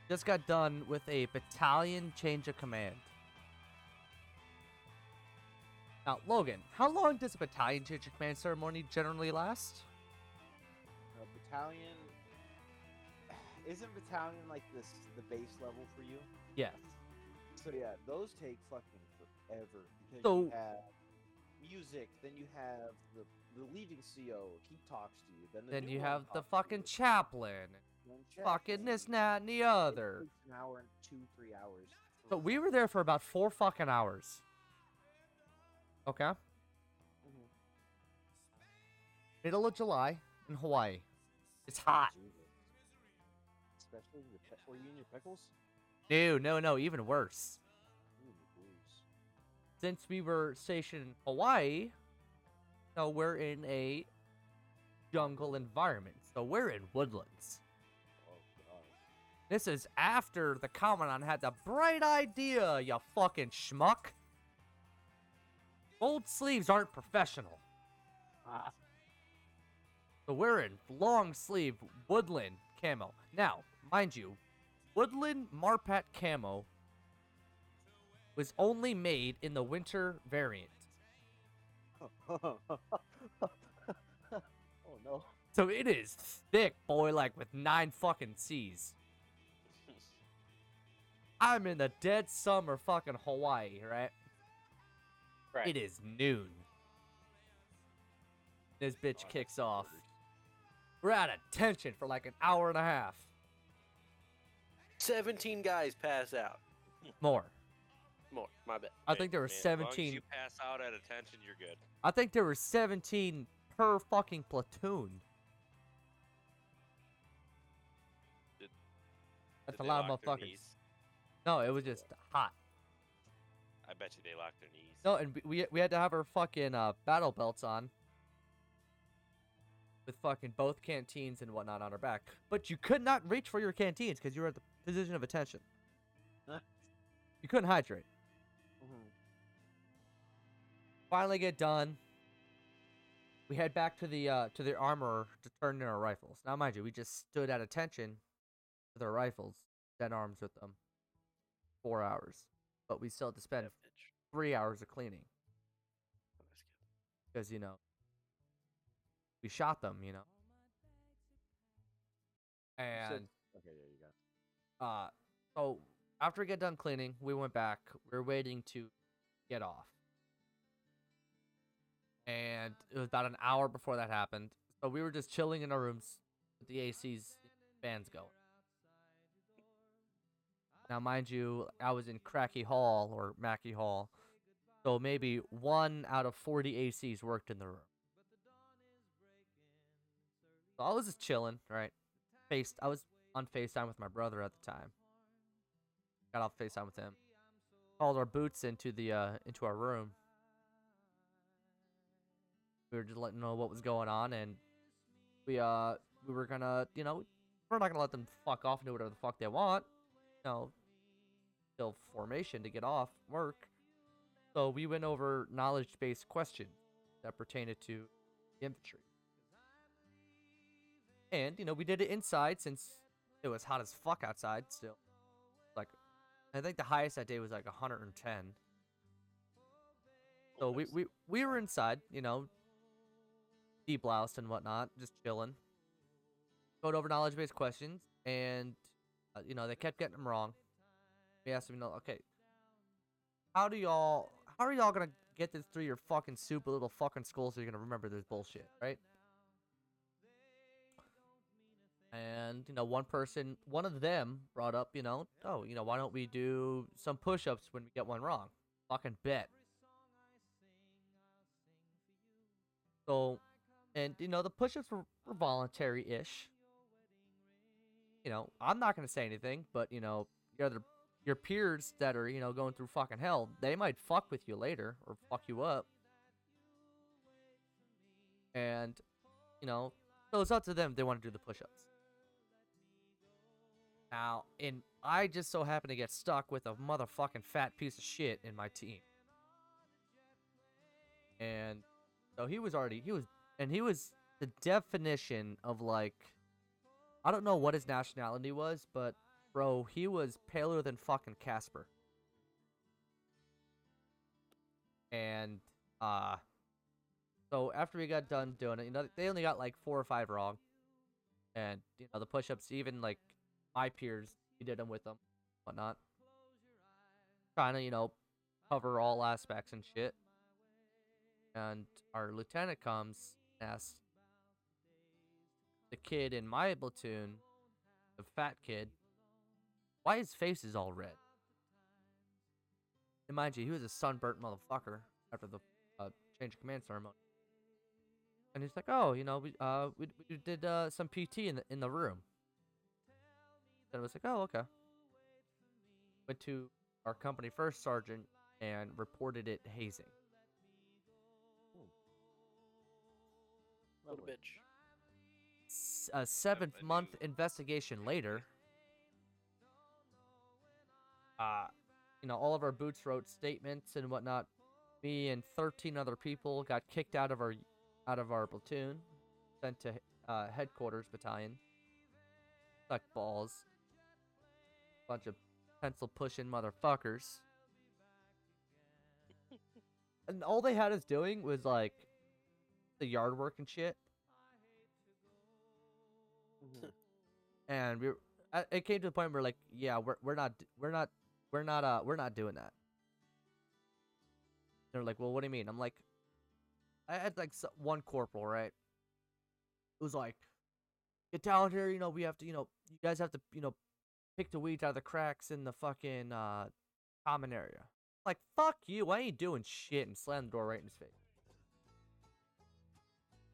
Speaker 2: just got done with a battalion change of command. Now, Logan, how long does a battalion change of command ceremony generally last?
Speaker 1: Uh, battalion isn't battalion like this the base level for you?
Speaker 2: Yes.
Speaker 1: So yeah, those take fucking forever because
Speaker 2: So-
Speaker 1: you have music, then you have the the leading CO he talks to you, then the
Speaker 2: Then
Speaker 1: new
Speaker 2: you
Speaker 1: one
Speaker 2: have
Speaker 1: talks
Speaker 2: the
Speaker 1: to you,
Speaker 2: fucking chaplain,
Speaker 1: then check,
Speaker 2: fucking
Speaker 1: and
Speaker 2: this, that, and the
Speaker 1: it
Speaker 2: other.
Speaker 1: takes An hour and two, three hours.
Speaker 2: So we were there for about four fucking hours. Okay?
Speaker 1: Mhm.
Speaker 2: Middle of July in Hawaii. It's hot.
Speaker 1: Jesus. Especially your pe- were you in your pickles? *laughs*
Speaker 2: No, no, no, even worse.
Speaker 1: Ooh, the blues.
Speaker 2: since we were stationed in Hawaii, so we're in a jungle environment. So we're in woodlands.
Speaker 1: Oh god.
Speaker 2: This is after the Commandant had the bright idea, you fucking schmuck. Old sleeves aren't professional.
Speaker 1: Ah,
Speaker 2: So we're in long sleeve woodland camo. Now, mind you, woodland marpat camo was only made in the winter variant.
Speaker 1: oh *laughs* no.
Speaker 2: So it is thick, boy, like with nine fucking
Speaker 3: *laughs*
Speaker 2: C's. I'm in the dead summer fucking Hawaii, right?
Speaker 6: Right.
Speaker 2: It is noon. This bitch kicks off. We're out of tension for like an hour and a half.
Speaker 6: Seventeen guys pass out.
Speaker 2: More.
Speaker 6: More, my bad.
Speaker 2: I
Speaker 3: Hey,
Speaker 2: think there were
Speaker 3: man, As long as
Speaker 2: 17.
Speaker 3: you pass out at attention, you're good.
Speaker 2: I think there were 17 per fucking platoon.
Speaker 3: Did-
Speaker 2: That's a
Speaker 3: Did they
Speaker 2: lot of
Speaker 3: lock their
Speaker 2: motherfuckers.
Speaker 3: knees?
Speaker 2: No, it was just hot.
Speaker 3: I bet you they locked their knees.
Speaker 2: No, and we- we we had to have our fucking uh, battle belts on, with fucking both canteens and whatnot on our back. But you could not reach for your canteens because you were at the position of attention. you couldn't hydrate.
Speaker 1: Mhm.
Speaker 2: Finally, get done. We head back to the uh, to the armorer to turn in our rifles. Now, mind you, we just stood at attention with our rifles, dead arms with them, four hours. But we still had to spend three hours of cleaning.
Speaker 1: Oh,
Speaker 2: because you know we shot them, you know.
Speaker 1: You
Speaker 2: And
Speaker 1: said- okay, there you go.
Speaker 2: uh, so after we get done cleaning, we went back. We were waiting to get off, and it was about an hour before that happened. So we were just chilling in our rooms with the AC's fans going. Now, mind you, I was in Cracky Hall or Mackey Hall, so maybe one out of forty ACs worked in the room. So I was just chilling, right? Faced, I was on FaceTime with my brother at the time. Got off FaceTime with him. Called our boots into the uh, into our room. We were just letting know what was going on, and we uh we were gonna you know we're not gonna let them fuck off and do whatever the fuck they want. You know, till formation to get off work. So we went over knowledge based questions that pertained to infantry. And, you know, we did it inside since it was hot as fuck outside still. Like, I think the highest that day was like 110. So we, we, we were inside, you know, debloused and whatnot, just chilling. Going over knowledge based questions, and, uh, you know, they kept getting them wrong. We asked them, you know, okay, how do y'all, how are y'all gonna get this through your fucking stupid little fucking school so you're gonna remember this bullshit, right? And you know, one person, one of them brought up, you know, oh, you know, why don't we do some push-ups when we get one wrong? Fucking bet. So And you know, the push-ups were, were voluntary-ish. You know, I'm not gonna say anything, but you know, your other your peers that are you know going through fucking hell, they might fuck with you later or fuck you up. And you know, so it's up to them. if They want to do the push-ups. Now, and I just so happen to get stuck with a motherfucking fat piece of shit in my team. And so he was already he was and he was the definition of like I don't know what his nationality was, but bro, he was paler than fucking Casper. And uh so after we got done doing it, you know, they only got like four or five wrong. And you know, the push ups even like my peers, we did them with them, whatnot. Trying to, you know, cover all aspects and shit. And our lieutenant comes and asks the kid in my platoon, the fat kid, why his face is all red. And mind you, he was a sunburnt motherfucker after the uh, change of command ceremony. And he's like, "Oh, you know, we uh we, we did uh, some PT in the in the room." And I was like, "Oh, okay." Went to our company first sergeant and reported it hazing.
Speaker 6: Little
Speaker 1: Lovely.
Speaker 6: bitch.
Speaker 2: S- a seventh month investigation later, uh, you know, all of our boots wrote statements and whatnot. Me and 13 other people got kicked out of our out of our platoon, sent to uh, headquarters battalion. Suck balls. Bunch of pencil pushing motherfuckers. and all they had us doing was like the yard work and shit. and we were, uh, it came to the point where like yeah we're, we're not d- we're not we're not uh we're not doing that they're like well what do you mean i'm like i had like s- one corporal right it was like get down here you know we have to you know you guys have to you know pick the weeds out of the cracks in the fucking uh common area like fuck you why ain't you doing shit and slam the door right in his face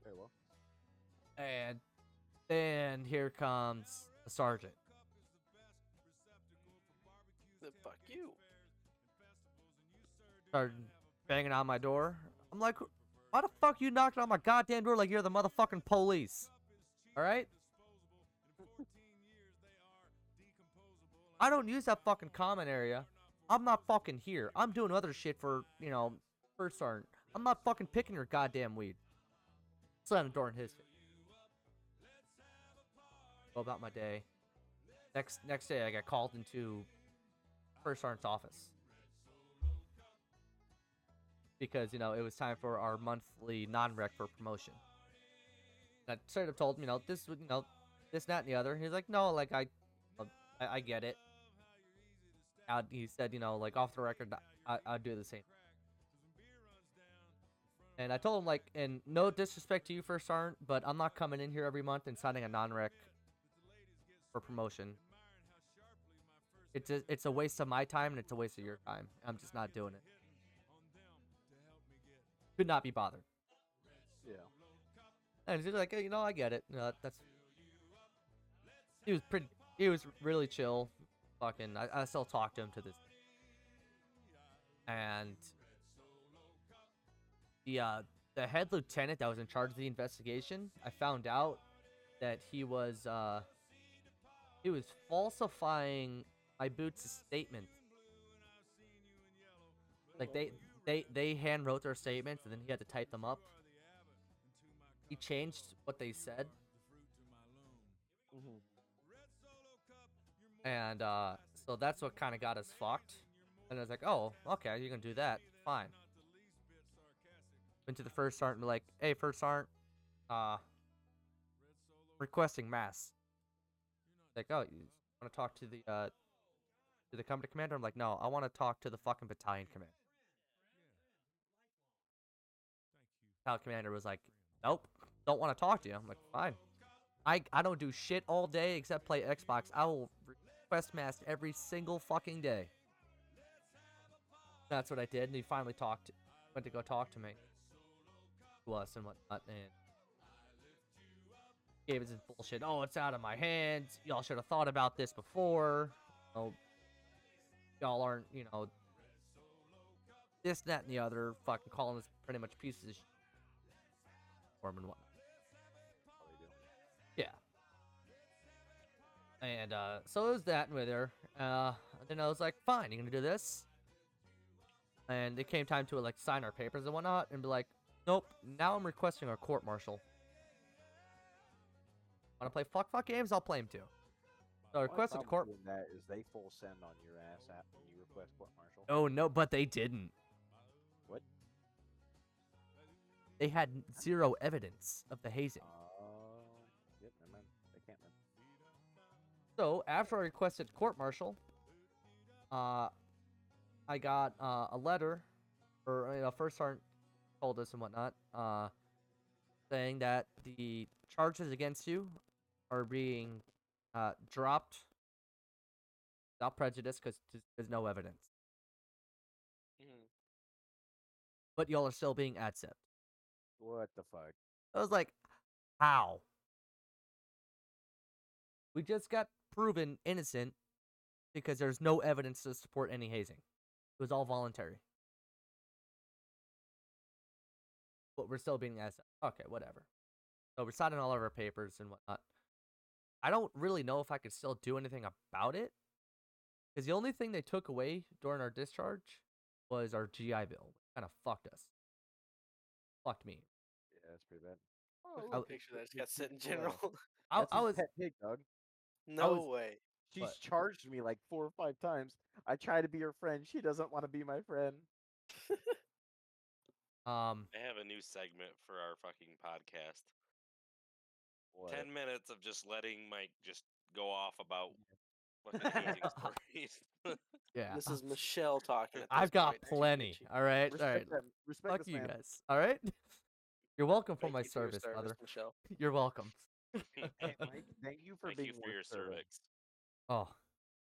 Speaker 1: Very well.
Speaker 2: And then here comes the sergeant.
Speaker 6: The fuck you.
Speaker 2: Started banging on my door. I'm like, why the fuck you knocking on my goddamn door like you're the motherfucking police? Alright? I don't use that fucking common area. I'm not fucking here. I'm doing other shit for, you know, first sergeant. I'm not fucking picking your goddamn weed. Slam the door in his face. Go about my day. Next next day I got called into first sergeant's office because you know it was time for our monthly non-rec for promotion. And I straight up told him, you know, this, would- you know, this, that, and the other. He's like, no, like I, I, I get it. Out, he said, you know, like off the record, I, I'd do the same. And I told him, like, and no disrespect to you, First Sergeant, but I'm not coming in here every month and signing a non-rec for promotion. It's a, it's a waste of my time and it's a waste of your time. I'm just not doing it. Could not be bothered.
Speaker 1: Yeah.
Speaker 2: And he's like, "Hey, you know, I get it. You know, that- that's. He was pretty. He was really chill. Fucking, I, I still talk to him to this. day. And the uh, the head lieutenant that was in charge of the investigation, I found out that he was uh, he was falsifying my boots' statement. Like they they they hand wrote their statements and then he had to type them up he changed what they said. And uh, so that's what kind of got us fucked. And I was like, oh, okay, you're going to do that. Fine. Went to the first sergeant and be like, hey, first sergeant, uh, requesting mass. Like, oh, you want to talk to the, uh, to the company commander? I'm like, no, I want to talk to the fucking battalion commander. Battalion commander was like, nope, don't want to talk to you. I'm like, fine. I, I don't do shit all day except play Xbox. I will request mask every single fucking day. That's what I did, and he finally talked, went to go talk to me, to us and whatnot, and gave us this bullshit. Oh, it's out of my hands. Y'all should have thought about this before. Oh, y'all aren't, you know, this, that, and the other. Fucking calling us pretty much pieces of shit. Form and whatnot. Yeah. And uh, so it was that with her. Uh, then I was like, fine, you're gonna do this. And it came time to like sign our papers and whatnot, and be like, nope, now I'm requesting a court martial. Want to play fuck fuck games? I'll play them too. So I requested court.
Speaker 1: With that is they full send on your ass at when you request court martial.
Speaker 2: Oh no, but they didn't.
Speaker 1: What?
Speaker 2: They had zero evidence of the hazing.
Speaker 1: Oh, yep, never mind. They can't. Then.
Speaker 2: So after I requested court martial, uh, I got uh, a letter, or you know, first sergeant told us and whatnot, uh, saying that the charges against you are being uh, dropped without prejudice because there's no evidence,
Speaker 3: Mm-hmm.
Speaker 2: but y'all are still being adcept.
Speaker 1: What the fuck?
Speaker 2: I was like, how? We just got proven innocent because there's no evidence to support any hazing. It was all voluntary. But we're still being asked. Okay, whatever. So we're signing all of our papers and whatnot. I don't really know if I could still do anything about it. Because the only thing they took away during our discharge was our GI Bill. Kind of fucked us. Fucked me.
Speaker 1: Yeah, that's pretty bad.
Speaker 6: Oh,
Speaker 2: I'll-
Speaker 6: picture that. It's got sent in
Speaker 1: Yeah.
Speaker 6: general.
Speaker 2: I,
Speaker 1: That's
Speaker 2: I
Speaker 1: his
Speaker 2: was
Speaker 1: pet pig, dog.
Speaker 6: *laughs* no
Speaker 2: was-
Speaker 6: way.
Speaker 1: She's
Speaker 2: But-
Speaker 1: charged me like four or five times. I try to be her friend. She doesn't want to be my friend.
Speaker 2: um
Speaker 3: I have a new segment for our fucking podcast.
Speaker 1: What?
Speaker 3: Ten minutes of just letting Mike just go off
Speaker 2: *laughs*
Speaker 3: about fucking hazing stories.
Speaker 2: yeah.
Speaker 6: This
Speaker 2: *laughs*
Speaker 6: is Michelle talking. At
Speaker 2: I've
Speaker 6: this
Speaker 2: got
Speaker 6: point.
Speaker 2: plenty. All right. All right.
Speaker 1: Respect that- respect
Speaker 2: Fuck
Speaker 1: this
Speaker 2: you
Speaker 1: man.
Speaker 2: guys. All right. *laughs* You're welcome for
Speaker 6: Thank
Speaker 2: my
Speaker 6: you for your
Speaker 2: service, brother.
Speaker 6: Michelle.
Speaker 2: *laughs* You're welcome. *laughs*
Speaker 1: Hey, Mike, thank you for
Speaker 3: Thank
Speaker 1: being
Speaker 3: you for
Speaker 1: worth
Speaker 3: your
Speaker 1: serving.
Speaker 3: cervix.
Speaker 2: Oh,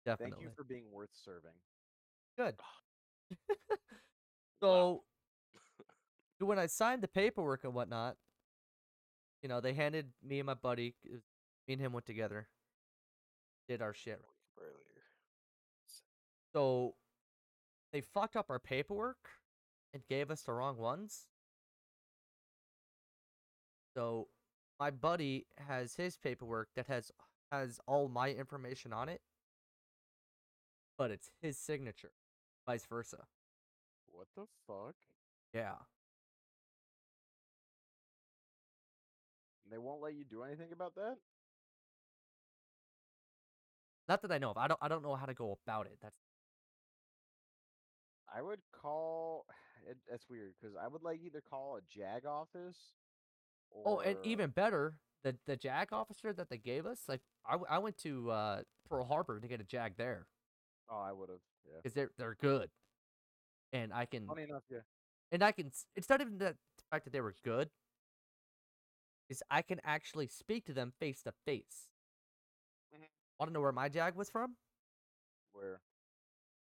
Speaker 1: Thank
Speaker 2: definitely.
Speaker 1: you for being worth serving.
Speaker 2: Good. Ah. so, when I signed the paperwork and whatnot, you know, they handed me and my buddy, 'cause me and him went together, did our shit.
Speaker 6: Earlier.
Speaker 2: So, they fucked up our paperwork and gave us the wrong ones. So, my buddy has his paperwork that has has all my information on it, but it's his signature, vice versa.
Speaker 1: What the fuck?
Speaker 2: Yeah.
Speaker 1: And They won't let you do anything about that?
Speaker 2: Not that I know of. I don't. I don't know how to go about it. That's
Speaker 1: I would call. *sighs* It, that's weird because I would like either call a JAG office.
Speaker 2: oh, and
Speaker 1: or-
Speaker 2: even better, the the JAG officer that they gave us. Like I, w- I went to uh, Pearl Harbor to get a JAG there
Speaker 1: Oh, I would have. Yeah.
Speaker 2: because they're they're good, and I can
Speaker 1: Funny enough, yeah.
Speaker 2: and I can. s- It's not even that the fact that they were good. Is I can actually speak to them face to face. Mm-hmm.
Speaker 3: Mhm.
Speaker 2: Want to know where my JAG was from?
Speaker 1: Where?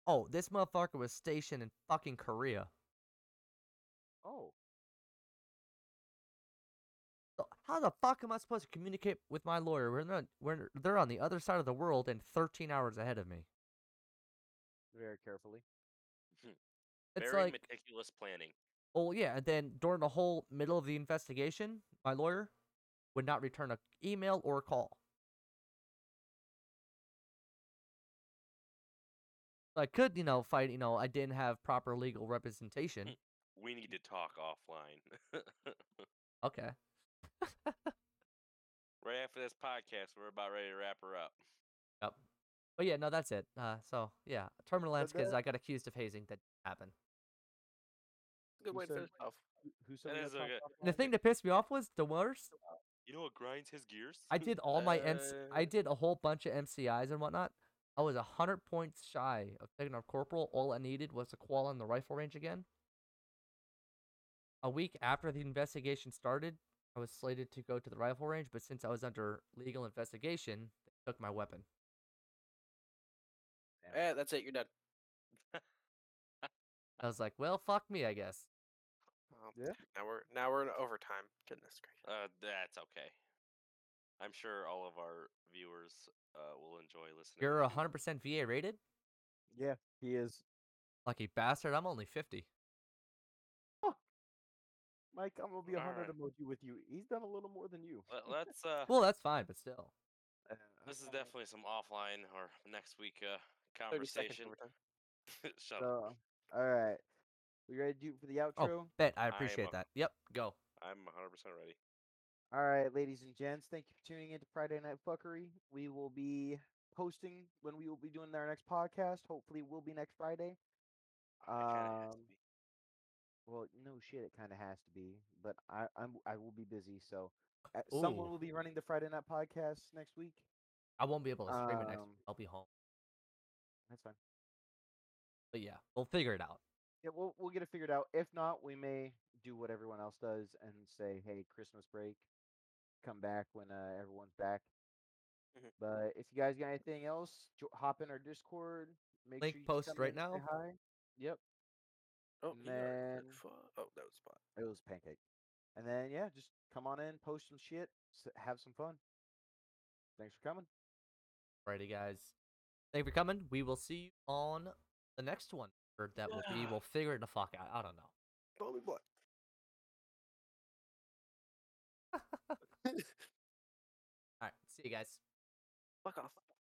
Speaker 2: Oh, this motherfucker was stationed in fucking Korea.
Speaker 1: Oh,
Speaker 2: So How the fuck am I supposed to communicate with my lawyer? We're not, we're, they're on the other side of the world and 13 hours ahead of me.
Speaker 1: very carefully.
Speaker 2: It's
Speaker 3: Very eh
Speaker 2: like,
Speaker 3: meticulous planning.
Speaker 2: oh yeah, and then during the whole middle of the investigation, my lawyer would not return a email or a call. I could, you know, fight, you know, I didn't have proper legal representation.
Speaker 3: We need to talk offline. *laughs*
Speaker 2: Okay.
Speaker 3: right after this podcast, we're about ready to wrap her up.
Speaker 2: Yep. But yeah, no, that's it. Uh, so yeah, terminal ends because
Speaker 1: that-
Speaker 2: I got accused of hazing that happened.
Speaker 6: Good
Speaker 1: You
Speaker 6: way to
Speaker 1: said-
Speaker 6: finish off.
Speaker 1: Who- Who said we
Speaker 3: is
Speaker 1: got
Speaker 3: okay.
Speaker 1: talked
Speaker 2: And the
Speaker 1: offline?
Speaker 2: thing that pissed me off was the worst.
Speaker 3: You know what grinds his gears?
Speaker 2: I did all my MC- I
Speaker 6: Uh,
Speaker 2: did a whole bunch of MCIs and whatnot. I was a hundred points shy of taking off corporal. All I needed was to qual on the rifle range again. A week after the investigation started, I was slated to go to the rifle range, but since I was under legal investigation, they took my weapon.
Speaker 6: Eh, that's it. You're done.
Speaker 2: I was like, "Well, fuck me, I guess."
Speaker 6: Um,
Speaker 1: Yeah.
Speaker 6: Now we're now we're in overtime. Goodness gracious.
Speaker 3: Uh, that's okay. I'm sure all of our viewers uh, will enjoy listening.
Speaker 2: You're
Speaker 3: to
Speaker 2: 100% VA rated?
Speaker 1: Yeah, he is.
Speaker 2: Lucky bastard, I'm only 50.
Speaker 1: Mike, I'm gonna be a
Speaker 3: All
Speaker 1: hundred
Speaker 3: right.
Speaker 1: emoji with you. He's done a little more than you.
Speaker 3: Let, let's. Uh,
Speaker 2: Well, that's fine, but still.
Speaker 1: Uh,
Speaker 3: this is
Speaker 1: okay.
Speaker 3: definitely some offline or next week uh,
Speaker 6: 30 seconds
Speaker 3: conversation.
Speaker 6: overtime.
Speaker 3: *laughs* Shut up.
Speaker 1: So, all right, we ready to do for the
Speaker 2: Oh.
Speaker 1: outro?
Speaker 2: Bet, I
Speaker 3: am
Speaker 2: appreciate
Speaker 3: a-
Speaker 2: that. Yep, go.
Speaker 3: I'm 100% ready.
Speaker 1: All right, ladies and gents, thank you for tuning in to Friday Night Fuckery. We will be posting when we will be doing our next podcast. Hopefully, will be next Friday.
Speaker 3: It kinda has
Speaker 1: Um,
Speaker 3: to be.
Speaker 1: Well, no shit, it kind of has to be, but I I'm I will be busy, so uh, someone
Speaker 2: Ooh.
Speaker 1: will be running the Friday Night podcast next week.
Speaker 2: I won't be able to stream it next
Speaker 1: Um,
Speaker 2: week. I'll be home.
Speaker 1: That's fine.
Speaker 2: But yeah, we'll figure it out.
Speaker 1: Yeah, we'll we'll get it figured out. If not, we may do what everyone else does and say, "Hey, Christmas break, come back when uh, everyone's back."
Speaker 2: Mm-hmm.
Speaker 6: Mhm.
Speaker 1: But if you guys got anything else, jo- hop in our Discord. Make
Speaker 2: Link
Speaker 1: sure you
Speaker 2: post
Speaker 1: come
Speaker 2: right
Speaker 1: in and say
Speaker 2: now?
Speaker 1: hi. Yep,
Speaker 6: Oh, you are good
Speaker 1: Man.
Speaker 6: fu- oh, that was fun.
Speaker 1: it was pancake. And then yeah, just come on in, post some shit, s- have some fun. Thanks for coming.
Speaker 2: Alrighty, guys. Thank you for coming. We will see you on the next one. Or that will be,
Speaker 6: Yeah.
Speaker 2: we'll figure it the fuck out. I don't know.
Speaker 6: Call me black.
Speaker 2: Alright, see you guys.
Speaker 6: Fuck off.